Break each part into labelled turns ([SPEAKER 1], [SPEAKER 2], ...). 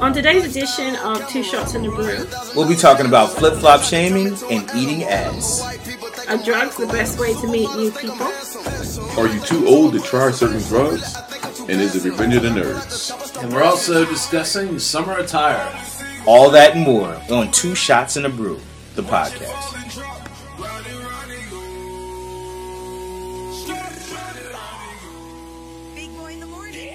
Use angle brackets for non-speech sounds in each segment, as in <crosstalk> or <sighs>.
[SPEAKER 1] On today's edition of Two Shots in the Brew,
[SPEAKER 2] We'll be talking about flip flop shaming and eating ass.
[SPEAKER 1] are drugs the best way to meet new people?
[SPEAKER 3] Are you too old to try certain drugs? And is it revenge of the nerds?
[SPEAKER 4] And we're also discussing summer attire.
[SPEAKER 2] All that and more on Two Shots in a Brew, the podcast.
[SPEAKER 5] Big boy in the morning.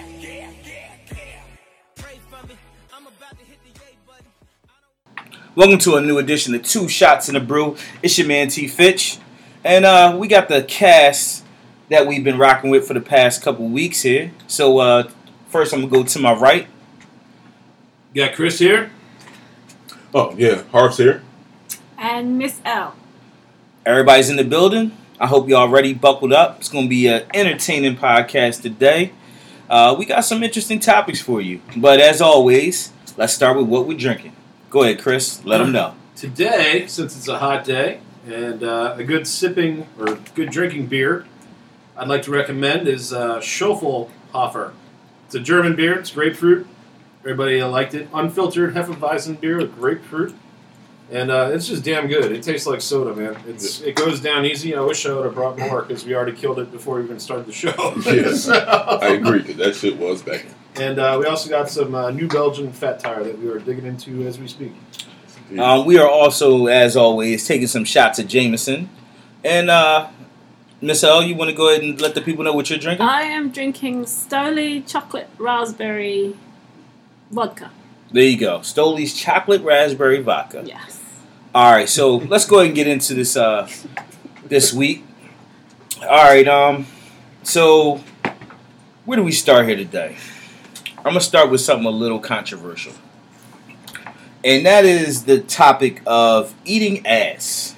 [SPEAKER 2] Welcome to a new edition of Two Shots in a Brew. It's your man T Fitch, and uh, we got the cast that we've been rocking with for the past couple weeks here. So uh, first, I'm gonna go to my right.
[SPEAKER 4] Got Chris here.
[SPEAKER 3] Oh yeah, Harp's here.
[SPEAKER 1] And Miss L.
[SPEAKER 2] Everybody's in the building. I hope y'all already buckled up. It's gonna be an entertaining podcast today. Uh, we got some interesting topics for you, but as always, let's start with what we're drinking. Go ahead, Chris. Let them know.
[SPEAKER 4] Today, since it's a hot day and uh, a good sipping or good drinking beer, I'd like to recommend is uh, Schoffelhofer. It's a German beer. It's grapefruit. Everybody liked it. Unfiltered Hefeweizen beer with grapefruit, and uh, it's just damn good. It tastes like soda, man. It's it goes down easy. I wish I would have brought more because we already killed it before we even started
[SPEAKER 3] <laughs>
[SPEAKER 4] the show.
[SPEAKER 3] Yeah.
[SPEAKER 4] <laughs> So-
[SPEAKER 3] I agree because that shit was back.
[SPEAKER 4] And uh, we also got some uh, new Belgian fat tire that we are digging into as we speak.
[SPEAKER 3] Then.
[SPEAKER 2] Um, we are also, as always, taking some shots at Jameson. And uh, Miss L, you want to go ahead and let the people know what you're drinking?
[SPEAKER 1] I am drinking Stoli chocolate raspberry vodka.
[SPEAKER 2] There you go. Stoli's chocolate raspberry vodka.
[SPEAKER 1] Yes.
[SPEAKER 2] All right, so let's go ahead and get into this uh, this week. All right, um, so where do we start here today? I'm gonna start with something a little controversial, and that is the topic of eating ass.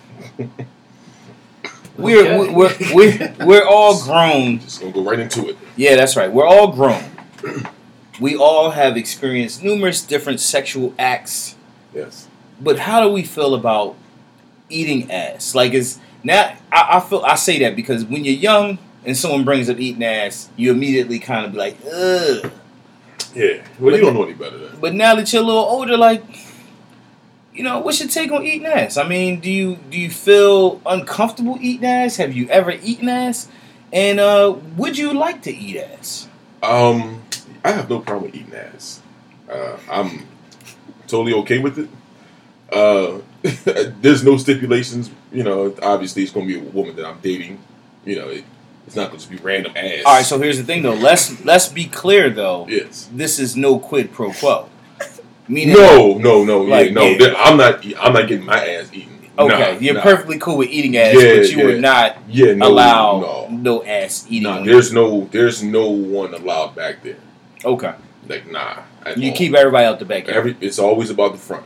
[SPEAKER 2] We're,
[SPEAKER 4] Okay.
[SPEAKER 2] we're, we're, we're all grown
[SPEAKER 3] Just gonna go right into it.
[SPEAKER 2] yeah, that's right. We're all grown. We all have experienced numerous different sexual acts,
[SPEAKER 3] Yes.
[SPEAKER 2] but how do we feel about eating ass? Like, is now I, I feel I say that because when you're young and someone brings up eating ass, you immediately kind of be like, ugh.
[SPEAKER 3] Yeah. Well, you don't know any better then.
[SPEAKER 2] But now that you're a little older, like, you know, what's your take on eating ass? I mean, do you do you feel uncomfortable eating ass? Have you ever eaten ass? And uh, would you like to eat ass?
[SPEAKER 3] Um, I have no problem with eating ass. Uh, I'm totally okay with it. Uh, <laughs> there's no stipulations. You know, obviously it's gonna be a woman that I'm dating. You know, it, it's not gonna just be random ass.
[SPEAKER 2] All right, so here's the thing though. Let's let's be clear though.
[SPEAKER 3] yes.
[SPEAKER 2] This is no quid pro quo. Meaning,
[SPEAKER 3] No, no, no,
[SPEAKER 2] Like,
[SPEAKER 3] yeah, no.
[SPEAKER 2] yeah.
[SPEAKER 3] that- I'm not. I'm not getting my ass eaten.
[SPEAKER 2] Okay,
[SPEAKER 3] Nah,
[SPEAKER 2] you're
[SPEAKER 3] nah.
[SPEAKER 2] perfectly cool with eating ass,
[SPEAKER 3] Yeah,
[SPEAKER 2] but you would
[SPEAKER 3] yeah.
[SPEAKER 2] not
[SPEAKER 3] Yeah, no,
[SPEAKER 2] allow no,
[SPEAKER 3] no.
[SPEAKER 2] ass eating.
[SPEAKER 3] Nah, there's no, there's no one allowed back there.
[SPEAKER 2] okay,
[SPEAKER 3] Like, nah. at
[SPEAKER 2] you
[SPEAKER 3] all.
[SPEAKER 2] keep everybody out the back. end.
[SPEAKER 3] every. It's always about the front.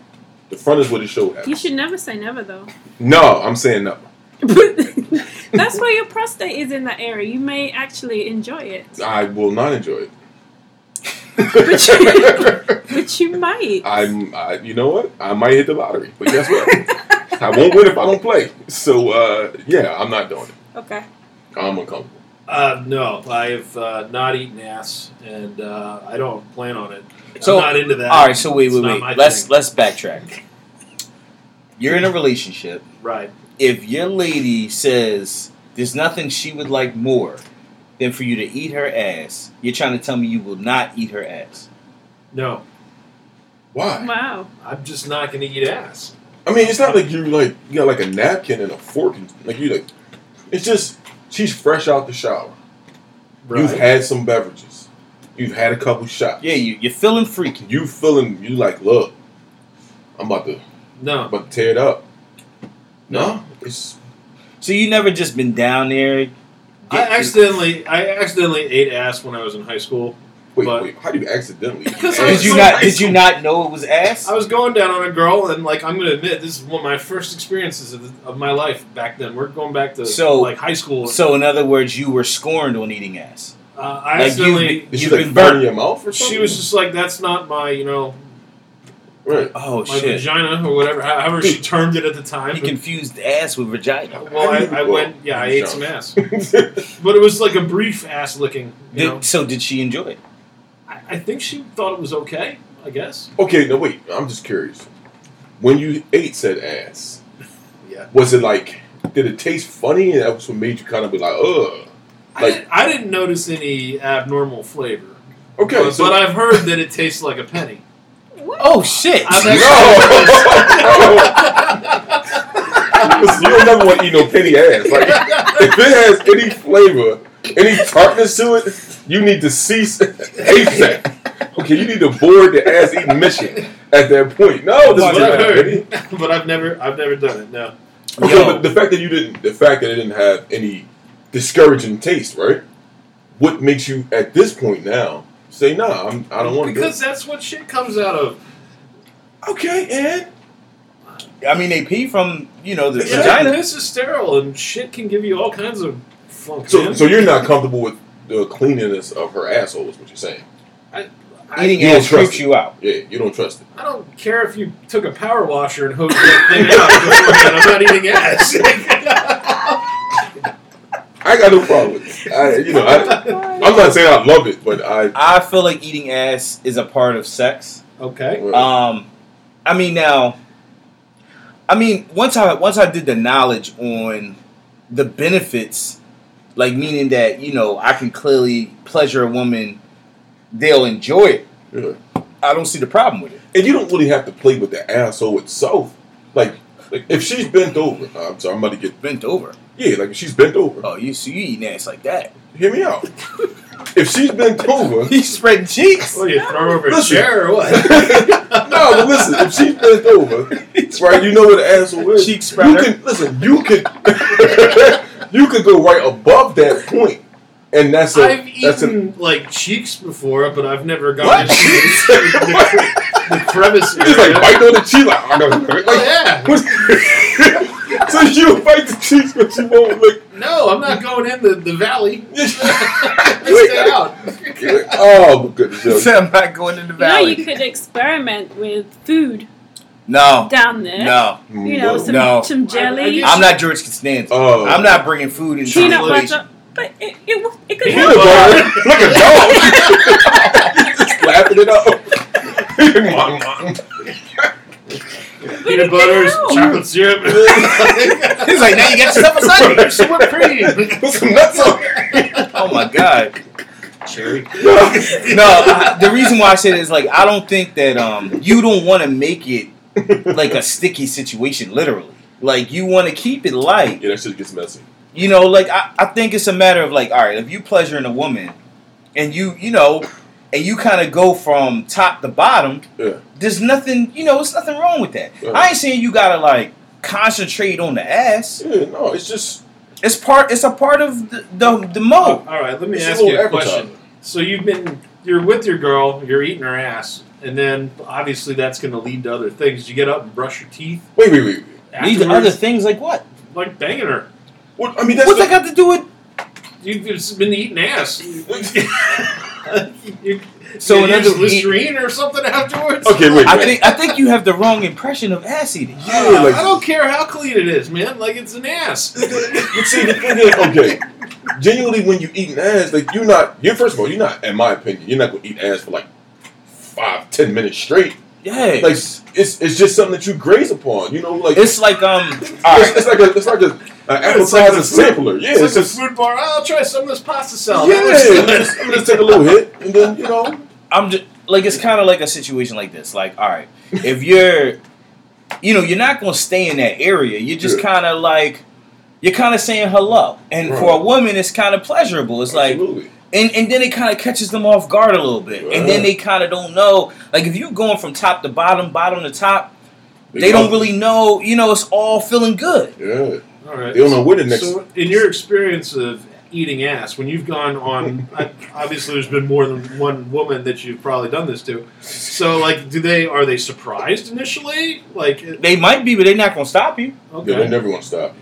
[SPEAKER 3] The front is where the show
[SPEAKER 1] You
[SPEAKER 3] happens.
[SPEAKER 1] should never say never <laughs> though.
[SPEAKER 3] No, I'm saying no.
[SPEAKER 1] That's where your prostate is in that area. You may actually enjoy it,
[SPEAKER 3] I will not enjoy
[SPEAKER 2] But
[SPEAKER 3] <laughs> it.
[SPEAKER 1] but you might.
[SPEAKER 3] I'm, I, you know what? I might hit the lottery, but guess what? I won't win if I don't play. So uh, yeah, I'm not doing it.
[SPEAKER 1] Okay.
[SPEAKER 3] I'm uncomfortable.
[SPEAKER 4] Uh, no, I have uh, not eaten ass, and uh, I don't plan on it.
[SPEAKER 2] So-
[SPEAKER 4] I'm not into that.
[SPEAKER 2] All right, so wait,
[SPEAKER 4] It's
[SPEAKER 2] wait,
[SPEAKER 4] not
[SPEAKER 2] wait.
[SPEAKER 4] my
[SPEAKER 2] Let's
[SPEAKER 4] thing.
[SPEAKER 2] let's backtrack. You're in a relationship.
[SPEAKER 4] Right.
[SPEAKER 2] If your lady says there's nothing she would like more than for you to eat her ass, you're trying to tell me you will not eat her ass.
[SPEAKER 4] No,
[SPEAKER 3] Why?
[SPEAKER 1] Wow.
[SPEAKER 4] I'm just not going to eat ass.
[SPEAKER 3] I mean, it's not like you like you got like a napkin and a fork. And, like you like, it's just she's fresh out the shower. You've had some beverages. You've had a couple shots.
[SPEAKER 2] Yeah, you, you're feeling freaky.
[SPEAKER 3] You feeling you like look. I'm about to I'm
[SPEAKER 4] no.
[SPEAKER 3] about to tear it up. No, it's
[SPEAKER 2] So you never just been down there.
[SPEAKER 4] I accidentally, I accidentally ate ass when I was in high school.
[SPEAKER 3] wait
[SPEAKER 4] But-
[SPEAKER 3] wait. How do you
[SPEAKER 4] <laughs>
[SPEAKER 3] accidentally?
[SPEAKER 4] Because I
[SPEAKER 2] Did
[SPEAKER 4] was
[SPEAKER 2] you
[SPEAKER 4] so
[SPEAKER 2] not?
[SPEAKER 4] nice.
[SPEAKER 2] Did you not know it was ass?
[SPEAKER 4] I was going down on a girl, and like I'm going to admit, this is one of my first experiences of, of my life back then. We're going back to
[SPEAKER 2] So-
[SPEAKER 4] like high school.
[SPEAKER 2] So in other words, you were scorned on eating ass.
[SPEAKER 4] uh, I
[SPEAKER 2] like, you-
[SPEAKER 4] accidentally.
[SPEAKER 3] Did she
[SPEAKER 2] You've
[SPEAKER 3] like
[SPEAKER 2] been
[SPEAKER 3] burn
[SPEAKER 2] burnt.
[SPEAKER 3] your mouth or something?
[SPEAKER 4] She was just like, "That's not my, you know,
[SPEAKER 3] right.
[SPEAKER 2] Oh
[SPEAKER 4] my
[SPEAKER 2] shit!
[SPEAKER 4] vagina or whatever, how- however
[SPEAKER 2] <laughs>
[SPEAKER 4] she termed it at the time."
[SPEAKER 2] He confused ass with vagina.
[SPEAKER 4] well, I, I went, yeah, I ate some ass, but it was like a brief ass licking. You know,
[SPEAKER 2] Did, so did she enjoy it?
[SPEAKER 4] I, I think she thought it was okay. I I guess.
[SPEAKER 3] <laughs> Okay, no wait. I'm just curious. When you ate said ass,
[SPEAKER 4] Yeah.
[SPEAKER 3] was it like did it taste funny? And that was what made you kind of be like, ugh.
[SPEAKER 4] I,
[SPEAKER 3] Like-
[SPEAKER 4] didn't, I didn't notice any abnormal flavor,
[SPEAKER 3] Okay,
[SPEAKER 4] but,
[SPEAKER 3] so
[SPEAKER 4] but
[SPEAKER 3] <laughs>
[SPEAKER 4] I've heard that it tastes like a penny.
[SPEAKER 2] Oh shit!
[SPEAKER 4] I've
[SPEAKER 3] no, <laughs> you don't never want to eat no penny ass. Like if it has any flavor, any tartness to it, you need to cease ASAP. Okay, you need to board the ass eating mission at that point. No, Oh, this
[SPEAKER 4] That's
[SPEAKER 3] is
[SPEAKER 4] what
[SPEAKER 3] not
[SPEAKER 4] I've
[SPEAKER 3] a penny.
[SPEAKER 4] heard, <laughs> but I've never, I've never done it. No,
[SPEAKER 3] Okay,
[SPEAKER 2] Yo.
[SPEAKER 3] but the fact that you didn't, the fact that it didn't have any discouraging taste, right? What makes you at this point now say, "Nah, I'm, I don't want to."
[SPEAKER 4] because that's what shit comes out of.
[SPEAKER 3] do it. okay, and
[SPEAKER 2] <laughs> I mean, they pee from you know the
[SPEAKER 4] Yeah,
[SPEAKER 2] vagina.
[SPEAKER 4] This is sterile, and shit can give you all kinds of funk.
[SPEAKER 3] so
[SPEAKER 4] man.
[SPEAKER 3] so you're not comfortable with the cleanliness of her asshole, is what you're saying?
[SPEAKER 2] Eating
[SPEAKER 3] You don't
[SPEAKER 2] ass
[SPEAKER 3] trust
[SPEAKER 2] creeps
[SPEAKER 3] it.
[SPEAKER 2] you out.
[SPEAKER 3] Yeah, you don't trust it.
[SPEAKER 4] I don't care if you took a power washer and hosed that thing out. I'm not eating ass.
[SPEAKER 3] I got no problem with it. I, <laughs> you know, I, I'm not saying I love it, but I.
[SPEAKER 2] I feel like eating ass is a part of sex.
[SPEAKER 4] <laughs> okay.
[SPEAKER 2] Um, I mean now, I mean once I once I did the knowledge on the benefits, like meaning that you know I can clearly pleasure a woman, they'll enjoy it.
[SPEAKER 3] yeah.
[SPEAKER 2] I don't see the problem with it.
[SPEAKER 3] and you don't really have to play with the asshole itself. Like, like if she's bent over, I'm sorry, I'm about to get
[SPEAKER 2] Bent over.
[SPEAKER 3] yeah. Like if she's bent over,
[SPEAKER 2] Oh, you so you eating ass like that?
[SPEAKER 3] Hear me out. If she's bent over,
[SPEAKER 2] You spreading
[SPEAKER 3] Oh,
[SPEAKER 2] cheeks?
[SPEAKER 4] What do you throw her over a
[SPEAKER 3] Listen.
[SPEAKER 4] chair or what?
[SPEAKER 3] no, but listen, if she's bent over, right, you know what an asshole is.
[SPEAKER 2] Cheek
[SPEAKER 3] you
[SPEAKER 2] spreader.
[SPEAKER 3] can listen. You can <laughs> you could go right above that point, and that's a
[SPEAKER 4] I've
[SPEAKER 3] that's a
[SPEAKER 4] eaten like cheeks before, but I've never
[SPEAKER 3] <laughs> what?
[SPEAKER 4] gotten into the,
[SPEAKER 3] What?
[SPEAKER 4] the crevice
[SPEAKER 3] You just like
[SPEAKER 4] area. Oh,
[SPEAKER 3] bite on the cheek, like, I don't know, like
[SPEAKER 4] Yeah.
[SPEAKER 3] what- <laughs> so you bite the cheeks, but you won't <laughs> look.
[SPEAKER 4] No, I'm not going in the, the valley.
[SPEAKER 3] Wait.
[SPEAKER 4] Stay out.
[SPEAKER 3] Oh my goodness, yo.
[SPEAKER 2] Said I'm not going in the
[SPEAKER 1] You know, you
[SPEAKER 2] valley.
[SPEAKER 1] could experiment with food
[SPEAKER 2] No,
[SPEAKER 1] down there.
[SPEAKER 2] no,
[SPEAKER 1] You know, some,
[SPEAKER 2] No.
[SPEAKER 1] some jelly,
[SPEAKER 4] I-
[SPEAKER 2] I'm not George Costanza.
[SPEAKER 3] Oh.
[SPEAKER 2] I'm not bringing food into the
[SPEAKER 1] peanut
[SPEAKER 2] relation.
[SPEAKER 1] butter. But it, it, w- it could
[SPEAKER 3] Look
[SPEAKER 4] Peanut
[SPEAKER 1] help.
[SPEAKER 3] at dog. Look at dog. Just laughing it up.
[SPEAKER 4] Peanut
[SPEAKER 1] it
[SPEAKER 4] butter,
[SPEAKER 1] helps.
[SPEAKER 4] chocolate syrup. <laughs>
[SPEAKER 2] He's like, now you got yourself a Sunday.
[SPEAKER 4] Some whipped cream.
[SPEAKER 3] Put some nuts on.
[SPEAKER 2] Oh my god.
[SPEAKER 4] Cherry.
[SPEAKER 2] No, I, the reason why I said it is like I don't think that um you don't want to make it like uh, a sticky situation. Literally, like you want to keep it light.
[SPEAKER 3] Yeah, that shit gets messy.
[SPEAKER 2] You know, like I, I think it's a matter of like, all right, if you pleasuring a woman, and you you know, and you kind of go from top to bottom.
[SPEAKER 3] Yeah.
[SPEAKER 2] There's nothing, you know, it's nothing wrong with that.
[SPEAKER 3] Yeah.
[SPEAKER 2] I ain't saying you gotta like concentrate on the ass.
[SPEAKER 3] Yeah, no, it's just
[SPEAKER 2] It's part. It's a part of the the, the
[SPEAKER 4] All
[SPEAKER 2] mo.
[SPEAKER 4] right, let me
[SPEAKER 3] It's a
[SPEAKER 4] ask
[SPEAKER 3] little
[SPEAKER 4] you a
[SPEAKER 3] appetizer.
[SPEAKER 4] question. So you've been, you're with your girl, you're eating her ass, and then obviously that's going to lead to other things. You get up and brush your teeth.
[SPEAKER 3] wait, wait, wait. wait.
[SPEAKER 2] These
[SPEAKER 4] afterwards,
[SPEAKER 2] other things like what?
[SPEAKER 4] like banging her.
[SPEAKER 3] What, I mean, that's
[SPEAKER 2] What's that
[SPEAKER 3] the,
[SPEAKER 2] got to do with?
[SPEAKER 4] You've just been eating ass. you,
[SPEAKER 2] So
[SPEAKER 4] <laughs> so
[SPEAKER 2] in
[SPEAKER 4] you
[SPEAKER 2] other-
[SPEAKER 4] use Listerine or something afterwards.
[SPEAKER 3] <laughs> okay. Wait,
[SPEAKER 2] I
[SPEAKER 3] wait.
[SPEAKER 2] think I think you have the wrong impression of ass eating.
[SPEAKER 3] yeah,
[SPEAKER 4] Uh,
[SPEAKER 3] like,
[SPEAKER 4] I don't care how clean it is, man. Like it's an ass.
[SPEAKER 3] you see, the thing is, okay. Genuinely, when you eating ass, like you're not. You first of all, you're not. In my opinion, you're not gonna eat ass for like five, ten minutes straight.
[SPEAKER 2] Yeah,
[SPEAKER 3] Like it's it's just something that you graze upon. You know, like
[SPEAKER 2] it's like um. All
[SPEAKER 3] it's,
[SPEAKER 2] right,
[SPEAKER 3] it's like a it's like a an
[SPEAKER 4] It's like
[SPEAKER 3] appetizer
[SPEAKER 4] the-
[SPEAKER 3] sampler. Yeah,
[SPEAKER 4] it's like
[SPEAKER 3] it's
[SPEAKER 4] the
[SPEAKER 3] just
[SPEAKER 4] food bar. Oh, I'll try some of this pasta
[SPEAKER 3] yeah.
[SPEAKER 4] salad. That looks
[SPEAKER 3] I'm gonna take a little hit and then you know.
[SPEAKER 2] I'm just like it's kind of like a situation like this. Like, all right, if you're, you know, you're not gonna stay in that area. You're just
[SPEAKER 3] Yeah.
[SPEAKER 2] kind of like, you're kind of saying hello, and for a
[SPEAKER 3] Right.
[SPEAKER 2] woman, it's kind of pleasurable. It's like,
[SPEAKER 3] Absolutely.
[SPEAKER 2] and and then it kind of catches them off guard a little bit, and then
[SPEAKER 3] Right.
[SPEAKER 2] they kind of don't know. Like, if you're going from top to bottom, bottom to top, they don't really know. You know, it's all feeling good.
[SPEAKER 3] Yeah,
[SPEAKER 4] good. All right.
[SPEAKER 3] they don't know where the next.
[SPEAKER 4] So, in your experience of eating ass, when you've gone on, I- obviously there's been more than one woman that you've probably done this to. So, like, do they are they surprised initially? Like, it-
[SPEAKER 2] They might be, but they're not gonna stop you.
[SPEAKER 3] Yeah, they
[SPEAKER 4] okay,
[SPEAKER 3] never gonna stop.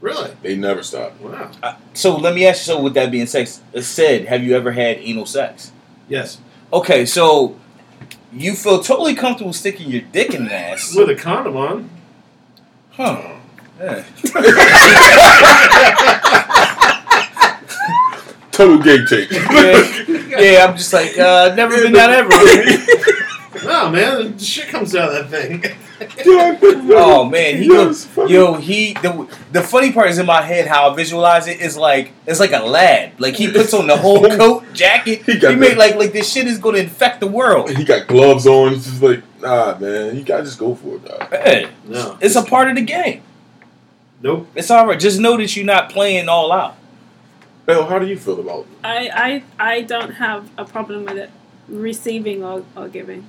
[SPEAKER 4] really?
[SPEAKER 3] They never stop.
[SPEAKER 4] Wow.
[SPEAKER 2] Uh, so let me ask you. So with that being sex, said, have you ever had anal sex?
[SPEAKER 4] Yes,
[SPEAKER 2] Okay, so you feel totally comfortable sticking your dick in the ass,
[SPEAKER 4] with a condom on.
[SPEAKER 2] huh? Yeah.
[SPEAKER 3] Total game take. <laughs>
[SPEAKER 2] <laughs> Yeah, yeah, I'm just like uh, never been that ever.
[SPEAKER 4] No, man. Shit comes out of that thing. <laughs>
[SPEAKER 2] Oh man, he goes, yo, he the the funny part is in my head how I visualize it is like it's like a lad. Like he puts on the <laughs> whole coat, jacket.
[SPEAKER 3] He
[SPEAKER 2] He,
[SPEAKER 3] got
[SPEAKER 2] made
[SPEAKER 3] that-
[SPEAKER 2] like like this shit is gonna infect the world.
[SPEAKER 3] He got gloves on. He's just like, nah, man. You gotta just go for it, dog.
[SPEAKER 2] Hey,
[SPEAKER 4] No.
[SPEAKER 2] it's a part of the game.
[SPEAKER 4] Nope.
[SPEAKER 2] It's all right. Just know that you're not playing all out.
[SPEAKER 3] Bill, how do you feel about it?
[SPEAKER 1] I, I, I don't have a problem with it receiving or, or giving.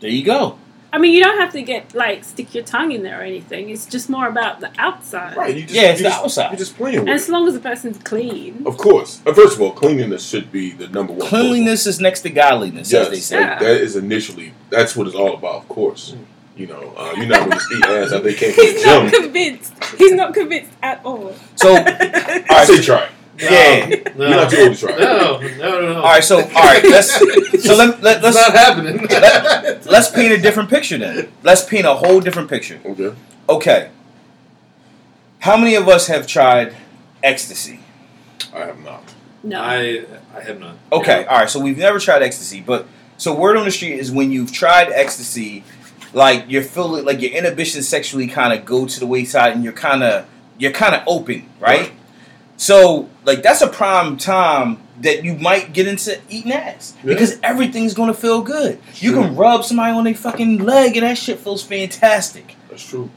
[SPEAKER 2] There you go.
[SPEAKER 1] I mean, you don't have to get like stick your tongue in there or anything. It's just more about the outside.
[SPEAKER 3] Right, you just,
[SPEAKER 2] Yeah, it's
[SPEAKER 3] you
[SPEAKER 2] the
[SPEAKER 3] just,
[SPEAKER 2] outside.
[SPEAKER 3] You're just playing
[SPEAKER 1] And
[SPEAKER 3] with
[SPEAKER 1] as
[SPEAKER 3] it.
[SPEAKER 1] long as the person's
[SPEAKER 2] Oh,
[SPEAKER 1] clean.
[SPEAKER 3] Of course. Uh, First of all, cleanliness should be the number one. focus.
[SPEAKER 2] Cleanliness is next to godliness, as they
[SPEAKER 3] Yes,
[SPEAKER 2] say. Hmm.
[SPEAKER 1] Yeah.
[SPEAKER 3] like, that is initially that's what it's all about. Of course, you know, uh, you're not going to eat ass after they came from
[SPEAKER 1] <laughs> He's not
[SPEAKER 3] the gym.
[SPEAKER 1] convinced. He's not convinced at all.
[SPEAKER 2] <laughs> So, all
[SPEAKER 3] I
[SPEAKER 2] right,
[SPEAKER 3] say try. it.
[SPEAKER 2] Yeah.
[SPEAKER 4] No.
[SPEAKER 3] You're not too old to try. it.
[SPEAKER 4] No, no, no, no.
[SPEAKER 2] all right. So, all right. Let's so let, let
[SPEAKER 4] It's
[SPEAKER 2] let's <laughs>
[SPEAKER 4] not happening.
[SPEAKER 2] let's paint a different picture then. Let's paint a whole different picture.
[SPEAKER 3] Okay.
[SPEAKER 2] Okay. How many of us have tried ecstasy?
[SPEAKER 3] I have not.
[SPEAKER 1] No.
[SPEAKER 4] I I have not.
[SPEAKER 2] Okay, all right. So we've never tried ecstasy, but so word on the street is when you've tried ecstasy, like you're feeling like your inhibitions sexually kind of go to the wayside, and you're kind of you're kind of open, right?
[SPEAKER 3] Right.
[SPEAKER 2] So like that's a prime time that you might get into eating ass
[SPEAKER 3] Yeah.
[SPEAKER 2] because everything's gonna feel good. You
[SPEAKER 3] Sure.
[SPEAKER 2] can rub somebody on their fucking leg, and that shit feels fantastic.
[SPEAKER 3] That's true.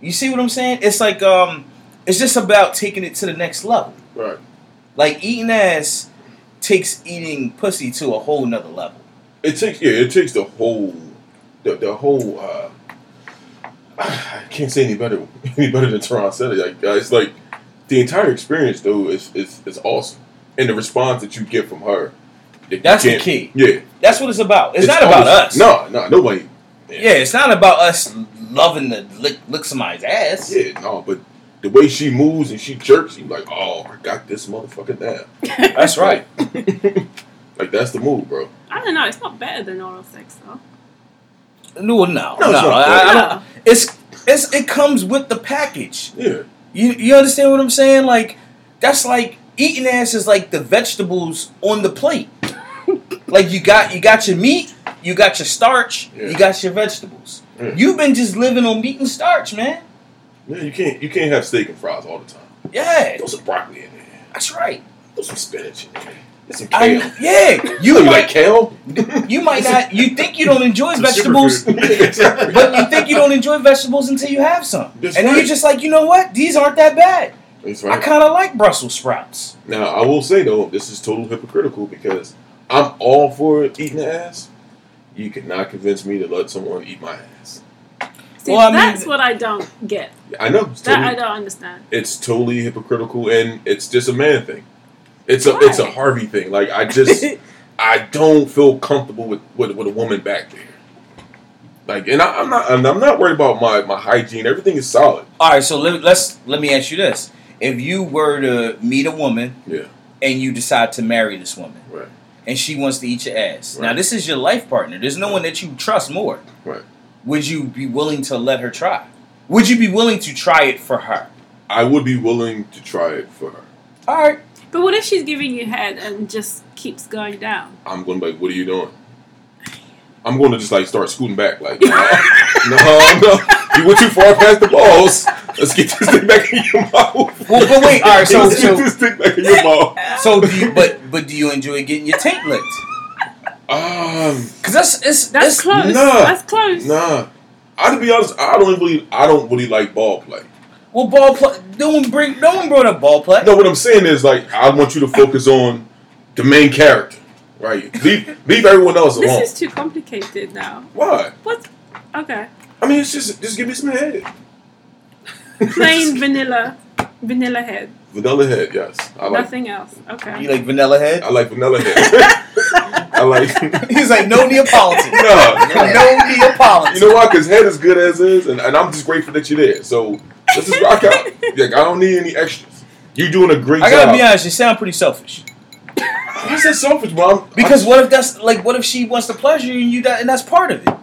[SPEAKER 2] You see what I'm saying? It's like um, it's just about taking it to the next level.
[SPEAKER 3] Right.
[SPEAKER 2] Like eating ass takes eating pussy to a whole nother level.
[SPEAKER 3] It takes yeah. It takes the whole the, the whole. Uh, <sighs> I can't say any better <laughs> any better than Teron said it. Like, uh, it's like the entire experience though is is, is awesome, and the response that you get from her. that you
[SPEAKER 2] That's the
[SPEAKER 3] can't-
[SPEAKER 2] key.
[SPEAKER 3] Yeah.
[SPEAKER 2] That's what it's about. It's, not about us.
[SPEAKER 3] always- No, no, nobody.
[SPEAKER 2] Yeah, it's not about us loving to lick, lick somebody's ass.
[SPEAKER 3] Yeah, no, but the way she moves and she jerks, you like, oh, I got this motherfucker down.
[SPEAKER 2] That's right.
[SPEAKER 3] <laughs> Like that's the move, bro.
[SPEAKER 1] I don't know. It's not better than oral sex, though.
[SPEAKER 2] No, no, no.
[SPEAKER 3] No, it's not
[SPEAKER 2] I, I
[SPEAKER 1] good.
[SPEAKER 2] don't. It's it's it comes with the package.
[SPEAKER 3] Yeah,
[SPEAKER 2] You you understand what I'm saying? Like that's like eating ass is like the vegetables on the
[SPEAKER 3] <laughs>
[SPEAKER 2] plate. like you got you got your meat, you got your starch,
[SPEAKER 3] Yeah.
[SPEAKER 2] you got your vegetables.
[SPEAKER 3] Yeah.
[SPEAKER 2] You've been just living on meat and starch, man.
[SPEAKER 3] yeah. You can't you can't have steak and fries all the time.
[SPEAKER 2] Yeah,
[SPEAKER 3] Throw some broccoli in there.
[SPEAKER 2] that's right.
[SPEAKER 3] Throw some spinach in there. Get some
[SPEAKER 2] I,
[SPEAKER 3] kale.
[SPEAKER 2] yeah,
[SPEAKER 3] Oh,
[SPEAKER 2] you
[SPEAKER 3] you
[SPEAKER 2] might <laughs>
[SPEAKER 3] like kale?
[SPEAKER 2] You might not. You think you don't enjoy
[SPEAKER 4] It's a
[SPEAKER 2] vegetables,
[SPEAKER 4] <laughs> superfood.
[SPEAKER 2] but you think you don't enjoy vegetables until you have some,
[SPEAKER 3] That's
[SPEAKER 2] and then
[SPEAKER 3] right.
[SPEAKER 2] you're just like, you know what? These aren't that bad.
[SPEAKER 3] That's
[SPEAKER 2] I
[SPEAKER 3] right.
[SPEAKER 2] kind of like Brussels sprouts.
[SPEAKER 3] Now I will say though, this is total hypocritical because I'm all for eating ass. You cannot convince me to let someone eat my ass.
[SPEAKER 1] See,
[SPEAKER 2] Well, I mean-
[SPEAKER 1] that's what I don't get.
[SPEAKER 3] I know. It's
[SPEAKER 1] That
[SPEAKER 3] totally,
[SPEAKER 1] I don't understand.
[SPEAKER 3] it's totally hypocritical and it's just a man thing. It's a
[SPEAKER 1] Why?
[SPEAKER 3] it's a Harvey thing. Like
[SPEAKER 2] <laughs>
[SPEAKER 3] I just I don't feel comfortable with, with, with a woman back there. Like and I, I'm not and I'm not worried about my, my hygiene. Everything is solid.
[SPEAKER 2] All right, so let, let's let me ask you this: If you were to meet a woman,
[SPEAKER 3] Yeah.
[SPEAKER 2] and you decide to marry this woman,
[SPEAKER 3] Right.
[SPEAKER 2] and she wants to eat your ass, now
[SPEAKER 3] Right.
[SPEAKER 2] this is your life partner. There's no one that you trust more.
[SPEAKER 3] Right.
[SPEAKER 2] Would you be willing to let her try? Would you be willing to try it for her?
[SPEAKER 3] I would be willing to try it for her.
[SPEAKER 2] All right.
[SPEAKER 1] But what if she's giving you head and just keeps going down?
[SPEAKER 3] I'm going to be like, what are you doing? I'm going to just like start scooting back. Like,
[SPEAKER 2] <laughs>
[SPEAKER 3] no, no, no. you went too far past the balls. Let's get this thing back in your mouth.
[SPEAKER 2] Well, but wait, all right, <laughs> so-
[SPEAKER 3] Let's
[SPEAKER 2] so-
[SPEAKER 3] get this thing back in your mouth.
[SPEAKER 2] So, do you, but but do you enjoy getting your taint licked?
[SPEAKER 3] Um,
[SPEAKER 2] Because that's it's
[SPEAKER 1] That's
[SPEAKER 2] it's-
[SPEAKER 1] close.
[SPEAKER 3] nah.
[SPEAKER 1] That's close.
[SPEAKER 3] nah. I to be honest, I don't really, I don't really like ball play.
[SPEAKER 2] Well, ball play. No one bring. No one brought up ball play.
[SPEAKER 3] No, what I'm saying is like, I want you to focus on the main character, right? Leave, leave everyone else alone.
[SPEAKER 1] This is too complicated now.
[SPEAKER 3] Why?
[SPEAKER 1] What? Okay.
[SPEAKER 3] I mean, it's just, just give me some head.
[SPEAKER 1] Plain vanilla, vanilla head.
[SPEAKER 3] vanilla head. Yes, I like.
[SPEAKER 1] Nothing else.
[SPEAKER 2] You
[SPEAKER 1] Okay.
[SPEAKER 2] like vanilla head?
[SPEAKER 3] I like vanilla head. <laughs> I like. <laughs>
[SPEAKER 2] He's like no Neapolitan.
[SPEAKER 3] No, no.
[SPEAKER 2] no Neapolitan.
[SPEAKER 3] You know why? Because head is good as is, and, and I'm just grateful that you're there. So let's just rock out. Like, I don't need any extras. You're doing a great
[SPEAKER 2] <laughs> I
[SPEAKER 3] job.
[SPEAKER 2] gotta be honest. You sound pretty selfish.
[SPEAKER 3] Why is that selfish, mom?
[SPEAKER 2] Because what if that's like? What if she wants to pleasure you and you that, and that's part of it?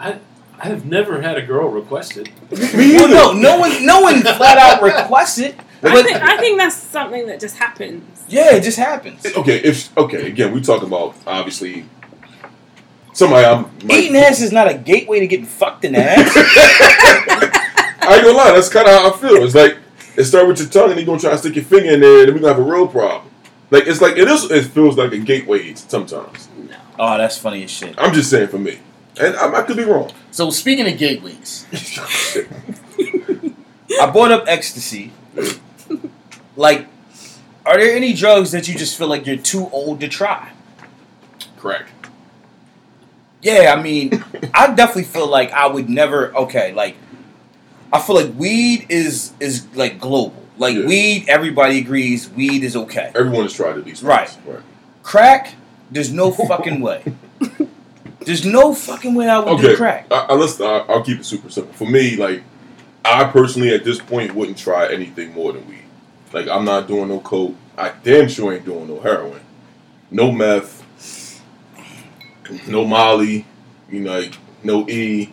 [SPEAKER 4] I I have never had a girl request it.
[SPEAKER 3] me
[SPEAKER 2] Well,
[SPEAKER 3] either.
[SPEAKER 2] no, no one, no one flat out requests it.
[SPEAKER 1] I
[SPEAKER 2] But
[SPEAKER 1] think, I think that's something that just happens.
[SPEAKER 2] yeah, it just happens.
[SPEAKER 3] Okay, if okay, again, we talking about obviously Somebody I'm might-
[SPEAKER 2] Eating ass is not a gateway to getting fucked in the ass.
[SPEAKER 3] I ain't gonna lie, that's kind of how I feel. It's like it start with your tongue, and you gonna try to stick your finger in there, and we gonna have a real problem. Like it's like it is. It feels like a gateway sometimes.
[SPEAKER 1] No.
[SPEAKER 2] oh, that's funny as shit.
[SPEAKER 3] I'm just saying for me, and I, I could be wrong. <laughs>
[SPEAKER 5] So speaking of gateways,
[SPEAKER 2] I brought up ecstasy. Like, are there any drugs that you just feel like you're too old to try?
[SPEAKER 3] Crack.
[SPEAKER 2] Yeah, I mean, I definitely feel like I would never. Okay, like I feel like weed is is like global. Like
[SPEAKER 3] Yeah.
[SPEAKER 2] weed, everybody agrees weed is okay.
[SPEAKER 3] Everyone has tried at least
[SPEAKER 2] Right.
[SPEAKER 3] once. Right.
[SPEAKER 2] Crack, there's <laughs> no fucking way. There's no fucking way I would do
[SPEAKER 3] Okay.
[SPEAKER 2] crack.
[SPEAKER 3] I, I, listen, I, I'll keep it super simple. For me, like I personally at this point wouldn't try anything more than weed. Like I'm not doing no coke. I damn sure ain't doing no heroin, no meth, no Molly. You know, like no E.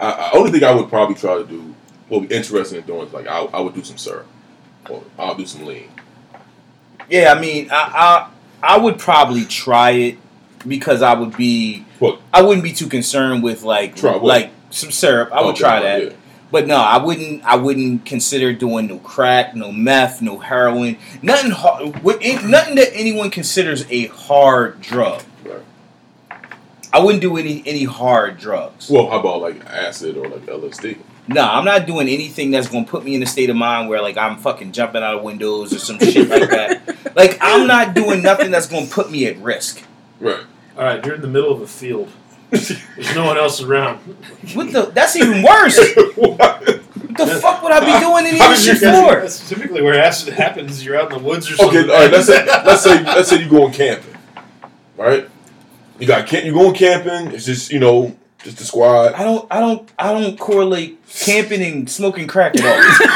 [SPEAKER 3] I, I only thing I would probably try to do, what would be interested in doing is like I, I would do some syrup, or I'll do some lean.
[SPEAKER 2] Yeah, I mean, I I, I would probably try it because I would be
[SPEAKER 3] What?
[SPEAKER 2] I wouldn't be too concerned with like
[SPEAKER 3] Try what?
[SPEAKER 2] like some syrup. I would
[SPEAKER 3] Okay,
[SPEAKER 2] try that.
[SPEAKER 3] yeah.
[SPEAKER 2] But no, I wouldn't. I wouldn't consider doing no crack, no meth, no heroin, nothing hard, with- it- nothing that anyone considers a hard drug.
[SPEAKER 3] Right.
[SPEAKER 2] I wouldn't do any any hard drugs.
[SPEAKER 3] Well, how about like acid or like LSD?
[SPEAKER 2] No, I'm not doing anything that's going to put me in a state of mind where like I'm fucking jumping out of windows or some shit like that. Like I'm not doing nothing that's going to put me at risk.
[SPEAKER 3] Right. <laughs>
[SPEAKER 4] All right, you're in the middle of a field. There's no one else <laughs> around.
[SPEAKER 2] What the? That's even worse.
[SPEAKER 3] What?
[SPEAKER 2] What the fuck would I be doing any
[SPEAKER 3] How
[SPEAKER 2] of this
[SPEAKER 3] did
[SPEAKER 2] shit
[SPEAKER 3] you
[SPEAKER 4] That's-
[SPEAKER 2] for?
[SPEAKER 4] That's typically where acid happens. You're out in the woods or
[SPEAKER 3] Okay,
[SPEAKER 4] something.
[SPEAKER 3] all right. Let's say let's say let's say you going camping, right? You got camp. You going camping? It's just you know just the squad.
[SPEAKER 2] I don't, I don't, I don't correlate camping and smoking crack at all.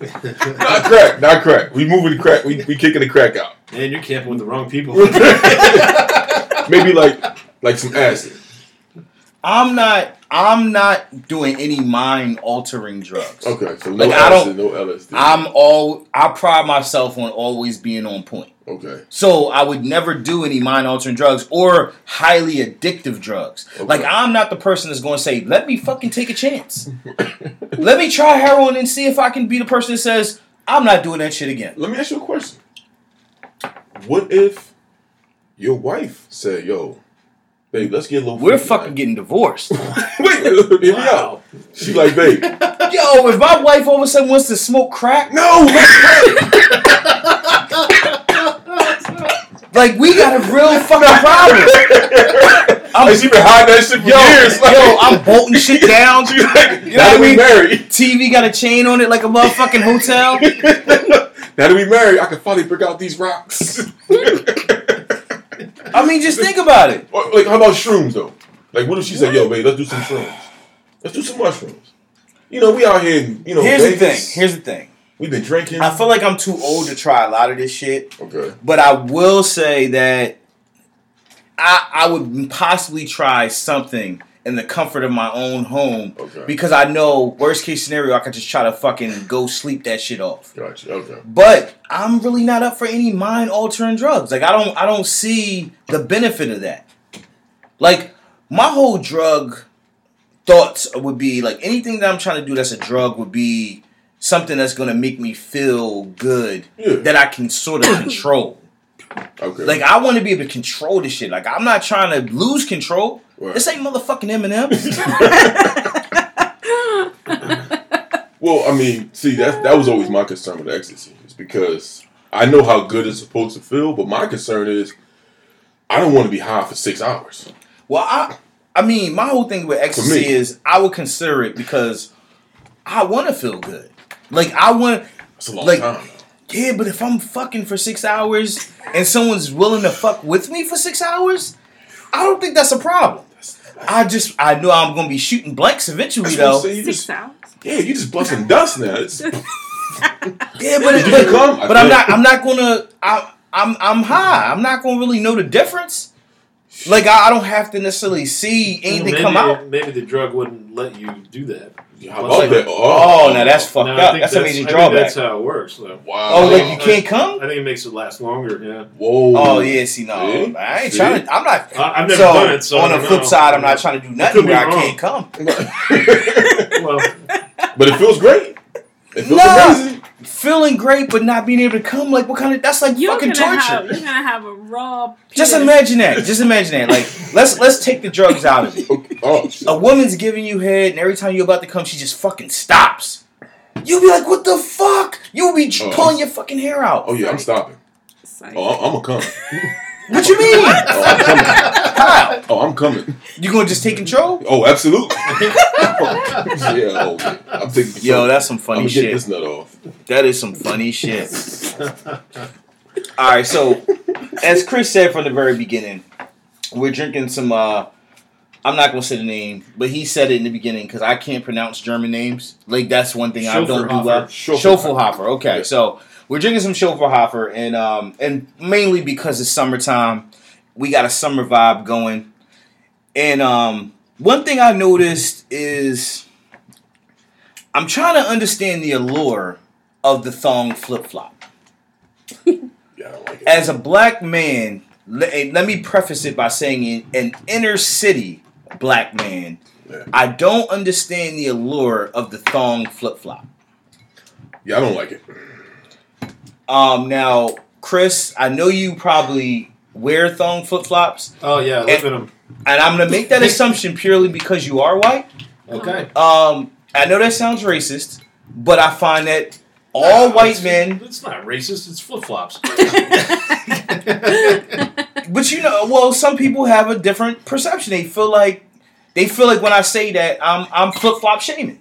[SPEAKER 3] Not crack, not crack. We moving the crack. We we kicking the crack out. <laughs>
[SPEAKER 4] Man, you're camping with the wrong people.
[SPEAKER 2] <laughs>
[SPEAKER 3] Maybe like like some acid.
[SPEAKER 2] I'm not, I'm not doing any mind altering drugs.
[SPEAKER 3] Okay, so no
[SPEAKER 2] Like, I
[SPEAKER 3] acid, no LSD.
[SPEAKER 2] I'm all, I pride myself on always being on point.
[SPEAKER 3] okay,
[SPEAKER 2] So I would never do any mind altering drugs or highly addictive drugs.
[SPEAKER 3] Okay.
[SPEAKER 2] Like I'm not the person that's going to say, "Let me fucking take a chance. Let me try heroin and see if I can be the person that says I'm not doing that shit again."
[SPEAKER 3] let me ask you a question. What if your wife said, "Yo, babe, let's get a little."
[SPEAKER 2] We're
[SPEAKER 3] freaky
[SPEAKER 2] fucking
[SPEAKER 3] tonight."
[SPEAKER 2] getting divorced.
[SPEAKER 3] <laughs> Wait, <laughs> wait, hear me out.
[SPEAKER 4] Wow.
[SPEAKER 3] She like,
[SPEAKER 2] <laughs>
[SPEAKER 3] babe,
[SPEAKER 2] Yo, if my wife all of a sudden wants to smoke crack,
[SPEAKER 3] no, let's crack.
[SPEAKER 2] like we got a <laughs> real fucking problem. <laughs> I'm,
[SPEAKER 3] Like she been hiding that shit for
[SPEAKER 2] yo,
[SPEAKER 3] years. Like,
[SPEAKER 2] yo, I'm bolting shit down.
[SPEAKER 3] <laughs> She's like,
[SPEAKER 2] You know
[SPEAKER 3] now
[SPEAKER 2] what I
[SPEAKER 3] that we
[SPEAKER 2] mean?
[SPEAKER 3] <laughs> married,
[SPEAKER 2] TV got a chain on it like a motherfucking hotel.
[SPEAKER 3] now that we married, I can finally break out these <laughs> rocks.
[SPEAKER 2] I mean, just think about it.
[SPEAKER 3] Or, like, how about shrooms though? Like, what if she said, "Yo, babe, let's do some shrooms. Let's do some mushrooms." You know, we out here. in, You know,
[SPEAKER 2] Here's the thing.
[SPEAKER 3] Vegas.
[SPEAKER 2] Here's the thing.
[SPEAKER 3] we've been drinking.
[SPEAKER 2] I feel like I'm too old to try a lot of this shit,
[SPEAKER 3] okay,
[SPEAKER 2] but I will say that I I would possibly try something in the comfort of my own home
[SPEAKER 3] Okay.
[SPEAKER 2] because I know worst case scenario I could just try to fucking go sleep that shit off.
[SPEAKER 3] gotcha. Okay,
[SPEAKER 2] But I'm really not up for any mind altering drugs. Like I don't I don't see the benefit of that. Like my whole drug thoughts would be like anything that I'm trying to do that's a drug would be something that's gonna make me feel good
[SPEAKER 3] Yeah.
[SPEAKER 2] that I can sort of control.
[SPEAKER 3] okay.
[SPEAKER 2] Like I want to be able to control this shit. Like I'm not trying to lose control.
[SPEAKER 3] Right.
[SPEAKER 2] This ain't motherfucking Eminem.
[SPEAKER 3] well, I mean, see, that that was always my concern with ecstasy, is because I know how good it's supposed to feel, but my concern is I don't want to be high for six hours.
[SPEAKER 2] Well, I I mean, my whole thing with ecstasy
[SPEAKER 3] me.
[SPEAKER 2] is I would consider it because I want to feel good. Like I want,
[SPEAKER 3] That's a long
[SPEAKER 2] Like-
[SPEAKER 3] time.
[SPEAKER 2] yeah. But if I'm fucking for six hours and someone's willing to fuck with me for six hours, I don't think that's a problem. I just I know I'm gonna be shooting blanks eventually
[SPEAKER 3] That's what I'm
[SPEAKER 2] though.
[SPEAKER 3] saying, you
[SPEAKER 1] Six
[SPEAKER 3] just-
[SPEAKER 1] hours.
[SPEAKER 3] Yeah, you just busting dust now. It's,
[SPEAKER 2] Yeah, but
[SPEAKER 3] Did you
[SPEAKER 2] but,
[SPEAKER 3] become?
[SPEAKER 2] but I'm not I'm not gonna I I'm I'm high. I'm not gonna really know the difference. Like I, I don't have to necessarily see anything
[SPEAKER 4] maybe,
[SPEAKER 2] come out.
[SPEAKER 4] Maybe the drug wouldn't let you do that.
[SPEAKER 3] How
[SPEAKER 4] Well,
[SPEAKER 3] about
[SPEAKER 4] it's like-
[SPEAKER 3] that?
[SPEAKER 2] Oh, now that's fucked
[SPEAKER 4] No, I
[SPEAKER 2] up.
[SPEAKER 4] think
[SPEAKER 2] That's, a major
[SPEAKER 4] I think
[SPEAKER 2] drawback.
[SPEAKER 4] That's how it works, though.
[SPEAKER 3] wow.
[SPEAKER 2] Oh, like you
[SPEAKER 4] Uh,
[SPEAKER 2] can't come?
[SPEAKER 4] I think it makes it last longer. Yeah,
[SPEAKER 3] Whoa.
[SPEAKER 2] Oh yeah, see no,
[SPEAKER 3] See?
[SPEAKER 2] I ain't
[SPEAKER 3] See?
[SPEAKER 2] trying to. I'm not.
[SPEAKER 4] I, I've never
[SPEAKER 2] so
[SPEAKER 4] done it. So I
[SPEAKER 2] on the
[SPEAKER 4] don't
[SPEAKER 2] flip
[SPEAKER 4] know.
[SPEAKER 2] side, I'm not trying to do
[SPEAKER 4] could
[SPEAKER 2] nothing
[SPEAKER 4] be
[SPEAKER 2] where I
[SPEAKER 4] wrong.
[SPEAKER 2] can't come.
[SPEAKER 4] <laughs> Well,
[SPEAKER 3] <laughs> but it feels great. It feels
[SPEAKER 2] Nah.
[SPEAKER 3] amazing.
[SPEAKER 2] Feeling great, but not being able to come. Like what kind of? That's like
[SPEAKER 1] You're
[SPEAKER 2] fucking
[SPEAKER 1] gonna
[SPEAKER 2] torture.
[SPEAKER 1] have you're gonna have a raw.
[SPEAKER 2] Just
[SPEAKER 1] penis.
[SPEAKER 2] imagine that. Just imagine that. Like <laughs> let's let's take the drugs out of it.
[SPEAKER 3] Okay. Oh, shit.
[SPEAKER 2] A woman's giving you head, and every time you're about to come, she just fucking stops. You'll be like, "What the fuck?" You'll be j-
[SPEAKER 3] Oh.
[SPEAKER 2] pulling your fucking hair out.
[SPEAKER 3] oh yeah, I'm stopping.
[SPEAKER 1] It's like-
[SPEAKER 3] Oh, I'm, I'm a come.
[SPEAKER 2] What you mean?
[SPEAKER 4] <laughs>
[SPEAKER 3] Oh, I'm coming.
[SPEAKER 2] How?
[SPEAKER 3] Oh, I'm coming.
[SPEAKER 2] You gonna just take control?
[SPEAKER 3] Oh, absolutely. <laughs> yeah, oh, yeah. I'm taking control.
[SPEAKER 2] Yo, that's some
[SPEAKER 3] I'm
[SPEAKER 2] funny
[SPEAKER 3] gonna get
[SPEAKER 2] shit.
[SPEAKER 3] this nut off.
[SPEAKER 2] That is some funny shit. All right, so as Chris said from the very beginning, we're drinking some. uh I'm not gonna say the name, but he said it in the beginning because I can't pronounce German names. Like that's one thing I don't do
[SPEAKER 4] Schofelhofer.
[SPEAKER 2] well.
[SPEAKER 3] Schofelhofer.
[SPEAKER 2] Schofelhofer. Okay,
[SPEAKER 3] Yeah.
[SPEAKER 2] so we're drinking some Schofelhofer, and um, and mainly because it's summertime, we got a summer vibe going. And um, one thing I noticed is I'm trying to understand the allure of the thong flip flop
[SPEAKER 3] Yeah, I don't like it.
[SPEAKER 2] as a black man, let, eh, let me preface it by saying in an inner city black man,
[SPEAKER 3] Yeah.
[SPEAKER 2] I don't understand the allure of the thong flip flop.
[SPEAKER 3] yeah, I don't like it.
[SPEAKER 2] Um, now, Chris, I know you probably wear thong flip flops,
[SPEAKER 4] oh yeah, look at them.
[SPEAKER 2] and I'm gonna make that assumption purely because you are white.
[SPEAKER 4] Okay,
[SPEAKER 2] Um, I know that sounds racist, but I find that all
[SPEAKER 4] No,
[SPEAKER 2] white
[SPEAKER 4] it's-
[SPEAKER 2] men,
[SPEAKER 4] It's not racist. It's
[SPEAKER 2] <laughs>
[SPEAKER 4] flip flops.
[SPEAKER 2] but you know, well, some people have a different perception. They feel like they feel like when I say that I'm I'm flip flop shaming.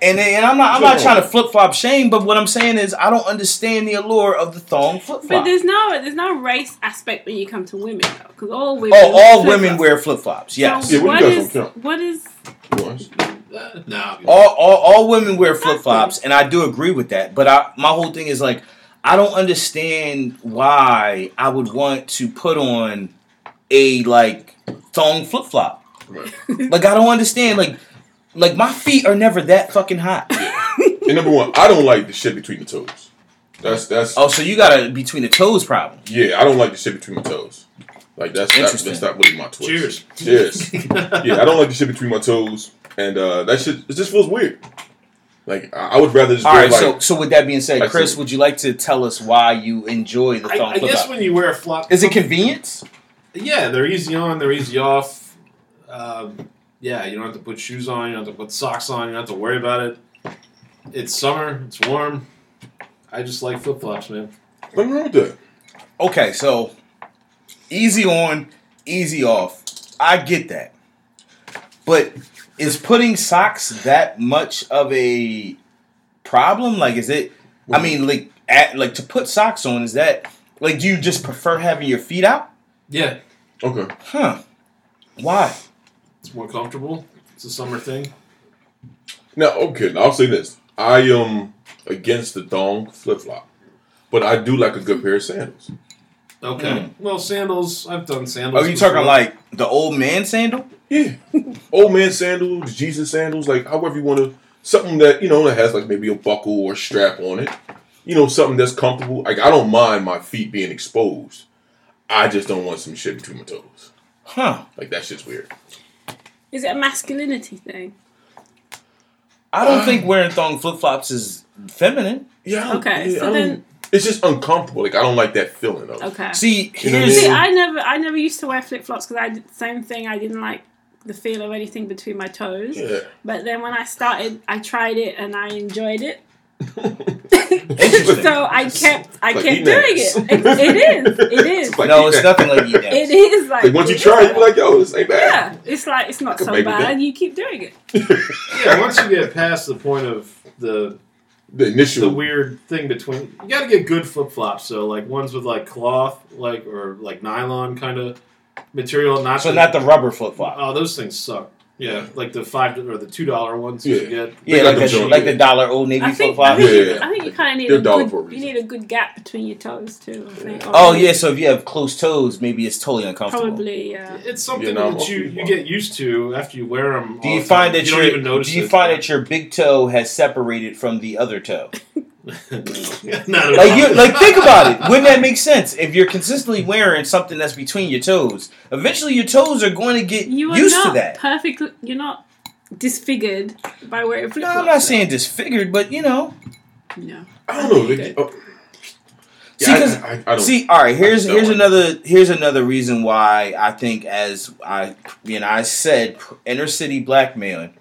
[SPEAKER 2] And, and I'm not I'm not trying to flip flop shame, but what I'm saying is I don't understand the allure of the thong flip
[SPEAKER 1] But
[SPEAKER 2] flop.
[SPEAKER 1] there's no there's no race aspect when you come to women though, because all women.
[SPEAKER 2] Oh, all
[SPEAKER 1] flip-flop.
[SPEAKER 2] women wear flip flops. Yes.
[SPEAKER 1] So
[SPEAKER 3] Yeah, what
[SPEAKER 1] what
[SPEAKER 3] do you guys
[SPEAKER 1] is
[SPEAKER 3] don't count?
[SPEAKER 1] what is
[SPEAKER 3] Once.
[SPEAKER 4] Uh, <laughs> nah,
[SPEAKER 2] All, all, all women wear flip flops, and I do agree with that. But I, my whole thing is like, I don't understand why I would want to put on a like thong flip flop.
[SPEAKER 3] Right.
[SPEAKER 2] Like I don't understand. Like, like my feet are never that fucking hot.
[SPEAKER 3] And number one, I don't like the shit between the toes. That's that's
[SPEAKER 2] Oh, so you got a between the toes problem.
[SPEAKER 3] yeah, I don't like the shit between my toes. Like that's that,
[SPEAKER 2] Interesting.
[SPEAKER 3] that's not really my twist.
[SPEAKER 4] <laughs> Cheers. <laughs>
[SPEAKER 3] Cheers. yeah, I don't like the shit between my toes, and uh, that shit it just feels weird. Like I, I would rather just
[SPEAKER 2] All
[SPEAKER 3] wear,
[SPEAKER 2] right.
[SPEAKER 3] like
[SPEAKER 2] so, so with that being said,
[SPEAKER 3] Like
[SPEAKER 2] Chris,
[SPEAKER 3] some-
[SPEAKER 2] would you like to tell us why you enjoy the
[SPEAKER 4] I,
[SPEAKER 2] thong
[SPEAKER 4] I
[SPEAKER 2] flip
[SPEAKER 4] guess
[SPEAKER 2] flop?
[SPEAKER 4] when you wear a flop,
[SPEAKER 2] Is it convenience?
[SPEAKER 4] Yeah, they're easy on, they're easy off. Um, yeah, you don't have to put shoes on, you don't have to put socks on, you don't have to worry about it. It's summer, it's warm. I just like flip flops, man.
[SPEAKER 3] nothing wrong with that.
[SPEAKER 2] Okay, so easy on, easy off. I get that. But is putting socks that much of a problem? Like is it I mean like at like to put socks on is that like do you just prefer having your feet out?
[SPEAKER 4] Yeah,
[SPEAKER 3] Okay,
[SPEAKER 2] Huh. Why?
[SPEAKER 4] it's more comfortable. It's a summer thing.
[SPEAKER 3] now okay, now I'll say this: I am against the thong flip flop, but I do like a good pair of sandals.
[SPEAKER 4] Okay. Well, sandals, I've done sandals.
[SPEAKER 2] Are Oh, you
[SPEAKER 4] before.
[SPEAKER 2] talking like the old man sandal?
[SPEAKER 3] Yeah, old man sandals, Jesus sandals, like however you want to, something that you know that has like maybe a buckle or strap on it. You know, something that's comfortable. Like I don't mind my feet being exposed. I just don't want some shit between my toes.
[SPEAKER 2] Huh.
[SPEAKER 3] Like that shit's weird.
[SPEAKER 1] is it a masculinity thing?
[SPEAKER 2] I don't think wearing thong flip flops is feminine.
[SPEAKER 3] Yeah. I don't-
[SPEAKER 1] Okay,
[SPEAKER 3] yeah,
[SPEAKER 1] so
[SPEAKER 3] I don't-
[SPEAKER 1] then-
[SPEAKER 3] it's just uncomfortable. Like I don't like that feeling of.
[SPEAKER 1] Okay.
[SPEAKER 2] See,
[SPEAKER 3] You know what I
[SPEAKER 2] here's
[SPEAKER 1] See,
[SPEAKER 3] mean?
[SPEAKER 1] I never, I never used to wear flip flops because I did the same thing. I didn't like the feel of anything between my toes.
[SPEAKER 3] Yeah.
[SPEAKER 1] But then when I started, I tried it and I enjoyed it.
[SPEAKER 2] Interesting.
[SPEAKER 1] So I kept, I
[SPEAKER 3] Like
[SPEAKER 1] kept
[SPEAKER 3] eating
[SPEAKER 1] doing
[SPEAKER 3] ass.
[SPEAKER 1] it. it. It is, it is,
[SPEAKER 3] It's like-
[SPEAKER 2] no, it's nothing like you. <laughs>
[SPEAKER 1] it is like.
[SPEAKER 3] Like once you try, it, you're like, yo, this ain't bad.
[SPEAKER 1] yeah, it's like it's not
[SPEAKER 3] could
[SPEAKER 1] so
[SPEAKER 3] make it
[SPEAKER 1] bad.
[SPEAKER 3] that.
[SPEAKER 1] You keep doing it.
[SPEAKER 4] Yeah, once you get past the point of the
[SPEAKER 3] The
[SPEAKER 4] the
[SPEAKER 3] initial.
[SPEAKER 4] weird thing between you gotta get good flip flops, so like ones with like cloth, like or like nylon kind of material, not
[SPEAKER 2] So
[SPEAKER 4] the-
[SPEAKER 2] not the rubber flip flop.
[SPEAKER 4] Oh, those things suck. Yeah, like the five or the two dollar ones you
[SPEAKER 3] Yeah.
[SPEAKER 4] should get.
[SPEAKER 2] Yeah,
[SPEAKER 3] got
[SPEAKER 2] like,
[SPEAKER 3] them
[SPEAKER 2] the,
[SPEAKER 3] joints.
[SPEAKER 2] like the dollar old
[SPEAKER 1] I
[SPEAKER 2] Navy
[SPEAKER 1] think,
[SPEAKER 2] foot
[SPEAKER 1] I
[SPEAKER 2] five.
[SPEAKER 1] think,
[SPEAKER 3] Yeah, yeah.
[SPEAKER 1] I think you kind of need
[SPEAKER 3] They're
[SPEAKER 1] a
[SPEAKER 3] dollar for a
[SPEAKER 1] good, you
[SPEAKER 3] reason.
[SPEAKER 1] need a good gap between your toes too. I think. or
[SPEAKER 2] Oh yeah, so if you have closed toes, maybe it's totally uncomfortable.
[SPEAKER 1] probably uh, yeah.
[SPEAKER 4] It's something
[SPEAKER 3] Yeah, no,
[SPEAKER 4] that
[SPEAKER 3] I'll
[SPEAKER 4] you,
[SPEAKER 3] keep
[SPEAKER 4] you
[SPEAKER 3] one.
[SPEAKER 4] get used to after you wear them.
[SPEAKER 2] Do you find that
[SPEAKER 4] you
[SPEAKER 2] your
[SPEAKER 4] don't even notice?
[SPEAKER 2] Do you
[SPEAKER 4] it.
[SPEAKER 2] find
[SPEAKER 4] <laughs>
[SPEAKER 2] that your big toe has separated from the other toe?
[SPEAKER 4] Not at
[SPEAKER 2] Like
[SPEAKER 4] all.
[SPEAKER 2] you, like think about it. Wouldn't that make sense? If you're consistently wearing something that's between your toes, eventually your toes are going to get
[SPEAKER 1] You are
[SPEAKER 2] used
[SPEAKER 1] not
[SPEAKER 2] to that.
[SPEAKER 1] perfect. You're not disfigured by wearing flip
[SPEAKER 2] No,
[SPEAKER 1] flops.
[SPEAKER 2] I'm not saying disfigured, but you know.
[SPEAKER 1] No.
[SPEAKER 3] I don't know. Vicky.
[SPEAKER 1] Okay.
[SPEAKER 3] Oh.
[SPEAKER 2] See,
[SPEAKER 3] Yeah, I-
[SPEAKER 2] 'cause-
[SPEAKER 3] I, I don't.
[SPEAKER 2] See, all right. Here's
[SPEAKER 3] don't
[SPEAKER 2] here's
[SPEAKER 3] like it.
[SPEAKER 2] another here's another reason why I think as I you know I said inner city
[SPEAKER 4] <laughs>
[SPEAKER 2] blackmailing,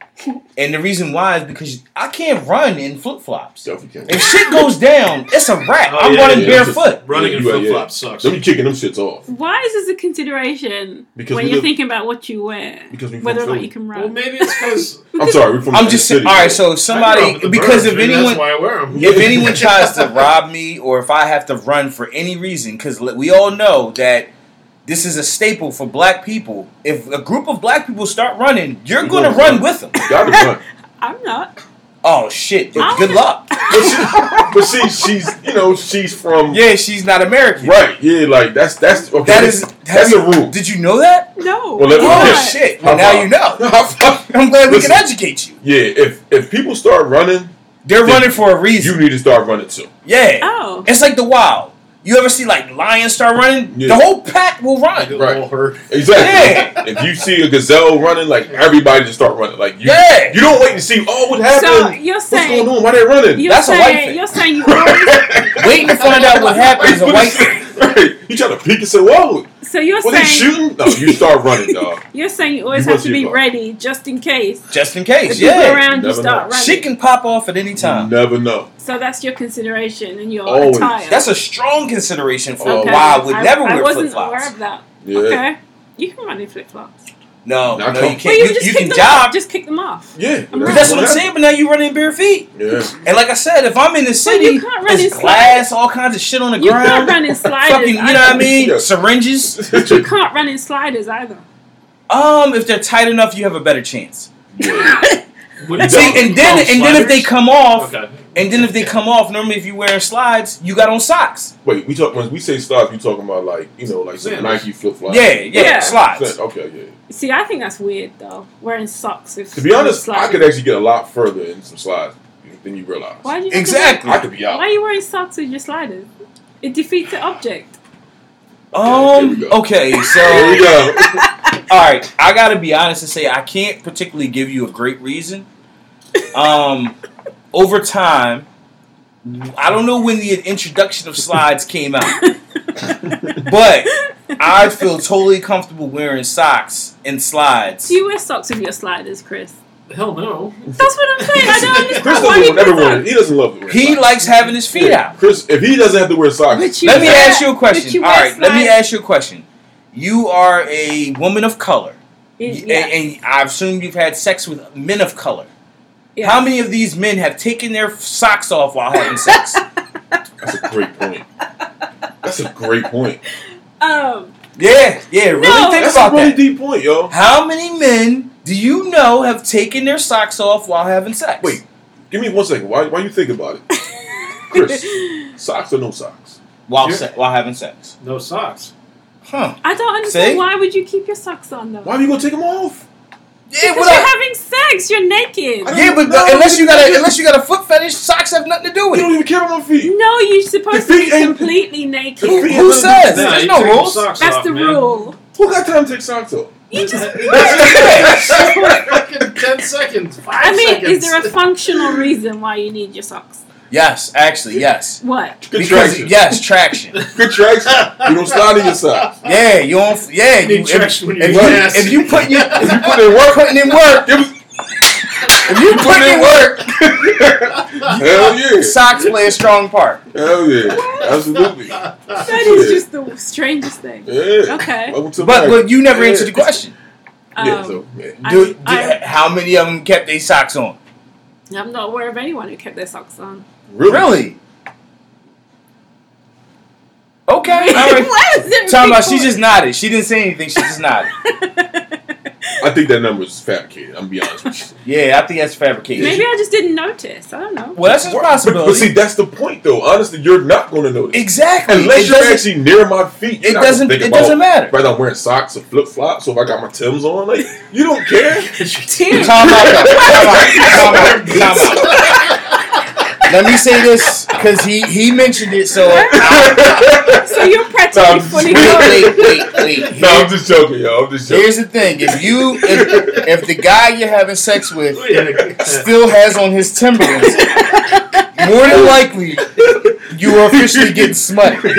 [SPEAKER 2] and the reason why is because I can't run in flip flops.
[SPEAKER 3] Selfie camera.
[SPEAKER 2] If shit goes down, it's a wrap.
[SPEAKER 4] Oh,
[SPEAKER 2] I'm
[SPEAKER 4] yeah,
[SPEAKER 2] running
[SPEAKER 3] yeah.
[SPEAKER 2] barefoot.
[SPEAKER 4] running in
[SPEAKER 3] You are, yeah.
[SPEAKER 4] flip flops sucks.
[SPEAKER 3] Them kicking them shits off
[SPEAKER 1] Why is this a consideration
[SPEAKER 3] because
[SPEAKER 1] when
[SPEAKER 3] we
[SPEAKER 1] you're
[SPEAKER 3] live.
[SPEAKER 1] thinking about what you wear,
[SPEAKER 3] because we from
[SPEAKER 1] whether or not
[SPEAKER 3] Philly.
[SPEAKER 1] you can run?
[SPEAKER 4] Well, maybe it's because
[SPEAKER 3] I'm sorry, we're from.
[SPEAKER 2] I'm
[SPEAKER 3] the
[SPEAKER 2] just
[SPEAKER 3] city.
[SPEAKER 2] saying. All right, so if
[SPEAKER 4] I grew up
[SPEAKER 2] somebody
[SPEAKER 4] with the
[SPEAKER 2] because
[SPEAKER 4] birds,
[SPEAKER 2] if
[SPEAKER 4] maybe
[SPEAKER 2] anyone
[SPEAKER 4] that's why I wear 'em.
[SPEAKER 2] if
[SPEAKER 4] <laughs>
[SPEAKER 2] anyone tries to rob me or if I have to run for any reason, because we all know that this is a staple for black people. If a group of black people start running, you're
[SPEAKER 3] You're
[SPEAKER 2] going to
[SPEAKER 3] gonna
[SPEAKER 2] run
[SPEAKER 3] run.
[SPEAKER 2] with them.
[SPEAKER 3] Gotta run.
[SPEAKER 1] I'm not.
[SPEAKER 2] Oh shit!
[SPEAKER 1] I
[SPEAKER 2] Good
[SPEAKER 1] wanna-
[SPEAKER 2] luck.
[SPEAKER 3] But
[SPEAKER 2] <laughs>
[SPEAKER 3] she, but she, she's, you know, she's from.
[SPEAKER 2] Yeah, she's not American.
[SPEAKER 3] Right. Yeah. Like that's that's okay.
[SPEAKER 2] That is have
[SPEAKER 3] that's a
[SPEAKER 2] you-
[SPEAKER 3] rule.
[SPEAKER 2] Did you know that?
[SPEAKER 1] No.
[SPEAKER 3] Well, let me-
[SPEAKER 1] I'm
[SPEAKER 2] Oh
[SPEAKER 1] not.
[SPEAKER 2] shit!
[SPEAKER 3] High
[SPEAKER 2] Well, now
[SPEAKER 3] five.
[SPEAKER 2] you know.
[SPEAKER 3] <laughs> yeah.
[SPEAKER 2] I'm glad we can
[SPEAKER 3] Listen.
[SPEAKER 2] educate you.
[SPEAKER 3] If if people start running,
[SPEAKER 2] They're
[SPEAKER 3] Then
[SPEAKER 2] running for a
[SPEAKER 3] you
[SPEAKER 2] reason.
[SPEAKER 3] need to start running too.
[SPEAKER 2] Yeah.
[SPEAKER 1] Oh.
[SPEAKER 2] It's like the wild. You ever see like lions start running?
[SPEAKER 3] Yeah.
[SPEAKER 2] The whole pack will
[SPEAKER 4] like
[SPEAKER 2] run.
[SPEAKER 4] a
[SPEAKER 3] Right.
[SPEAKER 4] little hurt.
[SPEAKER 3] Exactly. If you see a gazelle running, like everybody just start running. Like you,
[SPEAKER 2] Yeah.
[SPEAKER 3] you don't wait to see. Oh, what happened?
[SPEAKER 1] So you're
[SPEAKER 3] What's going
[SPEAKER 1] saying
[SPEAKER 3] on? Why they running? <laughs>
[SPEAKER 1] you're
[SPEAKER 2] That's a
[SPEAKER 1] saying
[SPEAKER 2] white thing.
[SPEAKER 1] you're
[SPEAKER 2] <laughs>
[SPEAKER 1] saying you always,
[SPEAKER 2] Waiting to find out what happens. A
[SPEAKER 3] <laughs>
[SPEAKER 2] white.
[SPEAKER 3] right. You try to peek and say, "Whoa,
[SPEAKER 1] so you're
[SPEAKER 3] were they
[SPEAKER 1] saying
[SPEAKER 3] shooting?" No, you start running, dog.
[SPEAKER 1] you're saying you always
[SPEAKER 3] You
[SPEAKER 1] have
[SPEAKER 3] must
[SPEAKER 1] to
[SPEAKER 3] be
[SPEAKER 1] be
[SPEAKER 3] wrong.
[SPEAKER 1] ready just in case.
[SPEAKER 2] Just in
[SPEAKER 1] The
[SPEAKER 2] case,
[SPEAKER 1] people
[SPEAKER 2] yeah.
[SPEAKER 1] around you
[SPEAKER 3] never
[SPEAKER 1] start running.
[SPEAKER 2] She can pop off at any
[SPEAKER 3] You
[SPEAKER 2] time.
[SPEAKER 3] never know.
[SPEAKER 1] So that's your consideration and your
[SPEAKER 3] Always.
[SPEAKER 1] attire.
[SPEAKER 2] That's a strong consideration for
[SPEAKER 3] Okay.
[SPEAKER 2] why I would never
[SPEAKER 1] I
[SPEAKER 2] wear flip
[SPEAKER 1] wasn't aware
[SPEAKER 2] flops.
[SPEAKER 1] of that.
[SPEAKER 3] Yeah.
[SPEAKER 1] Okay. You can run in flip flops.
[SPEAKER 2] No,
[SPEAKER 3] Not
[SPEAKER 2] no, you
[SPEAKER 3] com-
[SPEAKER 2] can't.
[SPEAKER 1] Well, you,
[SPEAKER 2] you
[SPEAKER 1] just
[SPEAKER 2] you
[SPEAKER 1] kick
[SPEAKER 2] can
[SPEAKER 1] them
[SPEAKER 2] job.
[SPEAKER 1] Off. Just kick them off.
[SPEAKER 3] Yeah.
[SPEAKER 1] Right.
[SPEAKER 2] That's what I'm saying. But now you're running bare feet.
[SPEAKER 3] Yeah.
[SPEAKER 2] And like I said, if I'm in the
[SPEAKER 1] But
[SPEAKER 2] city,
[SPEAKER 1] you can't run in
[SPEAKER 2] there's
[SPEAKER 1] sliders.
[SPEAKER 2] glass, all kinds of shit on the
[SPEAKER 1] You can't
[SPEAKER 2] ground.
[SPEAKER 1] run in
[SPEAKER 2] <laughs>
[SPEAKER 1] sliders.
[SPEAKER 2] Fucking, you know
[SPEAKER 1] either.
[SPEAKER 2] what I mean?
[SPEAKER 3] Yeah.
[SPEAKER 2] Syringes.
[SPEAKER 1] You can't run in sliders either.
[SPEAKER 2] Um, if they're tight enough, you have a better chance.
[SPEAKER 3] Yeah.
[SPEAKER 4] What
[SPEAKER 2] See, and then and then if they come off,
[SPEAKER 4] Okay.
[SPEAKER 2] and then if they come off, normally if you're wearing slides, you got on socks.
[SPEAKER 3] Wait, we talk when we say stars, you talking about like you know like some
[SPEAKER 4] Sandals.
[SPEAKER 3] Nike flip flops.
[SPEAKER 2] Yeah, yeah,
[SPEAKER 1] Yeah.
[SPEAKER 2] slides.
[SPEAKER 3] Okay, yeah.
[SPEAKER 1] See, I think that's weird though. Wearing socks. If
[SPEAKER 3] To be honest,
[SPEAKER 1] sliders.
[SPEAKER 3] I could actually get a lot further in some slides than you realize.
[SPEAKER 1] Why do you
[SPEAKER 2] Exactly.
[SPEAKER 3] I could be out.
[SPEAKER 1] Why are you wearing socks with your sliders? It defeats the
[SPEAKER 2] <laughs>
[SPEAKER 1] object.
[SPEAKER 3] There we
[SPEAKER 2] Um.
[SPEAKER 3] go. <laughs>
[SPEAKER 2] Okay.
[SPEAKER 3] There we
[SPEAKER 2] So,
[SPEAKER 3] <laughs> go.
[SPEAKER 2] all right. I gotta be honest and say I can't particularly give you a great reason. Um, over time, I don't know when the introduction of slides came out, but I feel totally comfortable wearing socks and slides.
[SPEAKER 1] Do you wear socks with your
[SPEAKER 2] <laughs>
[SPEAKER 1] sliders, Chris?
[SPEAKER 4] Hell no.
[SPEAKER 1] That's what I'm saying. I don't understand.
[SPEAKER 3] Chris
[SPEAKER 1] why
[SPEAKER 3] doesn't
[SPEAKER 1] people
[SPEAKER 3] never wear.
[SPEAKER 1] don't-
[SPEAKER 3] He doesn't love to wear.
[SPEAKER 2] He
[SPEAKER 3] socks.
[SPEAKER 2] likes having his feet
[SPEAKER 3] Yeah.
[SPEAKER 2] out.
[SPEAKER 3] Chris, if he doesn't have to wear socks,
[SPEAKER 1] But you
[SPEAKER 2] let me
[SPEAKER 1] wear-
[SPEAKER 2] ask you a
[SPEAKER 1] but you
[SPEAKER 2] question. All
[SPEAKER 1] wear
[SPEAKER 2] right, let me
[SPEAKER 1] slides-
[SPEAKER 2] ask you a question. You are a woman of color,
[SPEAKER 1] Yeah,
[SPEAKER 2] and, and I assume you've had sex with men of color.
[SPEAKER 1] yeah.
[SPEAKER 2] How many of these men have taken their socks off while having
[SPEAKER 1] <laughs>
[SPEAKER 2] sex?
[SPEAKER 3] that's a great point. That's a great point.
[SPEAKER 1] Um,
[SPEAKER 2] yeah, yeah. Really
[SPEAKER 1] No.
[SPEAKER 2] think
[SPEAKER 3] That's
[SPEAKER 2] about
[SPEAKER 3] a really
[SPEAKER 2] that.
[SPEAKER 3] deep point, yo.
[SPEAKER 2] How many men do you know have taken their socks off while having sex?
[SPEAKER 3] Wait, give me one second. Why? Why you think
[SPEAKER 1] <laughs>
[SPEAKER 3] about it, Chris? Socks or no socks?
[SPEAKER 2] while
[SPEAKER 4] Yeah.
[SPEAKER 2] se- while having sex?
[SPEAKER 4] No socks.
[SPEAKER 2] Huh?
[SPEAKER 1] I don't understand.
[SPEAKER 2] See?
[SPEAKER 1] Why would you keep your socks on though?
[SPEAKER 3] Why are you gonna take them off?
[SPEAKER 2] Yeah,
[SPEAKER 1] Because
[SPEAKER 2] what
[SPEAKER 1] you're
[SPEAKER 2] I-
[SPEAKER 1] having sex. You're naked.
[SPEAKER 3] I don't
[SPEAKER 2] yeah, but
[SPEAKER 3] know.
[SPEAKER 2] unless you got a unless you got a foot fetish, socks have nothing to do
[SPEAKER 3] You
[SPEAKER 2] with
[SPEAKER 3] don't
[SPEAKER 2] it.
[SPEAKER 3] even care about my feet.
[SPEAKER 1] No, you're supposed
[SPEAKER 3] The
[SPEAKER 1] to be
[SPEAKER 3] feet ain't-
[SPEAKER 1] completely
[SPEAKER 2] Who,
[SPEAKER 1] naked.
[SPEAKER 3] feet-
[SPEAKER 2] who says?
[SPEAKER 4] Nah,
[SPEAKER 2] There's
[SPEAKER 4] you
[SPEAKER 2] no
[SPEAKER 4] take your
[SPEAKER 2] rules.
[SPEAKER 4] socks
[SPEAKER 1] That's
[SPEAKER 4] off,
[SPEAKER 1] the
[SPEAKER 4] man.
[SPEAKER 1] rule.
[SPEAKER 3] Who got time to take
[SPEAKER 2] <laughs>
[SPEAKER 3] socks off?
[SPEAKER 1] You just.
[SPEAKER 4] <laughs> Fucking ten seconds. Five
[SPEAKER 1] I mean,
[SPEAKER 4] seconds.
[SPEAKER 1] is
[SPEAKER 4] <laughs>
[SPEAKER 1] there a functional reason why you need your socks?
[SPEAKER 2] Yes, actually, yes.
[SPEAKER 1] What?
[SPEAKER 3] Good
[SPEAKER 2] because
[SPEAKER 3] traction.
[SPEAKER 2] yes, traction.
[SPEAKER 3] Good traction. You don't slide in your socks.
[SPEAKER 2] Yeah, you don't. Yeah,
[SPEAKER 4] You need
[SPEAKER 2] you. If,
[SPEAKER 4] traction when
[SPEAKER 2] if
[SPEAKER 4] you
[SPEAKER 2] you
[SPEAKER 4] ass. <laughs>
[SPEAKER 2] if you put your
[SPEAKER 3] If you put in work,
[SPEAKER 2] putting in work, <laughs>
[SPEAKER 3] give us-
[SPEAKER 2] if you <laughs> put in work,
[SPEAKER 3] hell yeah,
[SPEAKER 2] socks play a strong part.
[SPEAKER 3] hell yeah, absolutely.
[SPEAKER 1] That is just the strangest thing.
[SPEAKER 3] Yeah.
[SPEAKER 1] Okay.
[SPEAKER 3] Welcome to
[SPEAKER 2] But
[SPEAKER 3] America.
[SPEAKER 2] but you never
[SPEAKER 3] Yeah.
[SPEAKER 2] answered the question.
[SPEAKER 3] yeah,
[SPEAKER 1] Um,
[SPEAKER 3] so, yeah.
[SPEAKER 1] I-
[SPEAKER 2] Do, do-
[SPEAKER 1] I-
[SPEAKER 2] how many of them kept their socks on?
[SPEAKER 1] I'm not aware of anyone who kept their socks on.
[SPEAKER 3] really,
[SPEAKER 2] Okay. All right.
[SPEAKER 1] Why is it
[SPEAKER 2] Talking about
[SPEAKER 1] really <laughs>
[SPEAKER 2] she just nodded. She didn't say anything. She just nodded.
[SPEAKER 1] important?
[SPEAKER 3] I I think that number is fabricated. I'm gonna be honest with you.
[SPEAKER 5] Yeah, I think that's fabrication.
[SPEAKER 1] Maybe I just didn't notice. I don't know.
[SPEAKER 5] Well, that's a
[SPEAKER 3] But- but-
[SPEAKER 2] <laughs>
[SPEAKER 3] But, see,
[SPEAKER 5] possibility.
[SPEAKER 3] that's the point, though. Honestly, you're not going to notice
[SPEAKER 5] Exactly.
[SPEAKER 3] unless
[SPEAKER 5] It
[SPEAKER 3] you're
[SPEAKER 5] doesn't-
[SPEAKER 3] actually near my feet.
[SPEAKER 5] it doesn't- it doesn't matter.
[SPEAKER 3] Right, I'm wearing socks or flip flops, so if I got my Tims on, like you don't care.
[SPEAKER 1] Tim,
[SPEAKER 5] Time out, though. Time
[SPEAKER 3] <laughs>
[SPEAKER 5] out. Time out. Time out. Let me say this because he he mentioned it. So
[SPEAKER 1] <laughs> so you're practically
[SPEAKER 3] I'm just
[SPEAKER 1] <laughs> fully
[SPEAKER 3] kidding.
[SPEAKER 1] clothed.
[SPEAKER 5] wait, wait, wait.
[SPEAKER 3] no, I'm just joking, yo. I'm just joking.
[SPEAKER 2] Here's the thing: if you, if, if the guy you're having sex with
[SPEAKER 4] Yeah.
[SPEAKER 2] still has on his Timberlands, more than likely you are officially getting smutted.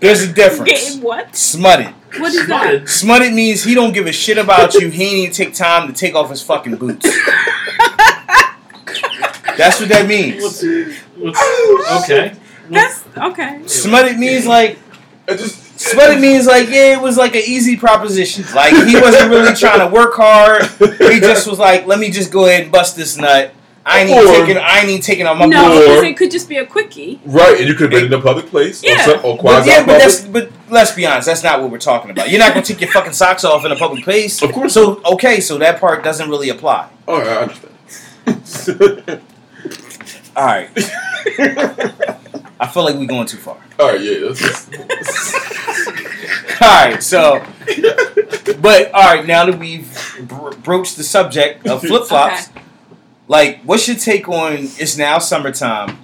[SPEAKER 2] There's a difference.
[SPEAKER 1] Getting what?
[SPEAKER 2] Smutted.
[SPEAKER 1] What is that?
[SPEAKER 4] Smutted.
[SPEAKER 2] Smutted means he don't give a shit about you. He ain't even take time to take off his fucking boots. That's what that means.
[SPEAKER 4] What's, what's, okay.
[SPEAKER 1] That's okay.
[SPEAKER 2] Smutted means like
[SPEAKER 3] I just
[SPEAKER 2] Smutted means like yeah, it was like an easy proposition. Like he wasn't really trying to work hard. He just was like, let me just go ahead and bust this nut. I ain't even
[SPEAKER 3] Or-
[SPEAKER 2] taking. I ain't even taking off my
[SPEAKER 1] No,
[SPEAKER 2] boots.
[SPEAKER 1] because
[SPEAKER 3] Or-
[SPEAKER 1] it could just be a quickie.
[SPEAKER 3] right, and you could have been in a public place
[SPEAKER 1] Yeah.
[SPEAKER 3] or, some, or
[SPEAKER 2] But
[SPEAKER 3] quasi
[SPEAKER 2] yeah, but
[SPEAKER 3] public.
[SPEAKER 2] that's but let's be honest, that's not what we're talking about. You're not gonna take your fucking socks off in a public place.
[SPEAKER 3] Of course
[SPEAKER 2] So okay, so that part doesn't really apply.
[SPEAKER 3] All right, I understand.
[SPEAKER 2] All right, I feel like we're going too far.
[SPEAKER 3] <laughs> All right, yeah. That's just,
[SPEAKER 2] All right, so but all right, now that we've bro- broached the subject of flip flops, like what's your take on? It's now summertime.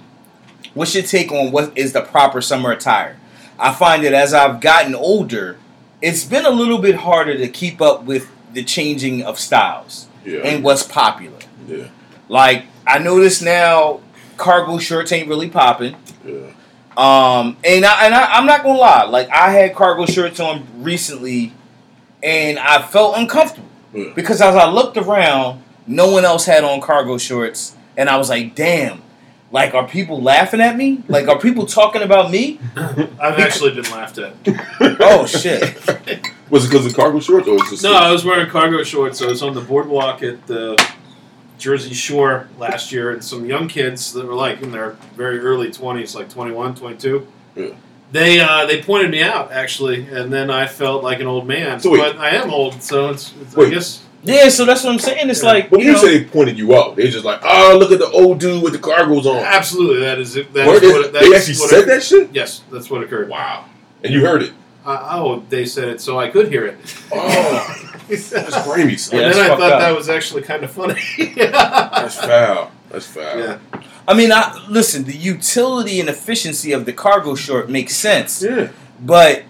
[SPEAKER 2] What's your take on what is the proper summer attire? I find that as I've gotten older, it's been a little bit harder to keep up with the changing of styles.
[SPEAKER 3] yeah,
[SPEAKER 2] and what's popular.
[SPEAKER 3] yeah,
[SPEAKER 2] Like I notice now, cargo shorts ain't really popping.
[SPEAKER 3] yeah.
[SPEAKER 2] Um, and I and I, I'm not gonna lie, like I had cargo shorts on recently, and I felt uncomfortable
[SPEAKER 3] Yeah.
[SPEAKER 2] because as I looked around, no one else had on cargo shorts, and I was like, damn. Like, are people laughing at me? Like, are people talking about me?
[SPEAKER 4] I've actually been laughed at.
[SPEAKER 2] Oh shit!
[SPEAKER 3] Was it because of cargo shorts or was it just
[SPEAKER 4] No, I was wearing cargo shorts. I was on the boardwalk at the Jersey Shore last year, and some young kids that were like in their very early 20s, like 21, 22.
[SPEAKER 3] Yeah.
[SPEAKER 4] They uh, they pointed me out actually, and then I felt like an old man.
[SPEAKER 3] So wait.
[SPEAKER 4] but I am old, so it's, it's I
[SPEAKER 3] Wait.
[SPEAKER 4] guess
[SPEAKER 2] Yeah, so that's what I'm saying. It's like,
[SPEAKER 3] But when
[SPEAKER 2] you
[SPEAKER 3] you
[SPEAKER 2] know,
[SPEAKER 3] say they pointed you out, they just like, oh, look at the old dude with the cargoes on.
[SPEAKER 4] absolutely that is it. That
[SPEAKER 3] Word
[SPEAKER 4] is
[SPEAKER 3] is-
[SPEAKER 4] Ah, what, that
[SPEAKER 3] they
[SPEAKER 4] is
[SPEAKER 3] actually
[SPEAKER 4] what
[SPEAKER 3] said
[SPEAKER 4] occurred.
[SPEAKER 3] that shit.
[SPEAKER 4] Yes, that's what occurred.
[SPEAKER 3] Wow, and you heard it.
[SPEAKER 4] Uh, oh, they said it, so I could hear it. <laughs>
[SPEAKER 3] Oh, that's grimy,
[SPEAKER 2] <laughs>
[SPEAKER 3] son.
[SPEAKER 2] Yeah,
[SPEAKER 4] and
[SPEAKER 2] that's
[SPEAKER 4] then I
[SPEAKER 2] fucked
[SPEAKER 4] thought
[SPEAKER 2] up.
[SPEAKER 4] that was actually kind of funny. <laughs> yeah.
[SPEAKER 3] That's foul. That's foul.
[SPEAKER 4] Yeah.
[SPEAKER 2] I mean, I listen. The utility and efficiency of the cargo short makes sense.
[SPEAKER 3] Yeah.
[SPEAKER 2] But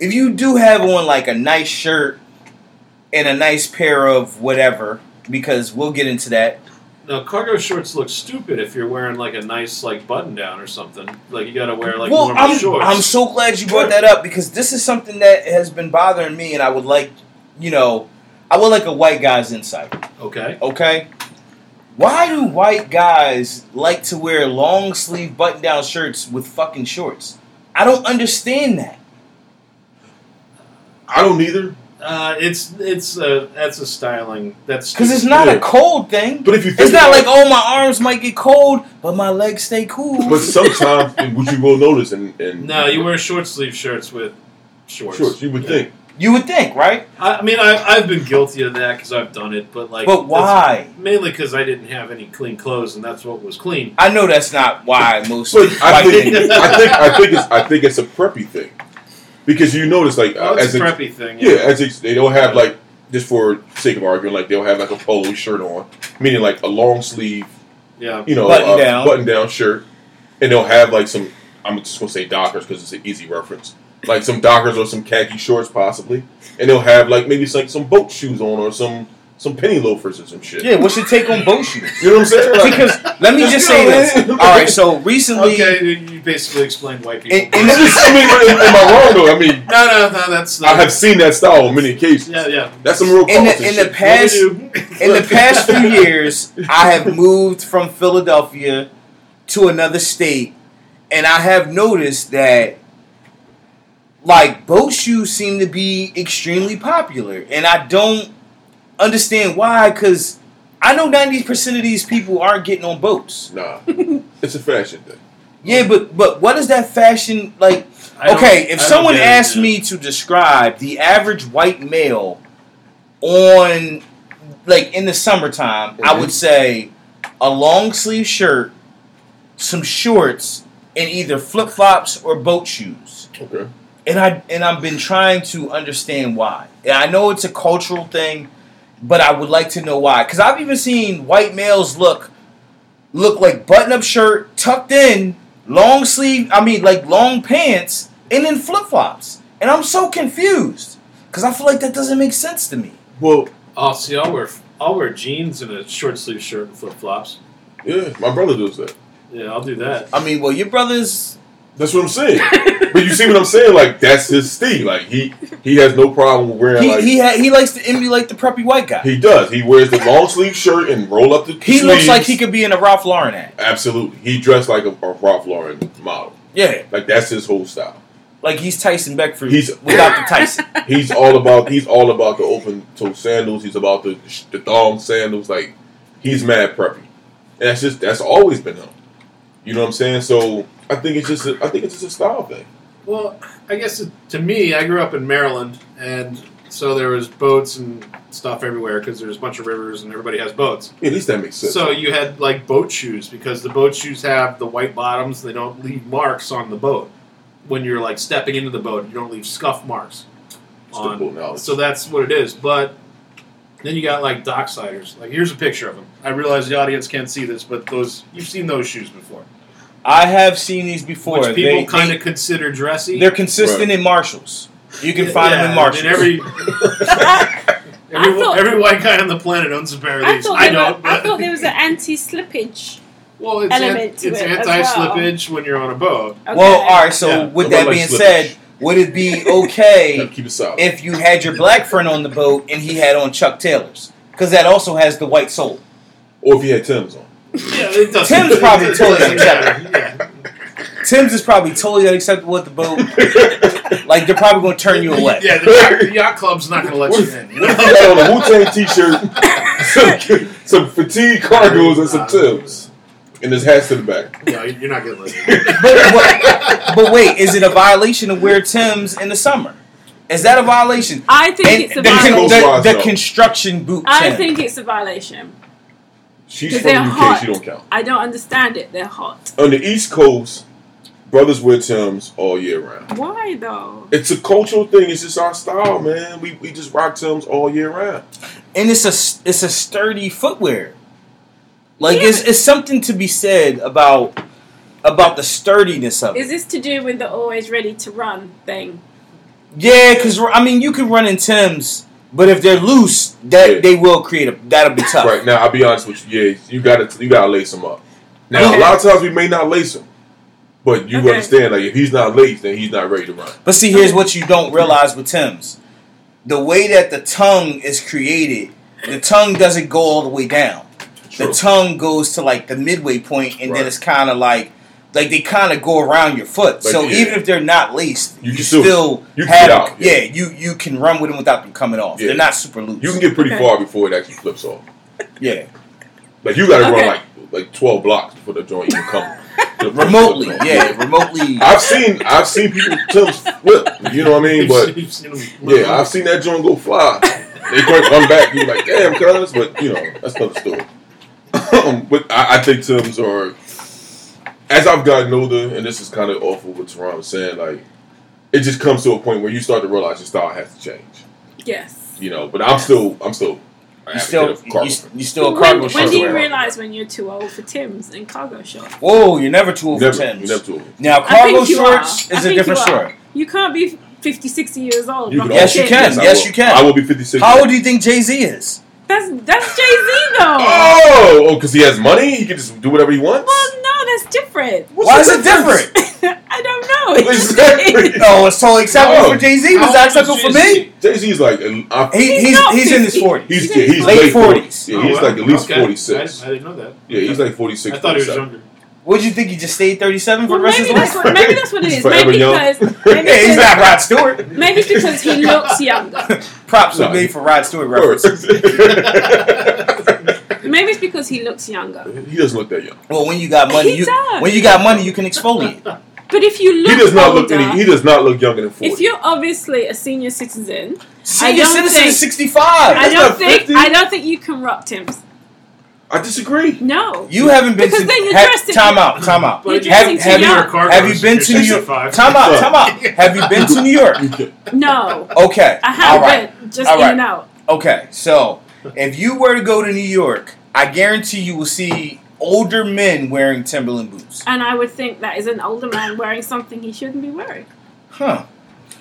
[SPEAKER 2] if you do have on like a nice shirt and a nice pair of whatever, because we'll get into that.
[SPEAKER 4] Now cargo shorts look stupid if you're wearing like a nice like button down or something. Like you gotta wear like
[SPEAKER 2] well,
[SPEAKER 4] normal
[SPEAKER 2] I'm,
[SPEAKER 4] shorts.
[SPEAKER 2] I'm so glad you brought that up because this is something that has been bothering me, and I would like, you know, I would like a white guy's insight.
[SPEAKER 4] okay.
[SPEAKER 2] Okay, why do white guys like to wear long sleeve button down shirts with fucking shorts? I don't understand that.
[SPEAKER 3] I don't either.
[SPEAKER 4] Uh, it's it's a that's a styling that's
[SPEAKER 2] Because it's
[SPEAKER 4] stupid.
[SPEAKER 2] not
[SPEAKER 3] Yeah.
[SPEAKER 2] a cold thing.
[SPEAKER 3] But if you think
[SPEAKER 2] It's not
[SPEAKER 3] about
[SPEAKER 2] like,
[SPEAKER 3] it-
[SPEAKER 2] oh, my arms might get cold, but my legs stay cool.
[SPEAKER 3] But sometimes, and what you will notice, and, and
[SPEAKER 4] No, you wear short sleeve shirts with shorts.
[SPEAKER 3] shorts. You would
[SPEAKER 4] Yeah.
[SPEAKER 3] think.
[SPEAKER 2] You would think, right?
[SPEAKER 4] I, I mean, I, I've been guilty of that because I've done it, but like,
[SPEAKER 2] But
[SPEAKER 4] that's
[SPEAKER 2] why?
[SPEAKER 4] Mainly because I didn't have any clean clothes, and that's what was clean.
[SPEAKER 2] I know that's not why most
[SPEAKER 3] But I
[SPEAKER 2] white
[SPEAKER 3] think, <laughs>
[SPEAKER 2] men-
[SPEAKER 3] I think, I think it's, I think it's a preppy thing, because you notice, like,
[SPEAKER 4] Well,
[SPEAKER 3] uh, as
[SPEAKER 4] it's a
[SPEAKER 3] a,
[SPEAKER 4] preppy thing.
[SPEAKER 3] yeah, as it's, they don't have like, just for sake of argument, like they'll have like a polo shirt on, meaning like a long sleeve
[SPEAKER 4] yeah.
[SPEAKER 3] you know,
[SPEAKER 2] Button
[SPEAKER 3] uh,
[SPEAKER 2] down.
[SPEAKER 3] button down shirt, and they'll have like some. I'm just gonna say Dockers because it's an easy reference. Like some Dockers or some khaki shorts, possibly, and they'll have like maybe some, some boat shoes on or some some penny loafers or some shit.
[SPEAKER 2] Yeah, what's your take on boat shoes?
[SPEAKER 3] You know what I'm saying? Like,
[SPEAKER 2] Because let me
[SPEAKER 3] Let's
[SPEAKER 2] just
[SPEAKER 3] go,
[SPEAKER 2] say this.
[SPEAKER 3] man.
[SPEAKER 2] All right, so recently,
[SPEAKER 4] Okay, you- you basically explained white people.
[SPEAKER 2] in, in
[SPEAKER 3] It's just- I mean, am I wrong though? I mean,
[SPEAKER 4] <laughs> no, no, no, that's
[SPEAKER 3] I
[SPEAKER 4] not.
[SPEAKER 3] have seen that style on many occasions.
[SPEAKER 4] yeah, yeah.
[SPEAKER 3] That's some real
[SPEAKER 2] in
[SPEAKER 3] Carlton
[SPEAKER 2] the, in the
[SPEAKER 3] shit.
[SPEAKER 2] past
[SPEAKER 4] in
[SPEAKER 2] <laughs> in the past
[SPEAKER 4] <laughs>
[SPEAKER 2] few years, I have moved from Philadelphia to another state, and I have noticed that like boat shoes seem to be extremely popular, and I don't understand why. Because I know ninety percent of these people aren't getting on boats.
[SPEAKER 3] nah, it's a fashion thing.
[SPEAKER 2] Yeah, but but what is that fashion like?
[SPEAKER 4] I don't-
[SPEAKER 2] okay,
[SPEAKER 4] I
[SPEAKER 2] if
[SPEAKER 4] don't
[SPEAKER 2] someone
[SPEAKER 4] get it,
[SPEAKER 2] asked
[SPEAKER 4] man.
[SPEAKER 2] me to describe the average white male on like in the summertime, I would say a long sleeve shirt, some shorts, and either flip flops or boat shoes.
[SPEAKER 3] Okay.
[SPEAKER 2] And I and I've been trying to understand why. And I know it's a cultural thing, but I would like to know why. Because I've even seen white males look look like button up shirt tucked in, long sleeve. I mean, like long pants, and then flip flops. And I'm so confused because I feel like that doesn't make sense to me.
[SPEAKER 3] Well,
[SPEAKER 4] Oh, see, I'll wear I'll wear jeans and a short sleeve shirt and flip flops.
[SPEAKER 3] yeah, my brother does that.
[SPEAKER 4] Yeah, I'll do that.
[SPEAKER 2] I mean, well, your brother's
[SPEAKER 3] That's what I'm saying. but you see what I'm saying? Like that's his thing. Like he he has no problem wearing
[SPEAKER 2] he
[SPEAKER 3] like
[SPEAKER 2] he ha- he likes to emulate the preppy white guy.
[SPEAKER 3] he does. He wears the long sleeve shirt and roll up the.
[SPEAKER 2] He looks like he
[SPEAKER 3] sleeves.
[SPEAKER 2] could be in a Ralph Lauren ad.
[SPEAKER 3] Absolutely, he dressed like a, a Ralph Lauren model.
[SPEAKER 2] Yeah,
[SPEAKER 3] Like that's his whole style.
[SPEAKER 2] like he's Tyson Beckford
[SPEAKER 3] He's-
[SPEAKER 2] without the Tyson.
[SPEAKER 3] <laughs> He's all about he's all about the open toe sandals. He's about the the thong sandals. Like he's mad preppy, and that's just that's always been him. You know what I'm saying? So I think it's just a, I think it's just a style thing.
[SPEAKER 4] Well, I guess it, to me, I grew up in Maryland, and so there was boats and stuff everywhere because there's a bunch of rivers and everybody has boats.
[SPEAKER 3] At least that makes sense.
[SPEAKER 4] So you had like boat shoes because the boat shoes have the white bottoms; they don't leave marks on the boat when you're like stepping into the boat. You don't leave scuff marks
[SPEAKER 3] Still
[SPEAKER 4] on
[SPEAKER 3] cool knowledge.
[SPEAKER 4] So that's what it is. But then you got like docksiders. Like here's a picture of them. I realize the audience can't see this, but those you've seen those shoes before,
[SPEAKER 2] I have seen these before.
[SPEAKER 4] which people
[SPEAKER 2] they,
[SPEAKER 4] kind of consider dressy.
[SPEAKER 2] they, are consistent
[SPEAKER 3] Right.
[SPEAKER 2] in Marshalls. You can find
[SPEAKER 4] Yeah,
[SPEAKER 2] them in Marshalls.
[SPEAKER 4] I
[SPEAKER 1] <laughs>
[SPEAKER 4] mean, every every,
[SPEAKER 1] I thought-
[SPEAKER 4] every white guy on the planet owns a pair of
[SPEAKER 1] I
[SPEAKER 4] these.
[SPEAKER 1] thought,
[SPEAKER 4] I
[SPEAKER 1] there
[SPEAKER 4] don't.
[SPEAKER 1] were, I
[SPEAKER 4] but-
[SPEAKER 1] thought
[SPEAKER 4] <laughs>
[SPEAKER 1] there was an anti-slippage.
[SPEAKER 4] well, it's,
[SPEAKER 1] element
[SPEAKER 4] an-
[SPEAKER 1] to
[SPEAKER 4] it's
[SPEAKER 1] it as
[SPEAKER 4] anti-slippage when you're on a
[SPEAKER 1] <laughs>
[SPEAKER 4] boat.
[SPEAKER 1] Okay.
[SPEAKER 2] Well, all right. So
[SPEAKER 4] Yeah.
[SPEAKER 2] with
[SPEAKER 3] Nobody
[SPEAKER 2] that being
[SPEAKER 3] slippage.
[SPEAKER 2] said, would it
[SPEAKER 3] <laughs>
[SPEAKER 2] be okay
[SPEAKER 3] <laughs> Gotta keep it solid.
[SPEAKER 2] if you had your black friend on the boat and he had on Chuck Taylors? Because that also has the white sole.
[SPEAKER 3] or if he had Tim's on.
[SPEAKER 4] Yeah, it doesn't.
[SPEAKER 2] Tim's probably
[SPEAKER 4] <laughs> it
[SPEAKER 2] told
[SPEAKER 4] doesn't
[SPEAKER 2] them, yeah.
[SPEAKER 4] matter, yeah.
[SPEAKER 2] Tim's is probably totally unacceptable at the boat. Like they're probably going to turn you away.
[SPEAKER 4] Yeah, the yacht, the yacht club's not going to let
[SPEAKER 3] What
[SPEAKER 4] you
[SPEAKER 3] if,
[SPEAKER 4] in. You
[SPEAKER 3] what
[SPEAKER 2] <laughs>
[SPEAKER 3] if
[SPEAKER 4] know?
[SPEAKER 3] he had on a Wu Tang t shirt, <laughs> some, some fatigue cargoes, and some Tim's? And his hat's to the back.
[SPEAKER 4] no, you're not going to let you in.
[SPEAKER 2] But, what, but wait, is it a violation to wear Tim's in the summer? Is that a violation?
[SPEAKER 1] I think
[SPEAKER 2] And
[SPEAKER 1] it's <laughs>
[SPEAKER 2] the,
[SPEAKER 1] a
[SPEAKER 2] con-
[SPEAKER 1] violation.
[SPEAKER 2] the,
[SPEAKER 3] Both
[SPEAKER 2] the
[SPEAKER 3] sides,
[SPEAKER 2] construction boot.
[SPEAKER 1] I
[SPEAKER 2] Tim.
[SPEAKER 1] think it's a violation.
[SPEAKER 3] She's
[SPEAKER 1] 'Cause
[SPEAKER 3] from the
[SPEAKER 1] they're
[SPEAKER 3] UK,
[SPEAKER 1] hot.
[SPEAKER 3] she don't count.
[SPEAKER 1] I don't understand it. They're hot.
[SPEAKER 3] On the East Coast, brothers wear Tim's all year round.
[SPEAKER 1] Why though?
[SPEAKER 3] It's a cultural thing, it's just our style, man. We, we just rock Tim's all year round.
[SPEAKER 2] and it's a it's a sturdy footwear. Like
[SPEAKER 1] Yeah,
[SPEAKER 2] it's, it's something to be said about about the sturdiness of
[SPEAKER 1] Is
[SPEAKER 2] it.
[SPEAKER 1] this to do with the always ready to run thing?
[SPEAKER 2] Yeah, because I mean you can run in Tim's, but if they're loose, that
[SPEAKER 3] Yeah.
[SPEAKER 2] they will create a that'll be tough.
[SPEAKER 3] Right now, I'll be honest with you, yeah, you gotta you gotta lace them up. Now a lot of times we may not lace them. But you
[SPEAKER 1] Okay.
[SPEAKER 3] understand, like if he's not laced, then he's not ready to run.
[SPEAKER 2] But see, here's what you don't realize with Tim's: the way that the tongue is created, the tongue doesn't go all the way down. The
[SPEAKER 3] True.
[SPEAKER 2] tongue goes to like the midway point, and
[SPEAKER 3] Right.
[SPEAKER 2] then it's kind of like, like they kind of go around your foot.
[SPEAKER 3] Like,
[SPEAKER 2] so
[SPEAKER 3] yeah.
[SPEAKER 2] even if they're not laced,
[SPEAKER 3] You
[SPEAKER 2] you,
[SPEAKER 3] can still-
[SPEAKER 2] still
[SPEAKER 3] you can
[SPEAKER 2] have,
[SPEAKER 3] get out, yeah.
[SPEAKER 2] yeah. you you can run with them without them coming off.
[SPEAKER 3] Yeah.
[SPEAKER 2] They're not super loose.
[SPEAKER 3] You can get pretty
[SPEAKER 1] Okay.
[SPEAKER 3] far before it actually flips off.
[SPEAKER 2] <laughs> yeah,
[SPEAKER 3] Like you gotta
[SPEAKER 1] Okay.
[SPEAKER 3] run like like twelve blocks before the joint
[SPEAKER 2] <laughs>
[SPEAKER 3] even come.
[SPEAKER 2] remotely, yeah, remotely.
[SPEAKER 3] I've seen I've seen people Tim's flip. You know what I
[SPEAKER 2] <laughs>
[SPEAKER 3] mean?
[SPEAKER 4] You've
[SPEAKER 3] But
[SPEAKER 4] seen- <laughs> you've seen 'em.
[SPEAKER 3] yeah, I've seen that joint go <laughs> fly. They break one back, you're like, damn, cuz, but you know, that's another story. Um, but I, I think Tim's are as I've gotten older, and this is kind of awful what Teron was saying, like it just comes to a point where you start to realize your style has to change.
[SPEAKER 1] Yes.
[SPEAKER 3] You know, but I'm still I'm still an
[SPEAKER 2] you
[SPEAKER 3] advocate
[SPEAKER 2] still
[SPEAKER 3] of
[SPEAKER 2] you,
[SPEAKER 3] carpet.
[SPEAKER 2] you still a
[SPEAKER 1] But
[SPEAKER 2] cargo
[SPEAKER 1] when,
[SPEAKER 2] shorts
[SPEAKER 1] when do you
[SPEAKER 2] wearer.
[SPEAKER 1] realize when you're too old for Tim's and cargo shorts?
[SPEAKER 2] Whoa, you're never too old for
[SPEAKER 3] Never,
[SPEAKER 2] Tim's.
[SPEAKER 3] never too old.
[SPEAKER 2] Now
[SPEAKER 1] I think
[SPEAKER 2] cargo
[SPEAKER 1] you are.
[SPEAKER 2] shorts
[SPEAKER 1] I
[SPEAKER 2] is a
[SPEAKER 1] think
[SPEAKER 2] different
[SPEAKER 1] you are.
[SPEAKER 2] story.
[SPEAKER 1] You can't be 50, 60 years old.
[SPEAKER 3] You
[SPEAKER 1] rocking
[SPEAKER 3] can
[SPEAKER 2] Yes, you
[SPEAKER 1] Tim's.
[SPEAKER 2] can.
[SPEAKER 3] I
[SPEAKER 2] Yes,
[SPEAKER 3] will.
[SPEAKER 2] you can.
[SPEAKER 3] I will be 56.
[SPEAKER 2] How old do you think Jay Z is?
[SPEAKER 1] That's that's Jay Z though.
[SPEAKER 3] Oh, oh, because he has money, he can just do whatever he wants.
[SPEAKER 1] Well, no, that's different. <laughs>
[SPEAKER 2] Why is it different?
[SPEAKER 1] I don't know. It's
[SPEAKER 3] <laughs>
[SPEAKER 1] just-
[SPEAKER 3] Exactly.
[SPEAKER 2] <laughs> No, it's totally acceptable
[SPEAKER 3] No.
[SPEAKER 2] for Jay Z.
[SPEAKER 4] How
[SPEAKER 2] Was
[SPEAKER 4] old
[SPEAKER 2] that
[SPEAKER 4] is
[SPEAKER 2] acceptable for
[SPEAKER 4] Jay-Z?
[SPEAKER 2] me?
[SPEAKER 3] Jay Z's like, I,
[SPEAKER 2] He,
[SPEAKER 1] He's
[SPEAKER 2] he's
[SPEAKER 1] not
[SPEAKER 2] he's in his
[SPEAKER 1] 50.
[SPEAKER 2] forties.
[SPEAKER 3] he's yeah, he's
[SPEAKER 2] Late
[SPEAKER 3] late
[SPEAKER 2] 40s.
[SPEAKER 3] forties. Yeah, he's
[SPEAKER 4] Oh,
[SPEAKER 3] like at least
[SPEAKER 4] okay.
[SPEAKER 3] forty six.
[SPEAKER 4] I, I didn't know that.
[SPEAKER 3] Yeah, he's like forty six.
[SPEAKER 4] I thought he was younger.
[SPEAKER 2] Would you think he just stayed thirty seven for
[SPEAKER 1] Well,
[SPEAKER 2] the rest of
[SPEAKER 1] maybe
[SPEAKER 2] his
[SPEAKER 1] that's
[SPEAKER 2] life?
[SPEAKER 1] what maybe that's what it
[SPEAKER 3] He's
[SPEAKER 1] is.
[SPEAKER 3] forever
[SPEAKER 1] Maybe
[SPEAKER 3] young.
[SPEAKER 1] because maybe,
[SPEAKER 2] Yeah, he's
[SPEAKER 1] because,
[SPEAKER 2] not Rod Stewart.
[SPEAKER 1] maybe it's because he looks younger.
[SPEAKER 2] Props
[SPEAKER 3] No.
[SPEAKER 2] are made for Rod Stewart references.
[SPEAKER 1] Maybe it's because he looks younger.
[SPEAKER 3] <laughs> he doesn't look that young.
[SPEAKER 2] Well, when you got money,
[SPEAKER 1] He
[SPEAKER 2] you
[SPEAKER 1] does.
[SPEAKER 2] when you got money, you can exfoliate.
[SPEAKER 1] But if you look
[SPEAKER 3] he does not
[SPEAKER 1] older,
[SPEAKER 3] look any. He does not look younger than forty.
[SPEAKER 1] if you're obviously a senior citizen,
[SPEAKER 5] Senior
[SPEAKER 1] don't
[SPEAKER 5] citizen
[SPEAKER 1] think-
[SPEAKER 5] is 65.
[SPEAKER 1] I
[SPEAKER 3] That's
[SPEAKER 1] don't
[SPEAKER 3] not
[SPEAKER 1] think
[SPEAKER 3] 50.
[SPEAKER 1] I don't think you can rock Tim's.
[SPEAKER 3] I disagree.
[SPEAKER 1] No.
[SPEAKER 5] You haven't been
[SPEAKER 1] Because
[SPEAKER 5] to
[SPEAKER 1] then you're
[SPEAKER 5] ha-
[SPEAKER 1] dressed in-
[SPEAKER 5] time out, time out.
[SPEAKER 1] You're
[SPEAKER 4] But
[SPEAKER 1] dressing
[SPEAKER 4] you-
[SPEAKER 1] too
[SPEAKER 4] you
[SPEAKER 1] young.
[SPEAKER 4] were a car
[SPEAKER 5] Have you
[SPEAKER 4] person,
[SPEAKER 5] been
[SPEAKER 4] you're
[SPEAKER 5] to New York?
[SPEAKER 4] 65.
[SPEAKER 5] Time out,
[SPEAKER 3] Look.
[SPEAKER 5] time out. Have you been to New York?
[SPEAKER 1] No.
[SPEAKER 5] Okay.
[SPEAKER 1] I
[SPEAKER 5] All
[SPEAKER 1] have
[SPEAKER 5] right.
[SPEAKER 1] been just
[SPEAKER 5] All
[SPEAKER 1] in
[SPEAKER 5] right.
[SPEAKER 1] and out.
[SPEAKER 5] Okay. So, if you were to go to New York, I guarantee you will see older men wearing Timberland boots.
[SPEAKER 1] And I would think that is an older man wearing something he shouldn't be wearing.
[SPEAKER 5] Huh.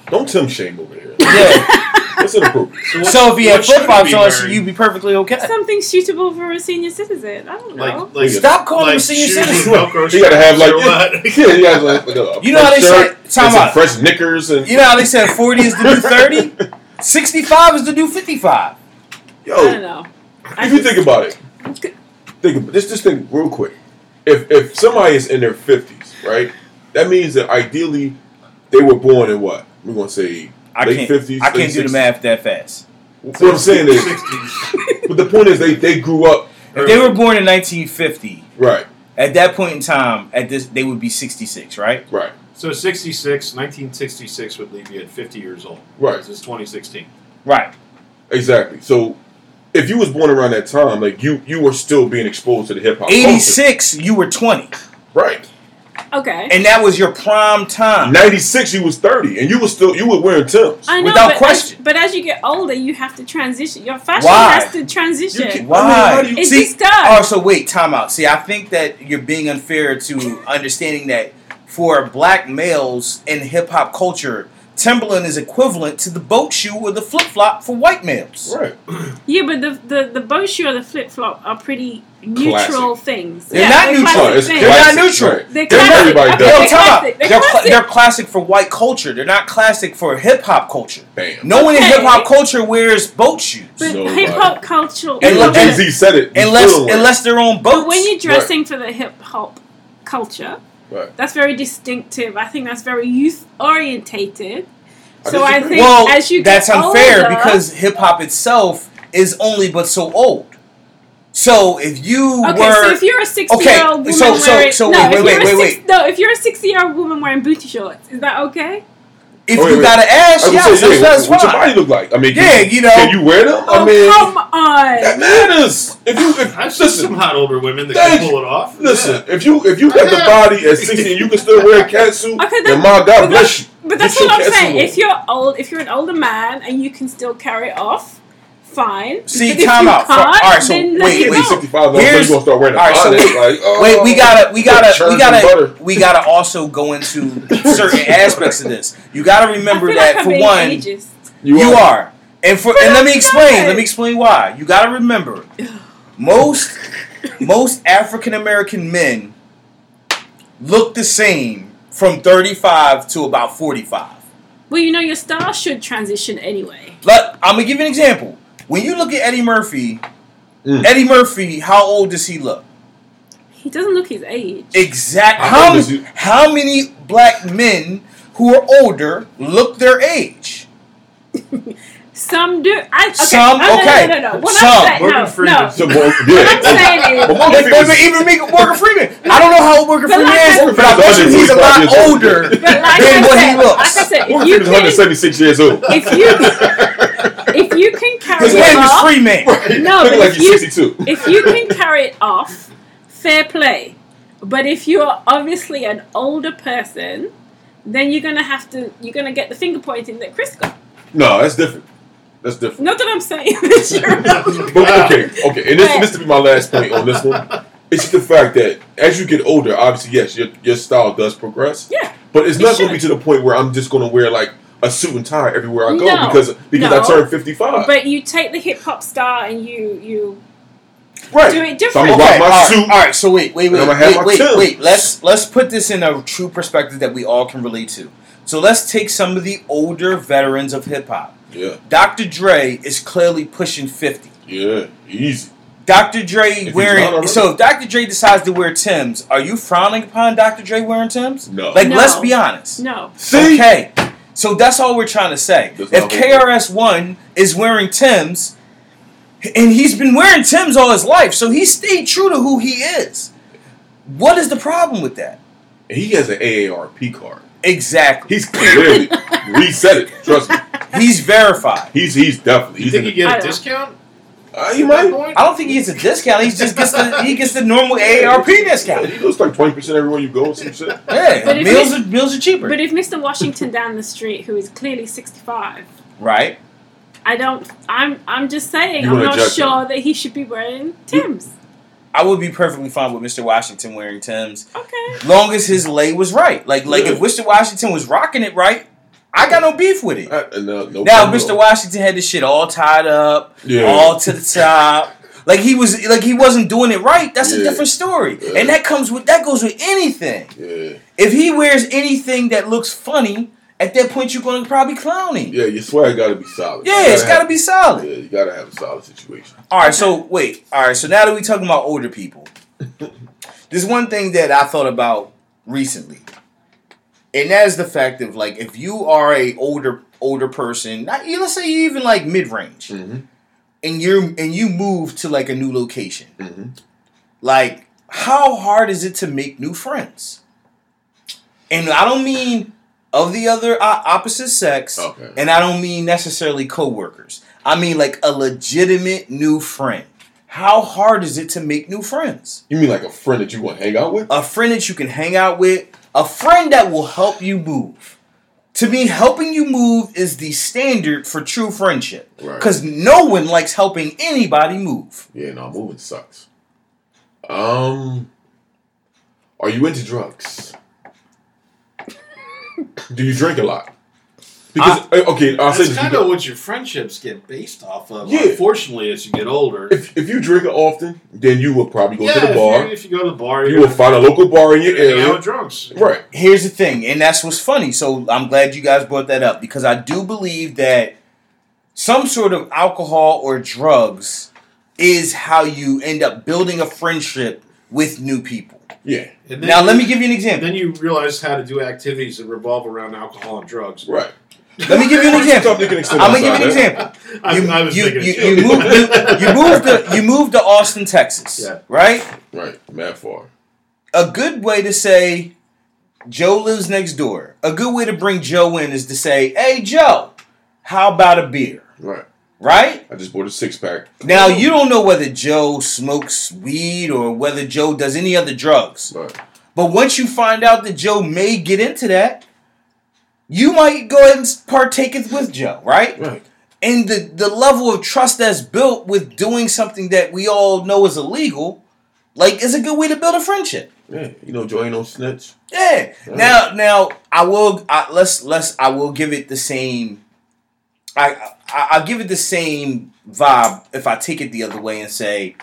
[SPEAKER 3] Don't Tim shame over here.
[SPEAKER 5] Yeah.
[SPEAKER 3] <laughs> That's inappropriate.
[SPEAKER 4] So, what-
[SPEAKER 5] so if he had
[SPEAKER 4] what should
[SPEAKER 5] flip flops
[SPEAKER 4] be
[SPEAKER 5] on,
[SPEAKER 4] wearing?
[SPEAKER 5] you'd be perfectly okay.
[SPEAKER 1] Something suitable for a senior citizen. I don't know.
[SPEAKER 4] like, like
[SPEAKER 5] Stop calling
[SPEAKER 4] like
[SPEAKER 5] him senior
[SPEAKER 4] shoes with
[SPEAKER 5] citizen.
[SPEAKER 4] Velcro
[SPEAKER 3] You gotta have like
[SPEAKER 4] straps
[SPEAKER 3] <laughs>
[SPEAKER 4] or
[SPEAKER 3] yeah, you gotta have like a
[SPEAKER 5] You know how they
[SPEAKER 3] fresh shirt
[SPEAKER 5] say- time
[SPEAKER 3] and some
[SPEAKER 5] out.
[SPEAKER 3] fresh knickers and
[SPEAKER 5] You know how they said 40 is the new 30? 65 is the new 55. oh.
[SPEAKER 1] I
[SPEAKER 3] <laughs>
[SPEAKER 1] don't
[SPEAKER 3] yo.
[SPEAKER 1] know. I
[SPEAKER 3] If you
[SPEAKER 1] just-
[SPEAKER 3] think about it, think about this. Just think real quick. If if somebody is in their fifties, right, that means that ideally they were born in what we're gonna say
[SPEAKER 5] I
[SPEAKER 3] late
[SPEAKER 5] can't,
[SPEAKER 3] fifties.
[SPEAKER 5] I can't do the math that fast.
[SPEAKER 3] What I'm saying is,
[SPEAKER 4] 60s.
[SPEAKER 3] but the point is they they grew up
[SPEAKER 5] If they were born in 1950,
[SPEAKER 3] right,
[SPEAKER 5] at that point in time, at this they would be 66, right?
[SPEAKER 3] right,
[SPEAKER 4] <laughs> So 66, 1966 would leave you at 50 years old.
[SPEAKER 3] right.
[SPEAKER 4] This is 2016.
[SPEAKER 5] Right.
[SPEAKER 3] Exactly. So if you was born around that time, like you you were still being exposed to the hip hop. culture.
[SPEAKER 5] 86, you were 20,
[SPEAKER 3] Right.
[SPEAKER 1] Okay.
[SPEAKER 5] and that was your prime time.
[SPEAKER 3] Ninety six you was thirty and you was still you were wearing Tim's.
[SPEAKER 1] I know,
[SPEAKER 5] Without
[SPEAKER 1] but
[SPEAKER 5] question.
[SPEAKER 1] As, but as you get older, you have to transition. Your fashion
[SPEAKER 5] Why?
[SPEAKER 1] has to
[SPEAKER 3] You
[SPEAKER 1] transition.
[SPEAKER 3] can-
[SPEAKER 5] Why?
[SPEAKER 3] I mean, how do
[SPEAKER 1] It
[SPEAKER 3] you-
[SPEAKER 5] See-
[SPEAKER 1] just does.
[SPEAKER 5] Oh, so wait, time out. See, I think that you're being unfair to understanding that for black males in hip hop culture, Timberland is equivalent to the boat shoe or the flip flop for white males.
[SPEAKER 3] Right.
[SPEAKER 1] Yeah, but the the, the boat shoe or the flip flop are pretty neutral things.
[SPEAKER 5] They're
[SPEAKER 1] yeah,
[SPEAKER 5] not
[SPEAKER 1] they're
[SPEAKER 5] neutral.
[SPEAKER 1] classic
[SPEAKER 3] it's
[SPEAKER 1] things.
[SPEAKER 5] They're not
[SPEAKER 3] classic,
[SPEAKER 5] neutral.
[SPEAKER 3] right.
[SPEAKER 1] They're
[SPEAKER 3] That's
[SPEAKER 1] classic.
[SPEAKER 3] everybody
[SPEAKER 1] Okay,
[SPEAKER 5] Yo,
[SPEAKER 3] does.
[SPEAKER 1] they're
[SPEAKER 5] time out.
[SPEAKER 1] classic.
[SPEAKER 5] They're,
[SPEAKER 1] They're
[SPEAKER 5] cla-
[SPEAKER 1] classic.
[SPEAKER 5] they're classic for white culture. They're not classic for hip hop culture.
[SPEAKER 3] Bam.
[SPEAKER 5] No one in
[SPEAKER 1] Okay.
[SPEAKER 5] hip hop culture wears boat shoes.
[SPEAKER 1] But
[SPEAKER 3] So,
[SPEAKER 1] hip hop culture.
[SPEAKER 5] uh, And
[SPEAKER 3] Even
[SPEAKER 5] look-
[SPEAKER 3] Jay Z said it. you
[SPEAKER 5] unless
[SPEAKER 3] still wear it.
[SPEAKER 5] unless they're on boats.
[SPEAKER 1] but when you're dressing for the hip hop culture,
[SPEAKER 3] Right.
[SPEAKER 1] that's very distinctive. I think that's very youth orientated.
[SPEAKER 3] I
[SPEAKER 1] So I
[SPEAKER 3] disagree.
[SPEAKER 1] think
[SPEAKER 5] well,
[SPEAKER 1] as you
[SPEAKER 5] that's
[SPEAKER 1] get
[SPEAKER 5] unfair
[SPEAKER 1] older-
[SPEAKER 5] because hip hop itself is only but so old. So if you
[SPEAKER 1] Okay,
[SPEAKER 5] were
[SPEAKER 1] so if you're a sixty-year-old woman
[SPEAKER 5] so- so-
[SPEAKER 1] wearing
[SPEAKER 5] so
[SPEAKER 1] no,
[SPEAKER 5] wait,
[SPEAKER 1] if
[SPEAKER 5] wait,
[SPEAKER 1] you're a
[SPEAKER 5] wait, wait,
[SPEAKER 1] six- no, if you're a sixty-year-old woman wearing booty shorts, is that okay?
[SPEAKER 5] if
[SPEAKER 3] Oh, wait,
[SPEAKER 5] you
[SPEAKER 3] wait.
[SPEAKER 5] got an ass,
[SPEAKER 3] I was
[SPEAKER 5] yeah,
[SPEAKER 3] gonna
[SPEAKER 5] that's,
[SPEAKER 3] say, what-
[SPEAKER 5] that's
[SPEAKER 3] what your
[SPEAKER 5] fine.
[SPEAKER 3] body look like? I mean,
[SPEAKER 5] Yeah,
[SPEAKER 3] can,
[SPEAKER 5] you know.
[SPEAKER 3] Can you wear them?
[SPEAKER 1] Oh
[SPEAKER 3] I mean,
[SPEAKER 1] come on!
[SPEAKER 3] that matters. If you
[SPEAKER 4] I've
[SPEAKER 3] if,
[SPEAKER 4] seen some
[SPEAKER 3] listen,
[SPEAKER 4] hot older women that
[SPEAKER 3] Thank
[SPEAKER 4] can pull it off.
[SPEAKER 3] listen. If you if you got the body at sixty, you can still wear a catsuit.
[SPEAKER 1] Okay,
[SPEAKER 3] then
[SPEAKER 1] then-
[SPEAKER 3] my God
[SPEAKER 1] but
[SPEAKER 3] bless you.
[SPEAKER 1] But that's
[SPEAKER 3] Get
[SPEAKER 1] what I'm
[SPEAKER 3] your
[SPEAKER 1] saying.
[SPEAKER 3] catsuit
[SPEAKER 1] If you're old, if you're an older man and you can still carry it off, fine.
[SPEAKER 5] See,
[SPEAKER 1] But if
[SPEAKER 5] time
[SPEAKER 1] you
[SPEAKER 5] out. For-
[SPEAKER 1] can't,
[SPEAKER 5] all right, so
[SPEAKER 1] then let
[SPEAKER 5] wait,
[SPEAKER 1] it
[SPEAKER 5] wait,
[SPEAKER 1] go.
[SPEAKER 5] no.
[SPEAKER 3] sixty five,
[SPEAKER 5] Here's-
[SPEAKER 3] you gonna start wearing a
[SPEAKER 5] all right, so
[SPEAKER 3] bonnet.
[SPEAKER 5] wait.
[SPEAKER 3] like, oh,
[SPEAKER 5] Wait, we gotta, we gotta, we
[SPEAKER 3] Churns and butter.
[SPEAKER 5] gotta, we gotta also go into certain
[SPEAKER 3] <laughs>
[SPEAKER 5] aspects of this. You gotta
[SPEAKER 1] I feel
[SPEAKER 5] remember
[SPEAKER 1] like
[SPEAKER 5] that
[SPEAKER 1] I'm
[SPEAKER 5] for
[SPEAKER 1] being
[SPEAKER 5] one,
[SPEAKER 1] ageist.
[SPEAKER 5] You, are. And for
[SPEAKER 1] But
[SPEAKER 5] and let me
[SPEAKER 1] I'm
[SPEAKER 5] explain.
[SPEAKER 1] not.
[SPEAKER 5] Let me explain why. You gotta remember, most most African American men look the same from thirty five to about forty five.
[SPEAKER 1] Well, you know, your style should transition anyway.
[SPEAKER 5] Like I'm gonna give you an example. When you look at Eddie Murphy,
[SPEAKER 3] Mm.
[SPEAKER 5] Eddie Murphy, how old does he look?
[SPEAKER 1] He doesn't look his age.
[SPEAKER 5] Exactly.
[SPEAKER 3] How
[SPEAKER 5] How
[SPEAKER 3] old is he?
[SPEAKER 5] how many black men who are older look their age?
[SPEAKER 1] Some do. I, okay.
[SPEAKER 5] Some,
[SPEAKER 1] no, no,
[SPEAKER 5] okay.
[SPEAKER 1] No, no, no. What
[SPEAKER 5] Some.
[SPEAKER 1] I'm saying,
[SPEAKER 4] Morgan
[SPEAKER 1] no,
[SPEAKER 4] Freeman.
[SPEAKER 1] no.
[SPEAKER 3] So, well,
[SPEAKER 1] What I'm
[SPEAKER 3] yeah.
[SPEAKER 1] saying is,
[SPEAKER 3] But Morgan
[SPEAKER 5] But- but
[SPEAKER 3] Freeman-
[SPEAKER 5] even me, Morgan Freeman. I don't know how old Morgan
[SPEAKER 1] But
[SPEAKER 5] Freeman
[SPEAKER 1] like
[SPEAKER 5] is,
[SPEAKER 1] I-
[SPEAKER 5] but I bet you he's a lot older
[SPEAKER 3] <laughs>
[SPEAKER 1] but like I
[SPEAKER 5] than what
[SPEAKER 1] said,
[SPEAKER 5] he looks.
[SPEAKER 1] like I said,
[SPEAKER 3] Morgan
[SPEAKER 1] if you
[SPEAKER 3] Freeman's
[SPEAKER 1] can,
[SPEAKER 3] 176 years old.
[SPEAKER 1] if you if you can carry
[SPEAKER 5] His
[SPEAKER 1] it
[SPEAKER 5] name is
[SPEAKER 1] off,
[SPEAKER 5] Freeman.
[SPEAKER 3] <laughs>
[SPEAKER 1] No,
[SPEAKER 3] Look
[SPEAKER 1] but
[SPEAKER 3] like
[SPEAKER 1] if
[SPEAKER 3] you're
[SPEAKER 1] you-
[SPEAKER 3] 62.
[SPEAKER 1] if you can carry it off, fair play. But if you're obviously an older person, then you're gonna have to you're gonna get the finger pointing that Chris got.
[SPEAKER 3] No, that's different. That's different.
[SPEAKER 1] Not that I'm saying <laughs> that you're
[SPEAKER 3] <laughs>
[SPEAKER 1] an older
[SPEAKER 3] But okay, okay, and this this to be my last point on this one. It's just the fact that as you get older, obviously, yes, your your style does progress.
[SPEAKER 1] Yeah.
[SPEAKER 3] But it's
[SPEAKER 1] It
[SPEAKER 3] not going
[SPEAKER 1] should.
[SPEAKER 3] to be to the point where I'm just going to wear like a suit and tie everywhere I go
[SPEAKER 1] No.
[SPEAKER 3] because because
[SPEAKER 1] No.
[SPEAKER 3] I turned 55.
[SPEAKER 1] But you take the hip hop star and you you
[SPEAKER 3] right.
[SPEAKER 1] do it
[SPEAKER 3] So I'm
[SPEAKER 1] different.
[SPEAKER 3] gonna rock
[SPEAKER 5] all
[SPEAKER 3] my
[SPEAKER 5] right,
[SPEAKER 3] suit.
[SPEAKER 5] all right, so wait, wait,
[SPEAKER 3] And
[SPEAKER 5] wait,
[SPEAKER 3] I'ma have my
[SPEAKER 5] wait, wait,
[SPEAKER 3] chill.
[SPEAKER 5] wait. Let's let's put this in a true perspective that we all can relate to. So let's take some of the older veterans of hip hop.
[SPEAKER 3] Yeah,
[SPEAKER 5] Dr. Dre is clearly pushing fifty.
[SPEAKER 3] yeah, easy.
[SPEAKER 5] Dr. Dre
[SPEAKER 3] he's not
[SPEAKER 5] wearing
[SPEAKER 3] already.
[SPEAKER 5] so if Dr. Dre decides to wear Tim's, are you frowning upon Dr. Dre wearing Tim's?
[SPEAKER 3] No.
[SPEAKER 5] Like
[SPEAKER 1] No.
[SPEAKER 5] let's be honest.
[SPEAKER 1] no.
[SPEAKER 3] See?
[SPEAKER 5] Okay. So that's all we're trying to say.
[SPEAKER 3] That's
[SPEAKER 5] if
[SPEAKER 3] not what we're-
[SPEAKER 5] KRS1 is wearing Tim's, and he's been wearing Tim's all his life, so he stayed true to who he is. What is the problem with that?
[SPEAKER 3] And he has an AARP card.
[SPEAKER 2] Exactly.
[SPEAKER 3] He's
[SPEAKER 1] <laughs>
[SPEAKER 3] clearly reset it. Trust me.
[SPEAKER 2] He's verified.
[SPEAKER 3] He's he's definitely.
[SPEAKER 4] You
[SPEAKER 3] He's
[SPEAKER 4] think you
[SPEAKER 3] in the,
[SPEAKER 4] get
[SPEAKER 1] I
[SPEAKER 4] a
[SPEAKER 1] don't-
[SPEAKER 4] discount?
[SPEAKER 3] uh, he might.
[SPEAKER 2] I don't think
[SPEAKER 4] <laughs>
[SPEAKER 2] he gets a discount. He just gets the he gets the normal AARP
[SPEAKER 3] Yeah,
[SPEAKER 2] discount.
[SPEAKER 3] he looks like twenty percent everywhere you go. or Some shit.
[SPEAKER 1] But
[SPEAKER 2] Yeah,
[SPEAKER 1] if
[SPEAKER 2] meals
[SPEAKER 1] it-
[SPEAKER 2] are, meals are cheaper.
[SPEAKER 1] But if Mr. Washington down the street, who is clearly 65,
[SPEAKER 2] right.
[SPEAKER 1] I don't. I'm. I'm just saying.
[SPEAKER 3] You
[SPEAKER 1] I'm
[SPEAKER 3] wanna
[SPEAKER 1] not
[SPEAKER 3] judge
[SPEAKER 1] sure that he should be wearing Tim's.
[SPEAKER 2] I would be perfectly fine with Mr. Washington wearing Tim's,
[SPEAKER 1] Okay.
[SPEAKER 2] long as his lay was right. Like like if
[SPEAKER 3] Yeah.
[SPEAKER 2] Mr. Washington was rocking it right, I got no beef with it.
[SPEAKER 3] Uh, no, no
[SPEAKER 2] Now,
[SPEAKER 3] problem.
[SPEAKER 2] Mr. Washington had this shit all tied up,
[SPEAKER 3] Yeah.
[SPEAKER 2] all to the top. Like he was, like he wasn't doing it right. That's a
[SPEAKER 3] Yeah.
[SPEAKER 2] different story,
[SPEAKER 3] Yeah.
[SPEAKER 2] and that comes with that goes with anything.
[SPEAKER 3] Yeah,
[SPEAKER 2] If he wears anything that looks funny, at that point you're going to probably clown him. Yeah,
[SPEAKER 3] yeah, your swag got to be solid.
[SPEAKER 2] it's got to be solid.
[SPEAKER 3] Yeah, you got to have a solid situation.
[SPEAKER 2] All right, so wait. All right, so now that we're talking about older people, there's one thing that I thought about recently, and that is the fact of like if you are a older older person, not, you- let's say you even like mid range,
[SPEAKER 3] Mhm.
[SPEAKER 2] and you're and you move to like a new location,
[SPEAKER 3] Mhm.
[SPEAKER 2] like how hard is it to make new friends? And I don't mean of the other uh, opposite sex,
[SPEAKER 3] Okay.
[SPEAKER 2] and I don't mean necessarily coworkers. I mean like a legitimate new friend. How hard is it to make new friends?
[SPEAKER 3] You mean like a friend that you want to hang out with?
[SPEAKER 2] A friend that you can hang out with, a friend that will help you move. To me, helping you move is the standard for true friendship.
[SPEAKER 3] Right.
[SPEAKER 2] Because no one likes helping anybody move.
[SPEAKER 3] yeah, no, moving sucks. Um, are you into drugs? Do you drink a lot? Because uh, okay, I'll say
[SPEAKER 4] That's
[SPEAKER 3] this.
[SPEAKER 4] kind
[SPEAKER 3] because
[SPEAKER 4] of what your friendships get based off of.
[SPEAKER 3] Yeah.
[SPEAKER 4] Unfortunately, as you get older,
[SPEAKER 3] if, if you drink often, then you will probably go
[SPEAKER 4] yeah,
[SPEAKER 3] to the
[SPEAKER 4] if
[SPEAKER 3] bar.
[SPEAKER 4] You, if you go to the bar,
[SPEAKER 3] you
[SPEAKER 4] you're
[SPEAKER 3] will find a local bar in your
[SPEAKER 4] hanging out
[SPEAKER 3] area.
[SPEAKER 4] with drunks.
[SPEAKER 3] Right.
[SPEAKER 2] here's the thing, and that's what's funny. So I'm glad you guys brought that up because I do believe that some sort of alcohol or drugs is how you end up building a friendship with new people.
[SPEAKER 3] Yeah.
[SPEAKER 4] And then
[SPEAKER 2] Now,
[SPEAKER 4] you-
[SPEAKER 2] let me give you an example.
[SPEAKER 4] Then you realize how to do activities that revolve around alcohol and drugs.
[SPEAKER 3] Right.
[SPEAKER 2] Let me give you an example.
[SPEAKER 3] Something you can extend
[SPEAKER 2] I'm gonna give
[SPEAKER 3] outside
[SPEAKER 2] you an
[SPEAKER 3] of.
[SPEAKER 2] example.
[SPEAKER 4] I,
[SPEAKER 2] You,
[SPEAKER 4] I was
[SPEAKER 2] you,
[SPEAKER 4] thinking.
[SPEAKER 2] you, you moved to, you moved to you moved to Austin, Texas,
[SPEAKER 4] Yeah.
[SPEAKER 2] right?
[SPEAKER 3] Right. Mad far.
[SPEAKER 2] a good way to say Joe lives next door. A good way to bring Joe in is to say, "Hey Joe, how about a beer?"
[SPEAKER 3] Right.
[SPEAKER 2] Right?
[SPEAKER 3] I just bought a six pack.
[SPEAKER 2] Now you don't know whether Joe smokes weed or whether Joe does any other drugs.
[SPEAKER 3] Right.
[SPEAKER 2] But once you find out that Joe may get into that, you might go ahead and partake it with Joe, right?
[SPEAKER 3] Right.
[SPEAKER 2] And the, the level of trust that's built with doing something that we all know is illegal, like is a good way to build a friendship.
[SPEAKER 3] Yeah. You know, Joe ain't no snitch.
[SPEAKER 2] Yeah. Now, now I will. I, let's let's. I will give it the same. I, I I'll give it the same vibe if I take it the other way and say,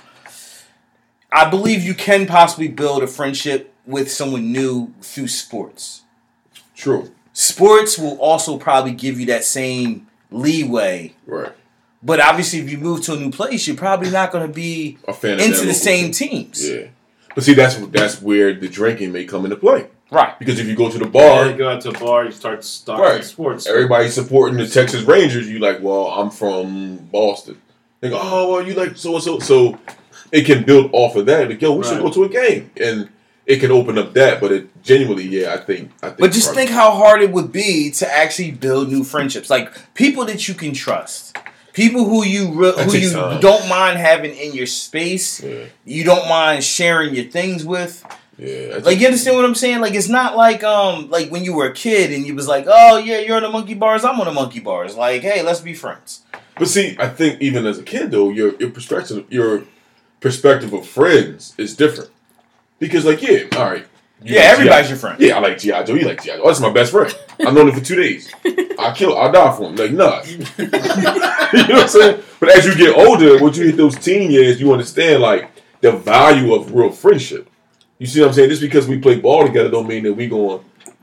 [SPEAKER 2] I believe you can possibly build a friendship with someone new through sports.
[SPEAKER 3] True.
[SPEAKER 2] Sports will also probably give you that same leeway,
[SPEAKER 3] Right.
[SPEAKER 2] but obviously, if you move to a new place, you're probably not going to be
[SPEAKER 3] A fan of that
[SPEAKER 2] into
[SPEAKER 3] local
[SPEAKER 2] the same
[SPEAKER 3] team.
[SPEAKER 2] teams,
[SPEAKER 3] Yeah. But see, that's that's where the drinking may come into play.
[SPEAKER 2] right?
[SPEAKER 3] Because if you go to the
[SPEAKER 4] Yeah, you
[SPEAKER 3] bar,
[SPEAKER 4] go out to a bar, you start stalking
[SPEAKER 3] Right.
[SPEAKER 4] sports.
[SPEAKER 3] everybody's supporting the Texas Rangers. You like, well, I'm from Boston. They go, oh, well, you like so and so. So it can build off of that. Like, yo, we should
[SPEAKER 4] Right.
[SPEAKER 3] go to a game, and it can open up that. But it genuinely, yeah, I think, I think.
[SPEAKER 2] But just
[SPEAKER 3] probably-
[SPEAKER 2] think how hard it would be to actually build new friendships, like people that you can trust, people who you re-
[SPEAKER 3] That
[SPEAKER 2] who
[SPEAKER 3] takes
[SPEAKER 2] you
[SPEAKER 3] time.
[SPEAKER 2] don't mind having in your space,
[SPEAKER 3] Yeah,
[SPEAKER 2] you don't mind sharing your things with.
[SPEAKER 3] yeah. that
[SPEAKER 2] Like
[SPEAKER 3] takes-
[SPEAKER 2] you understand what I'm saying? Like it's not like um like when you were a kid and you was like, oh yeah, you're on the monkey bars, I'm on the monkey bars. Like hey, let's be friends.
[SPEAKER 3] But see, I think even as a kid though, your your perspective your perspective of friends is different. Because like, yeah, all right. you
[SPEAKER 2] Yeah,
[SPEAKER 3] like
[SPEAKER 2] everybody's
[SPEAKER 3] G.I.
[SPEAKER 2] your friend.
[SPEAKER 3] Yeah, I like G.I. Joe, you like G.I. Joe. Oh, That's my best friend. I've known him for two days. I kill I'll die for him. Like, nah. <laughs> you know what I'm saying? But as you get older, once you hit those teen years, you understand like the value of real friendship. You see what I'm saying? Just because we play ball together don't mean that we going,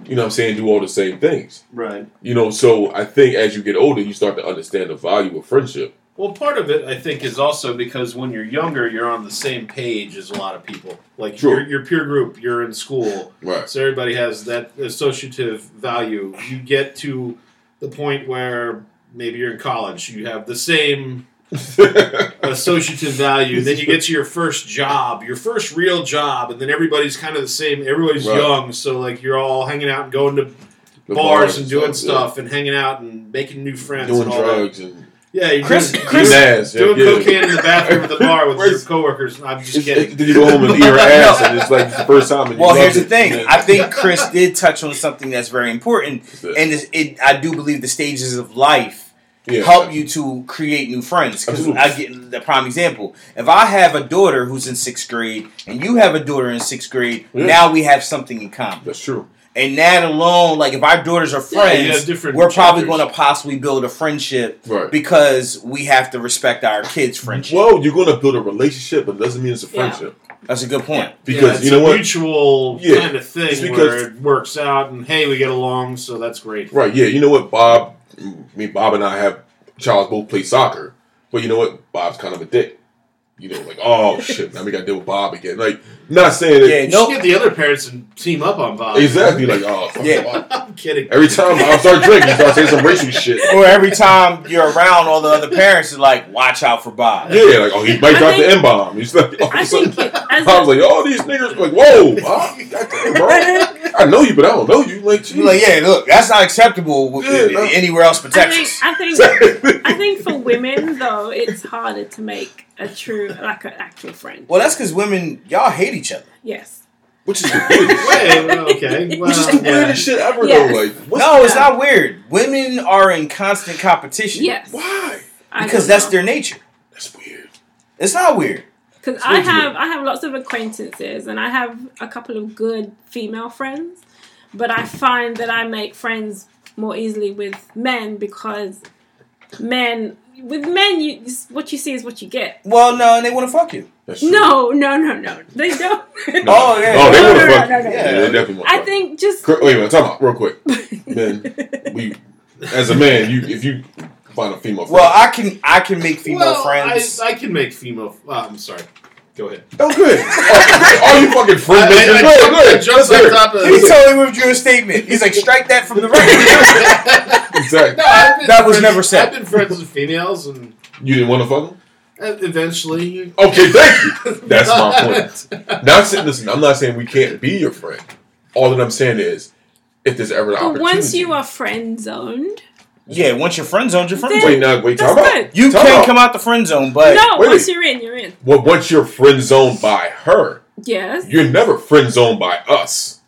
[SPEAKER 3] you know what I'm saying, do all the same things.
[SPEAKER 4] Right.
[SPEAKER 3] You know, so I think as you get older, you start to understand the value of friendship.
[SPEAKER 4] Well, part of it, I think, is also because when you're younger, you're on the same page as a lot of people. Like
[SPEAKER 3] True.
[SPEAKER 4] your, your peer group, you're in school,
[SPEAKER 3] <laughs> Right.
[SPEAKER 4] so everybody has that associative value. You get to the point where maybe you're in college, you have the same associative value. then you get to your first job, your first real job, and then everybody's kind of the same. Everybody's
[SPEAKER 3] Right.
[SPEAKER 4] young, so like you're all hanging out and going to
[SPEAKER 3] The
[SPEAKER 4] bars and doing
[SPEAKER 3] yeah.
[SPEAKER 4] stuff and hanging out and making new friends
[SPEAKER 3] doing
[SPEAKER 4] and all
[SPEAKER 3] drugs and
[SPEAKER 4] That. Yeah, you're
[SPEAKER 2] Chris-
[SPEAKER 4] doing,
[SPEAKER 2] Chris-
[SPEAKER 3] ass, yeah,
[SPEAKER 4] doing
[SPEAKER 3] yeah.
[SPEAKER 4] cocaine in the bathroom at the bar with your
[SPEAKER 3] Where's-
[SPEAKER 4] coworkers. I'm just
[SPEAKER 3] It's-
[SPEAKER 4] kidding.
[SPEAKER 3] it- Then you go home and eat her ass, and it's like the first time. And you
[SPEAKER 2] Well,
[SPEAKER 3] love
[SPEAKER 2] here's the
[SPEAKER 3] it.
[SPEAKER 2] thing.
[SPEAKER 3] Yeah.
[SPEAKER 2] I think Chris did touch on something that's very important,
[SPEAKER 3] Yeah.
[SPEAKER 2] and it's, it, I do believe the stages of life
[SPEAKER 3] Yeah.
[SPEAKER 2] help you to create new friends. Because
[SPEAKER 3] Absolutely.
[SPEAKER 2] I get the prime example. If I have a daughter who's in sixth grade, and you have a daughter in sixth grade,
[SPEAKER 3] Yeah.
[SPEAKER 2] now we have something in common.
[SPEAKER 3] That's true.
[SPEAKER 2] And that alone, like if our daughters are
[SPEAKER 4] Yeah, you
[SPEAKER 2] friends,
[SPEAKER 4] have different
[SPEAKER 2] we're probably
[SPEAKER 4] chapters.
[SPEAKER 2] going to possibly build a friendship
[SPEAKER 3] Right.
[SPEAKER 2] because we have to respect our kids' friendship.
[SPEAKER 3] Well, you're going to build a relationship, but it doesn't mean it's a
[SPEAKER 1] Yeah.
[SPEAKER 3] friendship.
[SPEAKER 2] That's a good point.
[SPEAKER 4] Yeah,
[SPEAKER 3] Because
[SPEAKER 4] it's
[SPEAKER 3] you know
[SPEAKER 4] a
[SPEAKER 3] what?
[SPEAKER 4] mutual
[SPEAKER 3] Yeah,
[SPEAKER 4] kind of thing
[SPEAKER 3] it's because-
[SPEAKER 4] where it works out and hey, we get along, so that's great.
[SPEAKER 3] Right, yeah. You know what, Bob? I mean, Bob and I have Charles both play soccer, but you know what? Bob's kind of a dick. You know, like, oh shit, now we got to deal with Bob again. Like, not saying that.
[SPEAKER 2] Yeah,
[SPEAKER 4] You
[SPEAKER 2] no,
[SPEAKER 4] should get the other parents and team up on Bob.
[SPEAKER 3] Exactly, like, oh, fuck
[SPEAKER 2] Yeah.
[SPEAKER 3] Bob.
[SPEAKER 4] <laughs> I'm kidding.
[SPEAKER 3] Every time I start drinking, you start saying some racial shit.
[SPEAKER 2] or every time you're around, all the other parents are like, "Watch out for Bob."
[SPEAKER 3] Yeah, like, oh, he might
[SPEAKER 1] I
[SPEAKER 3] drop the
[SPEAKER 1] think-
[SPEAKER 3] N bomb. He's like, oh,
[SPEAKER 1] I think it, as
[SPEAKER 3] Bob's
[SPEAKER 1] a,
[SPEAKER 3] like, oh, these niggas, like, whoa, Bob, goddamn, bro.
[SPEAKER 1] <laughs>
[SPEAKER 3] I know you, but I don't know you. Like,
[SPEAKER 2] You're like, "Yeah, look, that's not acceptable w- w-
[SPEAKER 3] Yeah, no.
[SPEAKER 2] anywhere else but
[SPEAKER 1] I think
[SPEAKER 2] Texas."
[SPEAKER 1] I think I think for women though, it's harder to make a true like an actual friend.
[SPEAKER 2] Well, that's because women, y'all hate each other.
[SPEAKER 1] Yes.
[SPEAKER 3] which is the
[SPEAKER 2] <laughs>
[SPEAKER 3] weirdest,
[SPEAKER 4] Wait, well, okay.
[SPEAKER 3] which is
[SPEAKER 4] Well,
[SPEAKER 3] the
[SPEAKER 4] yeah.
[SPEAKER 3] weirdest shit ever,
[SPEAKER 1] Yeah.
[SPEAKER 3] though. Like, what's,
[SPEAKER 2] no, it's
[SPEAKER 1] Yeah.
[SPEAKER 2] not weird. Women are in constant competition.
[SPEAKER 1] Yes.
[SPEAKER 3] why?
[SPEAKER 2] because that's their nature.
[SPEAKER 3] That's weird.
[SPEAKER 2] It's not weird.
[SPEAKER 1] Because I
[SPEAKER 3] Originally.
[SPEAKER 1] have I have lots of acquaintances and I have a couple of good female friends, but I find that I make friends more easily with men because men with men you what you see is what you get.
[SPEAKER 2] Well, no, and they want to fuck you.
[SPEAKER 3] That's true.
[SPEAKER 1] No, no, no, no, they don't.
[SPEAKER 2] Oh, yeah.
[SPEAKER 3] Oh, they
[SPEAKER 1] No,
[SPEAKER 3] want to
[SPEAKER 1] no, no,
[SPEAKER 3] fuck.
[SPEAKER 1] no,
[SPEAKER 3] you.
[SPEAKER 1] no,
[SPEAKER 3] Yeah,
[SPEAKER 2] no.
[SPEAKER 3] they definitely want to
[SPEAKER 1] <laughs> I
[SPEAKER 3] fuck. you.
[SPEAKER 1] think just
[SPEAKER 3] Cr- Wait a minute, time out, real
[SPEAKER 1] <laughs>
[SPEAKER 3] quick. Man, we, as a man, you if you find a female,
[SPEAKER 2] Well, I can I can make female
[SPEAKER 4] Well,
[SPEAKER 2] friends.
[SPEAKER 4] I, I can make female. Oh, I'm sorry. Go ahead.
[SPEAKER 3] oh good. Oh, all you fucking friend
[SPEAKER 4] I- I-
[SPEAKER 3] makers,
[SPEAKER 4] I
[SPEAKER 3] go
[SPEAKER 4] jumped- I
[SPEAKER 3] ahead.
[SPEAKER 4] jumped
[SPEAKER 3] Let's
[SPEAKER 4] on
[SPEAKER 3] hear it.
[SPEAKER 4] top of-
[SPEAKER 2] <laughs>
[SPEAKER 4] <laughs>
[SPEAKER 2] he totally withdrew his statement. He's like, strike that from the record.
[SPEAKER 3] Exactly.
[SPEAKER 4] No, I've been
[SPEAKER 2] That was
[SPEAKER 4] friends-
[SPEAKER 2] never said.
[SPEAKER 4] I've been friends with females, and
[SPEAKER 3] You didn't want to fuck him.
[SPEAKER 4] uh, eventually,
[SPEAKER 3] Okay, thank you. That's my point. Not saying, listen, I'm not saying we can't be your friend. All that I'm saying is, if there's ever an
[SPEAKER 1] but
[SPEAKER 3] opportunity,
[SPEAKER 1] once you are friend zoned,
[SPEAKER 2] yeah, once your friend zone's your friend
[SPEAKER 1] Then-
[SPEAKER 2] zone.
[SPEAKER 3] wait, now wait,
[SPEAKER 1] That's
[SPEAKER 3] time out.
[SPEAKER 1] good.
[SPEAKER 2] You
[SPEAKER 3] Time
[SPEAKER 2] can't
[SPEAKER 3] out.
[SPEAKER 2] come out the friend zone, but
[SPEAKER 1] no,
[SPEAKER 3] wait.
[SPEAKER 1] once you're in, you're in.
[SPEAKER 3] Well, once you're friend zoned by her,
[SPEAKER 1] Yes.
[SPEAKER 3] you're never friend zoned by us.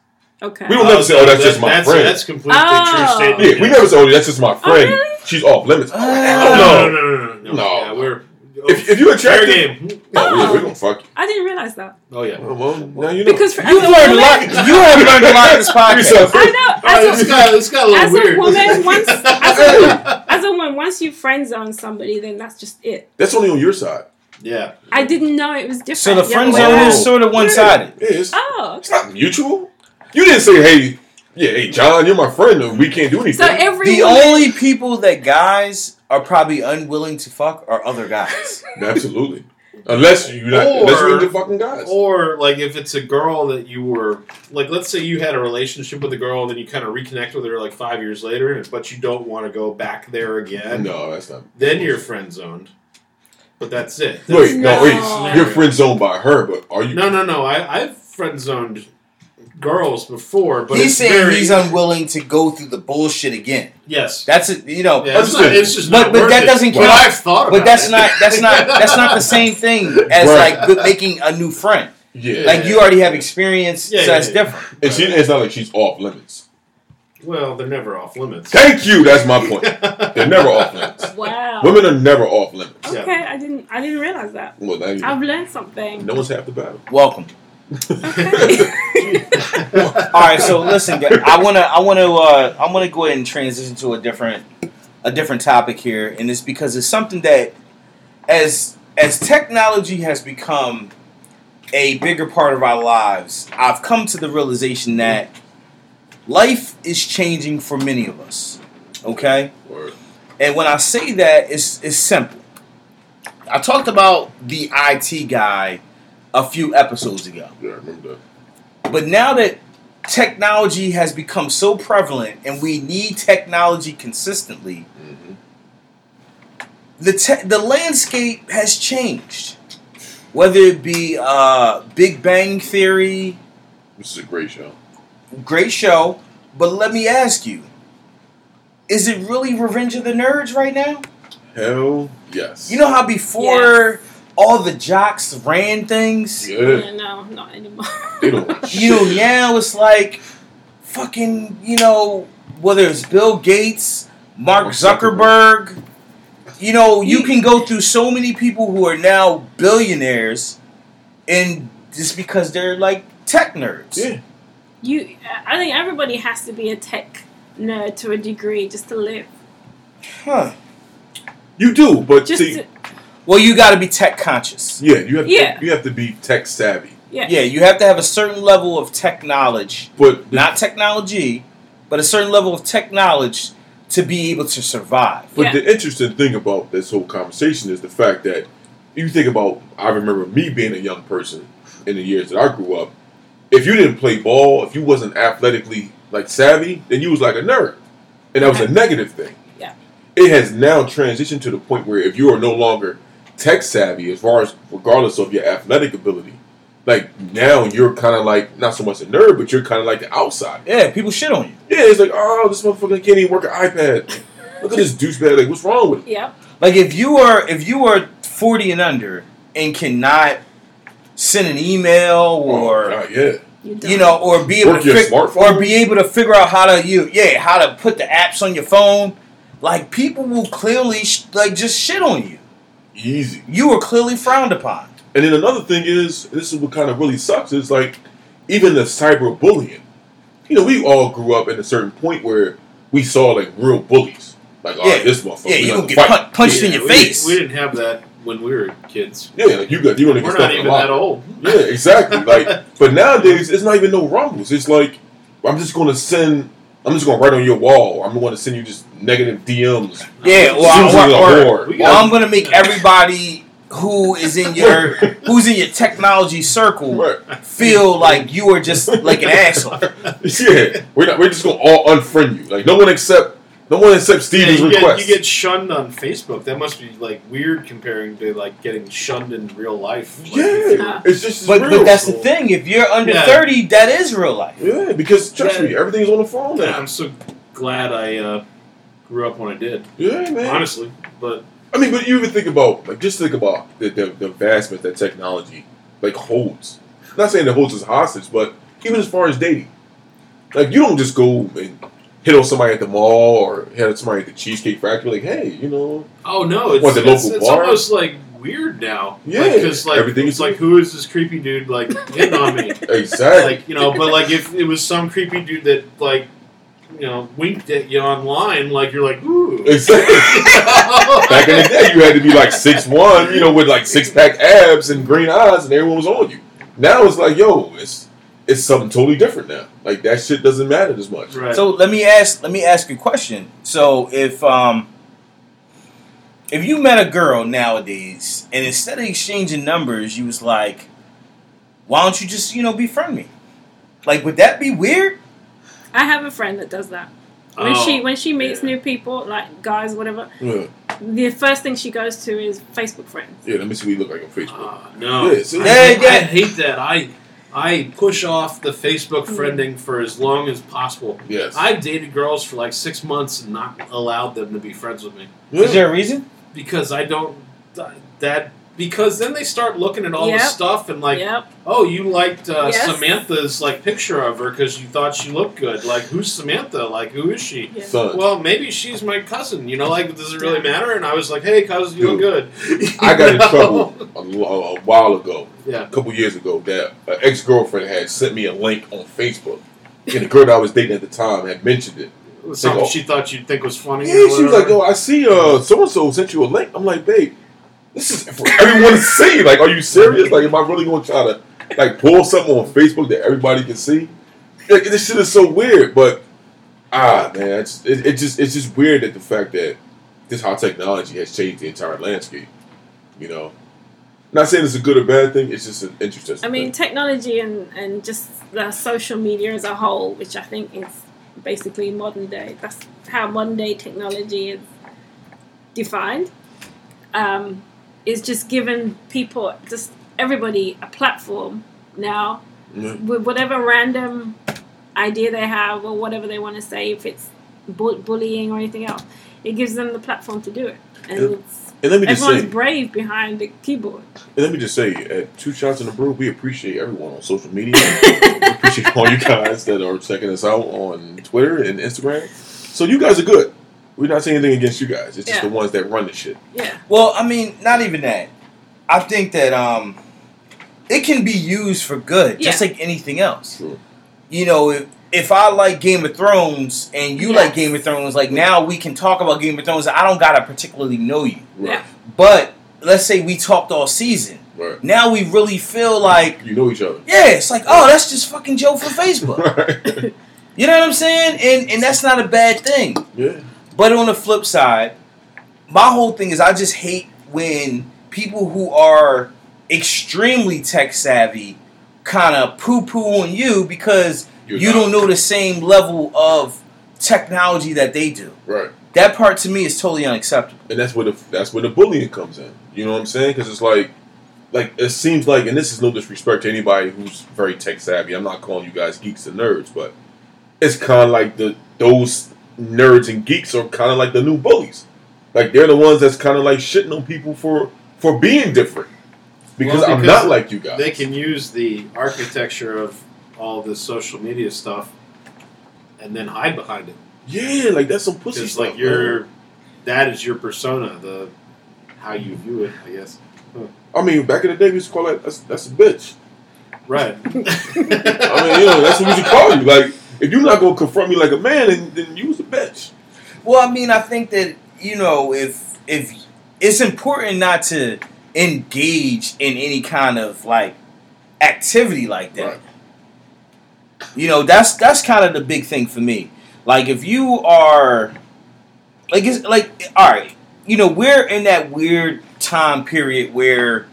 [SPEAKER 1] Okay.
[SPEAKER 3] We don't never say, "Oh, that's just my
[SPEAKER 4] that's,
[SPEAKER 3] friend."
[SPEAKER 4] That's completely
[SPEAKER 1] Oh.
[SPEAKER 4] true statement.
[SPEAKER 3] Yeah, we never say, "Oh, that's just my friend."
[SPEAKER 1] really?
[SPEAKER 3] She's off limits. Oh,
[SPEAKER 4] No,
[SPEAKER 3] hell
[SPEAKER 4] no,
[SPEAKER 3] no.
[SPEAKER 4] no, no, no, no.
[SPEAKER 3] No.
[SPEAKER 4] Yeah, we're oh,
[SPEAKER 3] If, if you're
[SPEAKER 4] fair
[SPEAKER 3] attracted,
[SPEAKER 4] game.
[SPEAKER 3] No, we-
[SPEAKER 1] Oh.
[SPEAKER 3] we're gonna fuck you.
[SPEAKER 1] I didn't realize that.
[SPEAKER 4] Oh yeah.
[SPEAKER 3] Well, well, now you know.
[SPEAKER 1] Because for,
[SPEAKER 2] you
[SPEAKER 1] as a
[SPEAKER 2] learned a
[SPEAKER 1] woman-
[SPEAKER 2] lot. You have learned
[SPEAKER 3] <laughs>
[SPEAKER 2] a lot in this podcast.
[SPEAKER 1] I know.
[SPEAKER 4] All right,
[SPEAKER 1] As
[SPEAKER 4] this
[SPEAKER 1] a,
[SPEAKER 4] got this got a little
[SPEAKER 1] as a
[SPEAKER 4] weird. <laughs>
[SPEAKER 1] woman, once- as a-
[SPEAKER 3] Hey,
[SPEAKER 1] as a woman, once you friend zone somebody, then that's just it.
[SPEAKER 3] that's only on your side.
[SPEAKER 4] yeah.
[SPEAKER 1] I didn't know it was different.
[SPEAKER 2] So the friend
[SPEAKER 1] other way
[SPEAKER 2] zone
[SPEAKER 1] around.
[SPEAKER 2] is sort of one sided.
[SPEAKER 3] Yeah, it's,
[SPEAKER 1] Oh,
[SPEAKER 3] it's
[SPEAKER 1] okay.
[SPEAKER 3] not mutual. You didn't say, "Hey, yeah, hey, John, you're my friend, and we can't do anything."
[SPEAKER 1] so every
[SPEAKER 2] The
[SPEAKER 1] woman,
[SPEAKER 2] only people that guys are probably unwilling to fuck are other guys.
[SPEAKER 3] Absolutely. Unless you not, unless
[SPEAKER 4] Or-
[SPEAKER 3] you're into fucking guys.
[SPEAKER 4] Or like if it's a girl that you were like, let's say you had a relationship with a girl, and then you kind of reconnect with her like five years later, and- but you don't want to go back there again.
[SPEAKER 3] no, that's not.
[SPEAKER 4] Then you're friend zoned. But that's it. That's-
[SPEAKER 3] Wait, no,
[SPEAKER 1] No.
[SPEAKER 3] wait. You're friend zoned by her, but are you?
[SPEAKER 4] No, no, no. I, I've friend zoned girls before, but
[SPEAKER 2] he's
[SPEAKER 4] it's
[SPEAKER 2] saying
[SPEAKER 4] very,
[SPEAKER 2] he's unwilling to go through the bullshit again.
[SPEAKER 4] yes.
[SPEAKER 2] That's it, you know.
[SPEAKER 4] Yeah, it's, not,
[SPEAKER 3] Understood.
[SPEAKER 4] it's just
[SPEAKER 2] But-
[SPEAKER 4] not
[SPEAKER 2] but
[SPEAKER 4] worth
[SPEAKER 2] that
[SPEAKER 4] it.
[SPEAKER 2] doesn't
[SPEAKER 4] Well,
[SPEAKER 2] count.
[SPEAKER 4] I've thought about
[SPEAKER 2] But that's
[SPEAKER 4] it.
[SPEAKER 2] not that's not that's not the same thing as
[SPEAKER 3] Right.
[SPEAKER 2] like making a new friend.
[SPEAKER 3] Yeah.
[SPEAKER 2] Like you already have experience,
[SPEAKER 4] Yeah,
[SPEAKER 2] so
[SPEAKER 4] yeah,
[SPEAKER 2] that's
[SPEAKER 4] yeah.
[SPEAKER 2] different.
[SPEAKER 3] and she, it's not like she's off limits.
[SPEAKER 4] <laughs> Well, they're never off limits.
[SPEAKER 3] Thank you. That's my
[SPEAKER 4] <laughs>
[SPEAKER 3] point. They're never off limits.
[SPEAKER 1] wow.
[SPEAKER 3] Women are never off limits.
[SPEAKER 1] okay, I didn't. I didn't realize that.
[SPEAKER 3] Well, now you
[SPEAKER 1] I've learned something. <laughs>
[SPEAKER 3] No one's half the battle.
[SPEAKER 2] Welcome.
[SPEAKER 1] Okay.
[SPEAKER 2] All right, so listen, gu- I wanna, I wanna, uh, I wanna go ahead and transition to a different, a different topic here, and it's because it's something that, as as technology has become a bigger part of our lives, I've come to the realization that life is changing for many of us. Okay,
[SPEAKER 3] <laughs> Or
[SPEAKER 2] and when I say that, it's it's simple. I talked about the IT guy a few episodes ago.
[SPEAKER 3] yeah, I remember that.
[SPEAKER 2] But now that technology has become so
[SPEAKER 3] Mm-hmm.
[SPEAKER 2] prevalent and we need technology consistently,
[SPEAKER 3] Mhm.
[SPEAKER 2] the te- the landscape has changed. Whether it be uh, Big Bang Theory,
[SPEAKER 3] This is a great show.
[SPEAKER 2] great show, but let me ask you: Is it really Revenge of the Nerds right now?
[SPEAKER 3] Hell yes.
[SPEAKER 2] You know how before all the jocks ran things.
[SPEAKER 3] Yeah.
[SPEAKER 1] Yeah, no, not anymore. <laughs>
[SPEAKER 3] They don't.
[SPEAKER 2] You know now it's like fucking you know whether it's Bill Gates, Mark
[SPEAKER 3] Mark
[SPEAKER 2] Zuckerberg. You know you can go through so many people who are now billionaires, and just because they're like tech nerds.
[SPEAKER 3] Yeah.
[SPEAKER 1] you, I think everybody has to be a tech nerd to a degree just to live.
[SPEAKER 2] Huh.
[SPEAKER 3] You do, but
[SPEAKER 1] Just
[SPEAKER 3] see,
[SPEAKER 1] to,
[SPEAKER 2] Well, you got to be tech conscious.
[SPEAKER 3] yeah, you have
[SPEAKER 1] Yeah.
[SPEAKER 3] To, you have to be tech savvy.
[SPEAKER 1] yeah.
[SPEAKER 2] Yeah, you have to have a certain level of tech knowledge,
[SPEAKER 3] But
[SPEAKER 2] not technology, but a certain level of tech knowledge to be able to survive.
[SPEAKER 3] But
[SPEAKER 1] Yeah.
[SPEAKER 3] the interesting thing about this whole conversation is the fact that you think about I remember me being a young person in the years that I grew up. If you didn't play ball, if you wasn't athletically like savvy, then you was like a nerd. And that was a negative thing.
[SPEAKER 1] Yeah.
[SPEAKER 3] It has now transitioned to the point where if you are no longer tech savvy as far as regardless of your athletic ability, like now you're kinda like not so much a nerd, but you're kinda like the outsider.
[SPEAKER 2] Yeah, people shit on you.
[SPEAKER 3] Yeah, it's like, oh this motherfucker can't even work an iPad. Look at this douchebag, like what's wrong with him?
[SPEAKER 1] Yep.
[SPEAKER 2] Like if you are if you are forty and under and cannot send an email or
[SPEAKER 3] Oh, God, yeah.
[SPEAKER 1] You, don't.
[SPEAKER 2] you know or be able
[SPEAKER 3] Work
[SPEAKER 2] to
[SPEAKER 3] your
[SPEAKER 2] fig-
[SPEAKER 3] smartphone?
[SPEAKER 2] or be able to figure out how to you yeah how to put the apps on your phone, like people will clearly sh- like just shit on you.
[SPEAKER 3] Easy.
[SPEAKER 2] You are clearly frowned upon.
[SPEAKER 3] And then another thing is, this is what kind of really sucks, is like even the cyberbullying. You know, we all grew up at a certain point where we saw like real bullies. Like, oh,
[SPEAKER 2] Yeah.
[SPEAKER 3] this motherfucker.
[SPEAKER 2] Yeah,
[SPEAKER 3] we
[SPEAKER 2] you
[SPEAKER 3] gonna
[SPEAKER 2] gonna get
[SPEAKER 3] fight.
[SPEAKER 2] pun- punched in
[SPEAKER 4] Yeah,
[SPEAKER 2] your
[SPEAKER 4] we-
[SPEAKER 2] face.
[SPEAKER 4] We didn't have that when we were kids.
[SPEAKER 3] Yeah, like, you got, you're going to
[SPEAKER 4] We're
[SPEAKER 3] get
[SPEAKER 4] not
[SPEAKER 3] stuck in
[SPEAKER 4] even
[SPEAKER 3] a lot.
[SPEAKER 4] that old.
[SPEAKER 3] Yeah, exactly. Like, but nowadays it's not even no rumbles. It's like I'm just going to send. I'm just going to write on your wall. I'm going to send you just negative DMs.
[SPEAKER 2] Yeah, or,
[SPEAKER 3] Susan's a
[SPEAKER 2] or, or,
[SPEAKER 3] whore.
[SPEAKER 4] We
[SPEAKER 2] or I'm
[SPEAKER 4] got-
[SPEAKER 2] gonna make everybody who is in
[SPEAKER 3] <laughs>
[SPEAKER 2] your who's in your technology circle
[SPEAKER 3] Right.
[SPEAKER 2] feel like you are just like an
[SPEAKER 3] <laughs>
[SPEAKER 2] asshole.
[SPEAKER 3] Yeah, we're not. We're just going to all unfriend you. Like no one except no one except
[SPEAKER 4] Yeah,
[SPEAKER 3] Stevie's
[SPEAKER 4] you, get,
[SPEAKER 3] request.
[SPEAKER 4] you get shunned on Facebook. That must be like weird comparing to like getting shunned in real life. Like, if you-
[SPEAKER 3] Yeah, it's just it's
[SPEAKER 2] But
[SPEAKER 3] real.
[SPEAKER 2] but that's the thing. If you're under
[SPEAKER 4] Yeah.
[SPEAKER 2] thirty, that is real life.
[SPEAKER 3] Yeah, because trust me, everything's on the phone
[SPEAKER 4] Yeah,
[SPEAKER 3] now.
[SPEAKER 4] I'm so glad I uh, grew up when I did.
[SPEAKER 3] Yeah, man.
[SPEAKER 4] Honestly, but
[SPEAKER 3] I mean, but you even think about like just think about the the, the vastness that technology like holds. not saying it holds us hostage, but even as far as dating, like you don't just go and hit on somebody at the mall or hit on somebody at the Cheesecake Factory. Like, hey, you know,
[SPEAKER 4] oh no, it's
[SPEAKER 3] What, the
[SPEAKER 4] it's,
[SPEAKER 3] local
[SPEAKER 4] it's
[SPEAKER 3] bar?
[SPEAKER 4] almost like weird now.
[SPEAKER 3] Yeah,
[SPEAKER 4] because like,
[SPEAKER 3] everything
[SPEAKER 4] it's
[SPEAKER 3] is-
[SPEAKER 4] like who is this creepy dude like hitting on
[SPEAKER 3] <laughs>
[SPEAKER 4] me?
[SPEAKER 3] exactly.
[SPEAKER 4] like you know, but like if it was some creepy dude that like you know winked at you online, like you're like ooh.
[SPEAKER 3] exactly. <laughs> Back in the day, you had to be like six one, you know, with like six pack abs and green eyes, and everyone was on you. Now it's like, yo, it's it's something totally different now. Like that shit doesn't matter as much.
[SPEAKER 4] Right.
[SPEAKER 2] So let me ask let me ask you a question. So if um if you met a girl nowadays and instead of exchanging numbers, you was like, Why don't you just, you know, befriend me? Like would that be weird?
[SPEAKER 1] I have a friend that does that. When
[SPEAKER 4] Oh,
[SPEAKER 1] she when she meets
[SPEAKER 4] yeah.
[SPEAKER 1] new people, like guys, whatever,
[SPEAKER 3] Yeah,
[SPEAKER 1] the first thing she goes to is Facebook friends.
[SPEAKER 3] yeah. Let me see what you look like on Facebook.
[SPEAKER 4] Ah, no,
[SPEAKER 3] Yeah, see?
[SPEAKER 4] I,
[SPEAKER 2] Yeah,
[SPEAKER 4] hate-
[SPEAKER 2] yeah.
[SPEAKER 4] I hate that. I I push off the Facebook
[SPEAKER 1] Hmm.
[SPEAKER 4] friending for as long as possible.
[SPEAKER 3] Yes.
[SPEAKER 4] I've dated girls for like six months and not allowed them to be friends with me
[SPEAKER 2] Is there a reason?
[SPEAKER 4] because I don't uh, that because then they start looking at all
[SPEAKER 1] Yep.
[SPEAKER 4] this stuff and like
[SPEAKER 1] yep.
[SPEAKER 4] oh you liked uh,
[SPEAKER 1] Yes.
[SPEAKER 4] Samantha's like picture of her because you thought she looked good like who's Samantha like who is she
[SPEAKER 1] Yeah.
[SPEAKER 3] Son,
[SPEAKER 4] well maybe she's my cousin you know like does it really matter and I was like hey cousin you look good
[SPEAKER 3] <laughs> I got in
[SPEAKER 4] <laughs> You know?
[SPEAKER 3] trouble a, lo- a while ago,
[SPEAKER 4] yeah
[SPEAKER 3] a couple years ago, that an ex girlfriend had sent me a link on Facebook, and the girl that I was dating at the time had mentioned it.
[SPEAKER 4] something
[SPEAKER 3] Like, oh.
[SPEAKER 4] she thought you'd think was funny
[SPEAKER 3] Yeah,
[SPEAKER 4] or
[SPEAKER 3] she was like,
[SPEAKER 4] whatever.
[SPEAKER 3] "Oh, I see. Uh, so and so sent you a link." I'm like, "Babe, this is for everyone to see. Like, are you serious? Like, am I really going to try to like pull something on Facebook that everybody can see? Like, this shit is so weird." But ah, man, it's, it, it just it's just weird that the fact that this how technology has changed the entire landscape. You know, not saying it's a good or bad thing. It's just an interesting.
[SPEAKER 1] I
[SPEAKER 3] thing.
[SPEAKER 1] mean, technology and, and just the social media as a whole, which I think is basically modern day. That's how modern day technology is defined. um, is just giving people, just everybody, a platform now
[SPEAKER 3] Yeah.
[SPEAKER 1] with whatever random idea they have or whatever they want to say, if it's bu- bullying or anything else, it gives them the platform to do it. And
[SPEAKER 3] Yeah.
[SPEAKER 1] it's,
[SPEAKER 3] And let me just
[SPEAKER 1] everyone's
[SPEAKER 3] say,
[SPEAKER 1] brave behind the keyboard.
[SPEAKER 3] And let me just say, at Two Shots in the Brew, we appreciate everyone on social media. we appreciate all you guys that are checking us out on Twitter and Instagram. So you guys are good. We're not saying anything against you guys. It's just the
[SPEAKER 1] Yeah.
[SPEAKER 3] ones that run the shit.
[SPEAKER 1] Yeah.
[SPEAKER 2] Well, I mean, not even that. I think that um, it can be used for good, just like anything else.
[SPEAKER 3] True.
[SPEAKER 2] You know, if, if I like Game of Thrones and you
[SPEAKER 1] Yeah.
[SPEAKER 2] like Game of Thrones, like now we can talk about Game of Thrones. I don't gotta particularly know you,
[SPEAKER 3] Right.
[SPEAKER 2] but let's say we talked all season.
[SPEAKER 3] Right.
[SPEAKER 2] Now we really feel like,
[SPEAKER 3] You know each other.
[SPEAKER 2] yeah, it's like, oh, that's just fucking Joe from Facebook.
[SPEAKER 3] <laughs> Right.
[SPEAKER 2] you know what I'm saying? And and that's not a bad thing.
[SPEAKER 3] yeah.
[SPEAKER 2] But on the flip side, my whole thing is I just hate when people who are extremely tech savvy kind of poo poo on you because
[SPEAKER 3] You're
[SPEAKER 2] you
[SPEAKER 3] not.
[SPEAKER 2] don't know the same level of technology that they do.
[SPEAKER 3] Right.
[SPEAKER 2] That part to me is totally unacceptable.
[SPEAKER 3] and that's where the that's where the bullying comes in. You know what I'm saying? Because it's like, like it seems like, and this is no disrespect to anybody who's very tech savvy. I'm not calling you guys geeks and nerds, but it's kind of like the those nerds and geeks are kind of like the new bullies. Like they're the ones that's kind of like shitting on people for for being different because,
[SPEAKER 4] Well,
[SPEAKER 3] I'm
[SPEAKER 4] because
[SPEAKER 3] not like you guys.
[SPEAKER 4] They can use the architecture of all this social media stuff and then hide behind it.
[SPEAKER 3] yeah, like that's some pussy
[SPEAKER 4] Because
[SPEAKER 3] stuff.
[SPEAKER 4] like your that is your persona, the how you view it, I guess.
[SPEAKER 3] man. I mean, back in the day, we used to call that that's, that's a bitch.
[SPEAKER 4] Right. <laughs>
[SPEAKER 3] I mean, you know, that's what we should call you. Like, if you're not gonna confront me like a man, then, then you was a bitch.
[SPEAKER 2] Well, I mean, I think that you know if if it's important not to engage in any kind of like activity like that.
[SPEAKER 3] Right.
[SPEAKER 2] You know, that's that's kind of the big thing for me. Like if you are like it's like all right, you know, we're in that weird time period where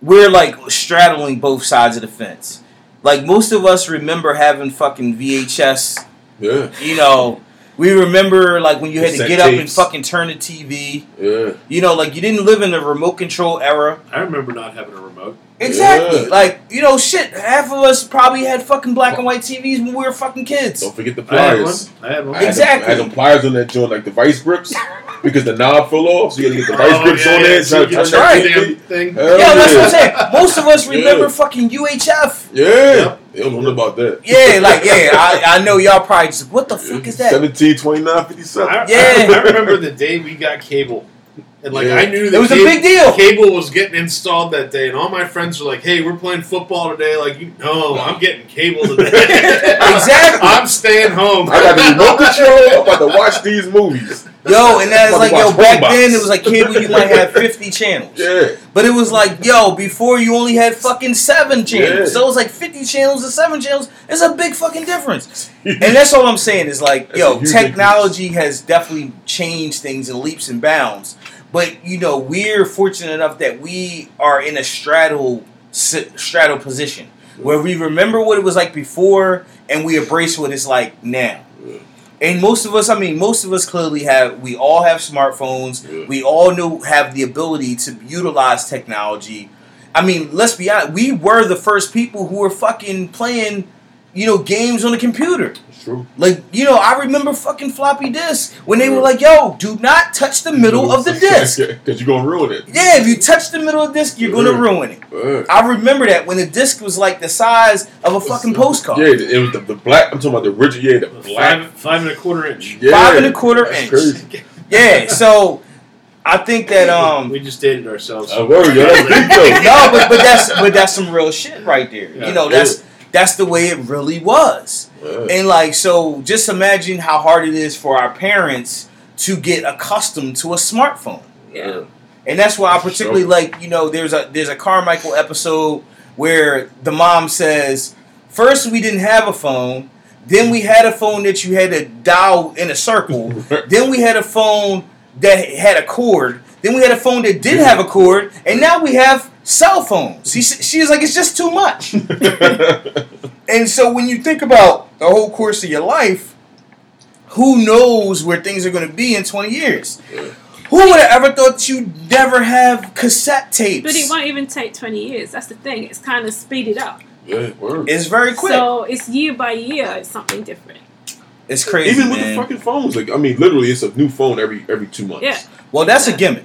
[SPEAKER 2] we're like straddling both sides of the fence. Like most of us remember having fucking VHS,
[SPEAKER 3] Yeah.
[SPEAKER 2] you know, we remember like when you had to
[SPEAKER 3] Cassette
[SPEAKER 2] get up and
[SPEAKER 3] tapes.
[SPEAKER 2] fucking turn the TV.
[SPEAKER 3] Yeah,
[SPEAKER 2] You know, like you didn't live in the remote control era.
[SPEAKER 4] I remember not having a remote.
[SPEAKER 2] Exactly.
[SPEAKER 3] Yeah.
[SPEAKER 2] Like, you know, shit, half of us probably had fucking black and white TVs when we were fucking kids.
[SPEAKER 3] don't forget the
[SPEAKER 4] I had one.
[SPEAKER 3] pliers.
[SPEAKER 4] I had one.
[SPEAKER 3] I had
[SPEAKER 2] Exactly.
[SPEAKER 3] Them, I had them pliers on that joint, like the
[SPEAKER 2] <laughs>
[SPEAKER 3] vice grips, because the knob fell off, so you had to get the vice
[SPEAKER 4] Oh,
[SPEAKER 3] grips
[SPEAKER 4] yeah,
[SPEAKER 3] on
[SPEAKER 4] yeah,
[SPEAKER 3] there. and
[SPEAKER 4] so
[SPEAKER 3] try to
[SPEAKER 4] you get
[SPEAKER 3] touch
[SPEAKER 2] that
[SPEAKER 4] damn
[SPEAKER 3] thing.
[SPEAKER 4] thing.
[SPEAKER 3] Hell
[SPEAKER 2] Yeah, that's what I'm
[SPEAKER 3] yeah.
[SPEAKER 2] saying. Most of us
[SPEAKER 3] Yeah.
[SPEAKER 2] remember fucking UHF.
[SPEAKER 3] Yeah, they don't know about that.
[SPEAKER 2] Yeah, like, yeah, I, I know y'all probably just, what the fuck is that?
[SPEAKER 3] 17, 29, 57.
[SPEAKER 4] I,
[SPEAKER 2] Yeah.
[SPEAKER 4] I, I remember the day we got cable. And like
[SPEAKER 3] Yeah.
[SPEAKER 4] I knew that
[SPEAKER 2] It was a
[SPEAKER 4] cable-
[SPEAKER 2] big deal.
[SPEAKER 4] Cable was getting installed that day, and all my friends were like, "Hey, we're playing football today." Like, you know, I'm getting cable
[SPEAKER 2] <laughs>
[SPEAKER 4] today.
[SPEAKER 2] Exactly.
[SPEAKER 4] I'm staying home.
[SPEAKER 3] <laughs> I got the remote control. I'm about to watch these movies.
[SPEAKER 2] Yo, and that's
[SPEAKER 3] About
[SPEAKER 2] like,
[SPEAKER 3] to
[SPEAKER 2] yo,
[SPEAKER 3] watch
[SPEAKER 2] back
[SPEAKER 3] Roblox.
[SPEAKER 2] then it was like cable, you might have 50 channels.
[SPEAKER 3] Yeah,
[SPEAKER 2] But it was like, yo, before you only had fucking seven channels.
[SPEAKER 3] Yeah.
[SPEAKER 2] So it was like 50 channels to seven channels. It's a big fucking difference.
[SPEAKER 3] <laughs>
[SPEAKER 2] And that's all I'm saying is like,
[SPEAKER 3] That's a
[SPEAKER 2] yo,
[SPEAKER 3] huge
[SPEAKER 2] technology has definitely changed things in leaps and bounds. But, you know, we're fortunate enough that we are in a straddle, s- straddle position where we remember what it was like before and we embrace what it's like now.
[SPEAKER 3] Yeah.
[SPEAKER 2] And most of us, I mean, most of us clearly have, we all have smartphones.
[SPEAKER 3] Yeah.
[SPEAKER 2] We all know have the ability to utilize technology. I mean, let's be honest, we were the first people who were fucking playing, you know, games on the computer.
[SPEAKER 3] it's true.
[SPEAKER 2] Like, you know, I remember fucking floppy disks when they were
[SPEAKER 3] Yeah.
[SPEAKER 2] like, yo, do not touch the middle of the
[SPEAKER 3] <laughs>
[SPEAKER 2] disk.
[SPEAKER 3] Because you're going to ruin it.
[SPEAKER 2] Yeah, if you touch the middle of the disk, you're going to
[SPEAKER 3] Yeah.
[SPEAKER 2] ruin it.
[SPEAKER 3] Yeah.
[SPEAKER 2] I remember that when the disc was like the size of a fucking postcard.
[SPEAKER 3] Yeah, it was the, the black. I'm talking about the rigid. Yeah, the black.
[SPEAKER 4] Five, five and a quarter inch.
[SPEAKER 3] Yeah,
[SPEAKER 2] Five and a quarter
[SPEAKER 3] that's
[SPEAKER 2] inch.
[SPEAKER 3] Crazy.
[SPEAKER 2] Yeah, so I think that um
[SPEAKER 4] we just dated ourselves.
[SPEAKER 3] I worry, Uh, yo, that's big though.
[SPEAKER 2] no, but, but that's but that's some real shit right there.
[SPEAKER 4] Yeah.
[SPEAKER 2] you know, that's that's the way it really was. <laughs>
[SPEAKER 3] Yeah.
[SPEAKER 2] And like so just imagine how hard it is for our parents to get accustomed to a smartphone.
[SPEAKER 1] Yeah.
[SPEAKER 2] And that's why I
[SPEAKER 3] For
[SPEAKER 2] particularly
[SPEAKER 3] sure.
[SPEAKER 2] like, you know, there's a there's a Carmichael episode where the mom says, first we didn't have a phone, then we had a phone that you had to dial in a
[SPEAKER 3] <laughs>
[SPEAKER 2] circle, then we had a phone that had a cord, then we had a phone that did have a cord, and now we have cell phones. She she's like, it's just too much. And so when you think about the whole course of your life, who knows where things are going to be in 20 years? Who would have ever thought you'd never have cassette tapes?
[SPEAKER 1] But it won't even take 20 years. That's the thing. It's kind of speeded up.
[SPEAKER 3] Yeah, word.
[SPEAKER 2] It's very quick.
[SPEAKER 1] So it's year by year, it's something different.
[SPEAKER 2] it's crazy,
[SPEAKER 3] Even with
[SPEAKER 2] man.
[SPEAKER 3] the fucking phones, like I mean, literally, it's a new phone every every two months.
[SPEAKER 1] Yeah.
[SPEAKER 2] well, that's a gimmick.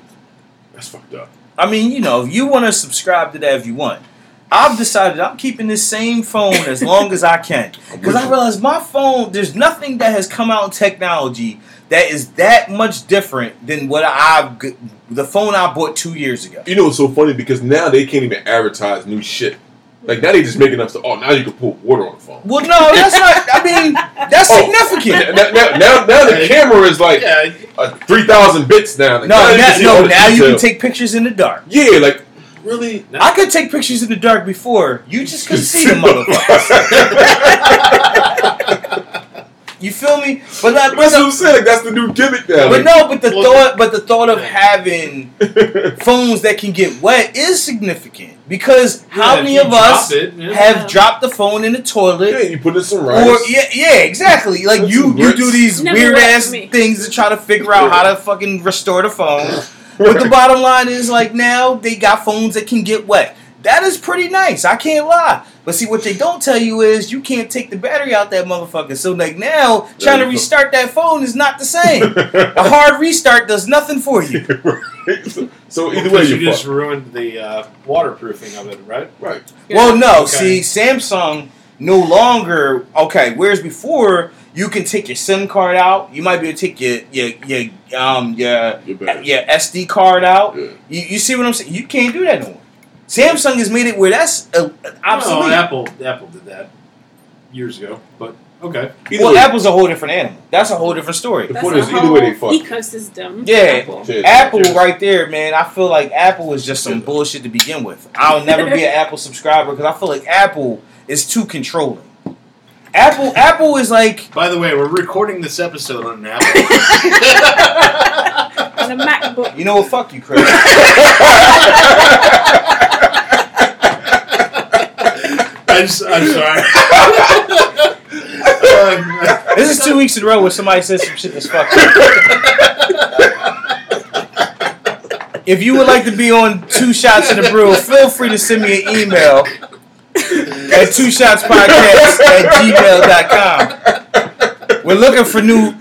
[SPEAKER 3] that's fucked up.
[SPEAKER 2] I mean, you know, you want to subscribe to that if you want. I've decided I'm keeping this same phone as long as I can
[SPEAKER 3] <laughs> I'm
[SPEAKER 2] because
[SPEAKER 3] with
[SPEAKER 2] I
[SPEAKER 3] you.
[SPEAKER 2] realize my phone. There's nothing that has come out in technology that is that much different than what I've g- the phone I bought two years ago.
[SPEAKER 3] You know, it's so funny because now they can't even advertise new shit. Like now they just making up stuff. Oh, now you can pour water on the phone.
[SPEAKER 2] Well, no, that's not. I mean, that's
[SPEAKER 3] Oh.
[SPEAKER 2] significant.
[SPEAKER 3] now, now, now, now the camera is like
[SPEAKER 4] Yeah,
[SPEAKER 3] uh, three thousand bits now. Like,
[SPEAKER 2] No,
[SPEAKER 3] now you
[SPEAKER 2] now,
[SPEAKER 3] can see all
[SPEAKER 2] no,
[SPEAKER 3] the
[SPEAKER 2] now you can
[SPEAKER 3] detail.
[SPEAKER 2] take pictures in the dark.
[SPEAKER 3] Yeah, like really.
[SPEAKER 2] I could take pictures in the dark before. You just couldn't see the motherfucker. You feel me? But like, <laughs> but,
[SPEAKER 3] That's what I'm
[SPEAKER 2] the,
[SPEAKER 3] saying. Like, that's the new gimmick now.
[SPEAKER 2] but
[SPEAKER 3] like,
[SPEAKER 2] no, but the
[SPEAKER 4] Well,
[SPEAKER 2] thought, but the thought of having phones that can get wet is significant because how
[SPEAKER 4] Yeah, if
[SPEAKER 2] many
[SPEAKER 4] you
[SPEAKER 2] of us
[SPEAKER 4] drop it, yeah.
[SPEAKER 2] have dropped the the phone in the toilet?
[SPEAKER 3] yeah, <laughs> you put in some rice.
[SPEAKER 2] Or yeah, yeah, exactly. Like
[SPEAKER 3] That's
[SPEAKER 2] you,
[SPEAKER 3] some
[SPEAKER 2] you
[SPEAKER 3] grits.
[SPEAKER 2] do these
[SPEAKER 1] Never
[SPEAKER 2] weird
[SPEAKER 1] worked for
[SPEAKER 2] ass
[SPEAKER 1] me.
[SPEAKER 2] things to try to figure out how to fucking restore the phone.
[SPEAKER 3] <laughs>
[SPEAKER 2] But the bottom line is like now they got phones that can get wet. That is pretty nice. I can't lie. But see what they don't tell you is you can't take the battery out that motherfucker. So like now trying to
[SPEAKER 3] you go.
[SPEAKER 2] restart that phone is not the same.
[SPEAKER 3] <laughs>
[SPEAKER 2] A hard restart does nothing for you.
[SPEAKER 3] so, so either way,
[SPEAKER 4] because you
[SPEAKER 3] you're
[SPEAKER 4] just
[SPEAKER 3] fucked.
[SPEAKER 4] ruined the uh, waterproofing of it, right?
[SPEAKER 3] Right.
[SPEAKER 2] Well, no.
[SPEAKER 4] Okay.
[SPEAKER 2] See, Samsung no longer okay. Whereas before, you can take your SIM card out. You might be able to take your your your um your
[SPEAKER 3] Your battery.
[SPEAKER 2] your SD card out.
[SPEAKER 3] Yeah.
[SPEAKER 2] You, you see what I'm saying? You can't do that no more. Samsung has made it where that's uh,
[SPEAKER 4] No,
[SPEAKER 2] obsolete.
[SPEAKER 4] Apple, Apple did that years ago, but okay.
[SPEAKER 3] Either
[SPEAKER 2] well,
[SPEAKER 3] way,
[SPEAKER 2] Apple's a whole different animal. That's a whole different story.
[SPEAKER 3] The
[SPEAKER 1] That's
[SPEAKER 3] point
[SPEAKER 1] a
[SPEAKER 3] is, either way, they
[SPEAKER 1] whole
[SPEAKER 3] fuck it.
[SPEAKER 1] ecosystem.
[SPEAKER 2] Yeah.
[SPEAKER 1] Apple.
[SPEAKER 3] Yeah.
[SPEAKER 2] Apple
[SPEAKER 3] Yeah.
[SPEAKER 2] right there, man. I feel like Apple is just some bullshit to begin with. I'll never
[SPEAKER 4] <laughs>
[SPEAKER 2] be an Apple subscriber because I feel like Apple is too controlling. Apple, Apple is like
[SPEAKER 4] By the way, we're recording this episode on an Apple.
[SPEAKER 1] On a MacBook.
[SPEAKER 2] You know what? Fuck you, Chris.
[SPEAKER 4] <coughs> I'm, s- I'm sorry. Um,
[SPEAKER 2] this is two weeks in a row where somebody says some shit that's fucked up. If you would like to be on Two Shots in a Brew, feel free to send me an email at two shots podcast at gmail.com. We're looking for new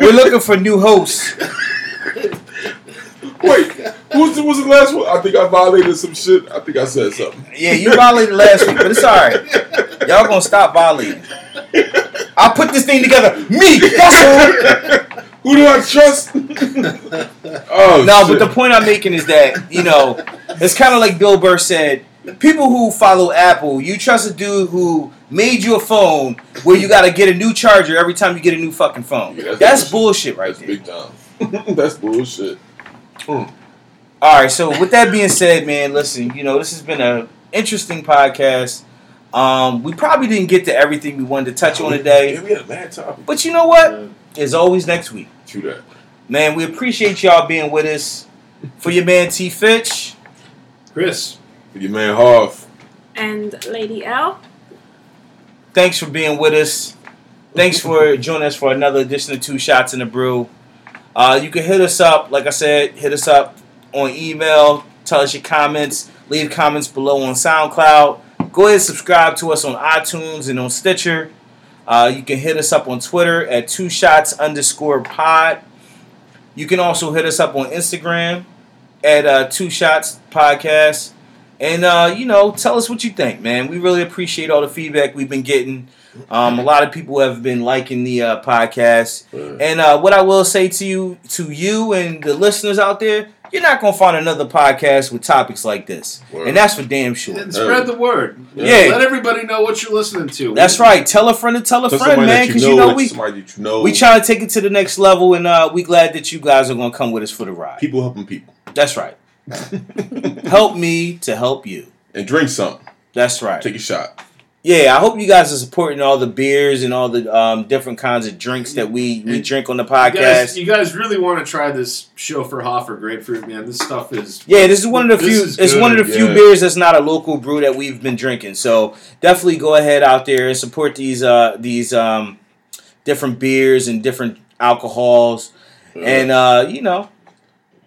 [SPEAKER 2] we're looking for new hosts.
[SPEAKER 3] Wait, who's the, what's the last one? I think I violated some shit. I think I said something.
[SPEAKER 2] Yeah, you violated last week, but it's alright. Y'all gonna stop violating. I put this thing together. Me, that's all.
[SPEAKER 3] Who do I
[SPEAKER 4] <laughs>
[SPEAKER 3] trust? oh
[SPEAKER 2] <laughs> No,
[SPEAKER 3] shit.
[SPEAKER 2] but the point I'm making is that you know, it's kind of like Bill Burr said. People who follow Apple, you trust a dude who made you a phone where you got to get a new charger every time you get a new fucking phone.
[SPEAKER 3] Yeah, that's
[SPEAKER 2] that's bullshit, right
[SPEAKER 3] that's
[SPEAKER 2] there.
[SPEAKER 3] big time. <laughs> that's bullshit.
[SPEAKER 2] All right, so with that being said, man, listen, you know, this has been a interesting podcast. Um, we probably didn't get to everything we wanted to touch on
[SPEAKER 3] Yeah,
[SPEAKER 2] today,
[SPEAKER 3] we had a mad topic.
[SPEAKER 2] but you know what?
[SPEAKER 4] Uh,
[SPEAKER 2] It's always next week.
[SPEAKER 3] True that.
[SPEAKER 2] Man, we appreciate y'all being with us. For your man T Fitch,
[SPEAKER 4] Chris,
[SPEAKER 3] Your man Hoff.
[SPEAKER 1] And Lady L.
[SPEAKER 2] thanks for being with us. Thanks for joining us for another edition of Two Shots in the Brew. Uh, you can hit us up, like I said, hit us up on email. Tell us your comments. Leave comments below on SoundCloud. Go ahead and subscribe to us on iTunes and on Stitcher. Uh, you can hit us up on Twitter at Two Shots underscore Pod. You can also hit us up on Instagram at uh, Two Shots Podcast. And uh, you know, tell us what you think, man. We really appreciate all the feedback we've been getting. Um, a lot of people have been liking the uh, podcast. And uh, what I will say to you, to you and the listeners out there, you're not gonna find another podcast with topics like this,
[SPEAKER 3] Word.
[SPEAKER 2] and that's for damn sure.
[SPEAKER 4] and spread the word.
[SPEAKER 2] Yeah.
[SPEAKER 4] Let everybody know what you're listening to.
[SPEAKER 2] That's right. Tell a friend to tell a
[SPEAKER 3] Tell
[SPEAKER 2] friend,
[SPEAKER 3] somebody
[SPEAKER 2] man,
[SPEAKER 3] that
[SPEAKER 2] because you know
[SPEAKER 3] and
[SPEAKER 2] we
[SPEAKER 3] somebody that you know.
[SPEAKER 2] we try to take it to the next level, and uh, we glad that you guys are gonna come with us for the ride.
[SPEAKER 3] people helping
[SPEAKER 2] <laughs>
[SPEAKER 3] people <laughs>
[SPEAKER 2] That's right. help me to help you.
[SPEAKER 3] and drink something.
[SPEAKER 2] That's right.
[SPEAKER 3] Take a shot.
[SPEAKER 2] Yeah, I hope you guys are supporting all the beers and all the um, different kinds of drinks that we, we drink on the
[SPEAKER 4] You guys,
[SPEAKER 2] podcast.
[SPEAKER 4] you guys really want to try this show for Hoffer Grapefruit, man. This stuff is.
[SPEAKER 2] Yeah, this is one of the
[SPEAKER 4] This
[SPEAKER 2] few.
[SPEAKER 4] is
[SPEAKER 2] It's one of
[SPEAKER 4] good,
[SPEAKER 2] the few
[SPEAKER 3] yeah.
[SPEAKER 2] beers that's not a local brew that we've been drinking. So definitely go ahead out there and support these uh, these um, uh, different beers and different alcohols. And uh, you know,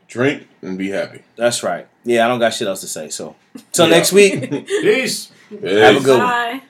[SPEAKER 3] Drink and be happy.
[SPEAKER 2] That's right. Yeah, I don't got shit else to say. So, till
[SPEAKER 3] <laughs> Yeah.
[SPEAKER 2] next week.
[SPEAKER 4] Peace.
[SPEAKER 2] Have a
[SPEAKER 3] Hey.
[SPEAKER 2] good one.
[SPEAKER 1] Bye.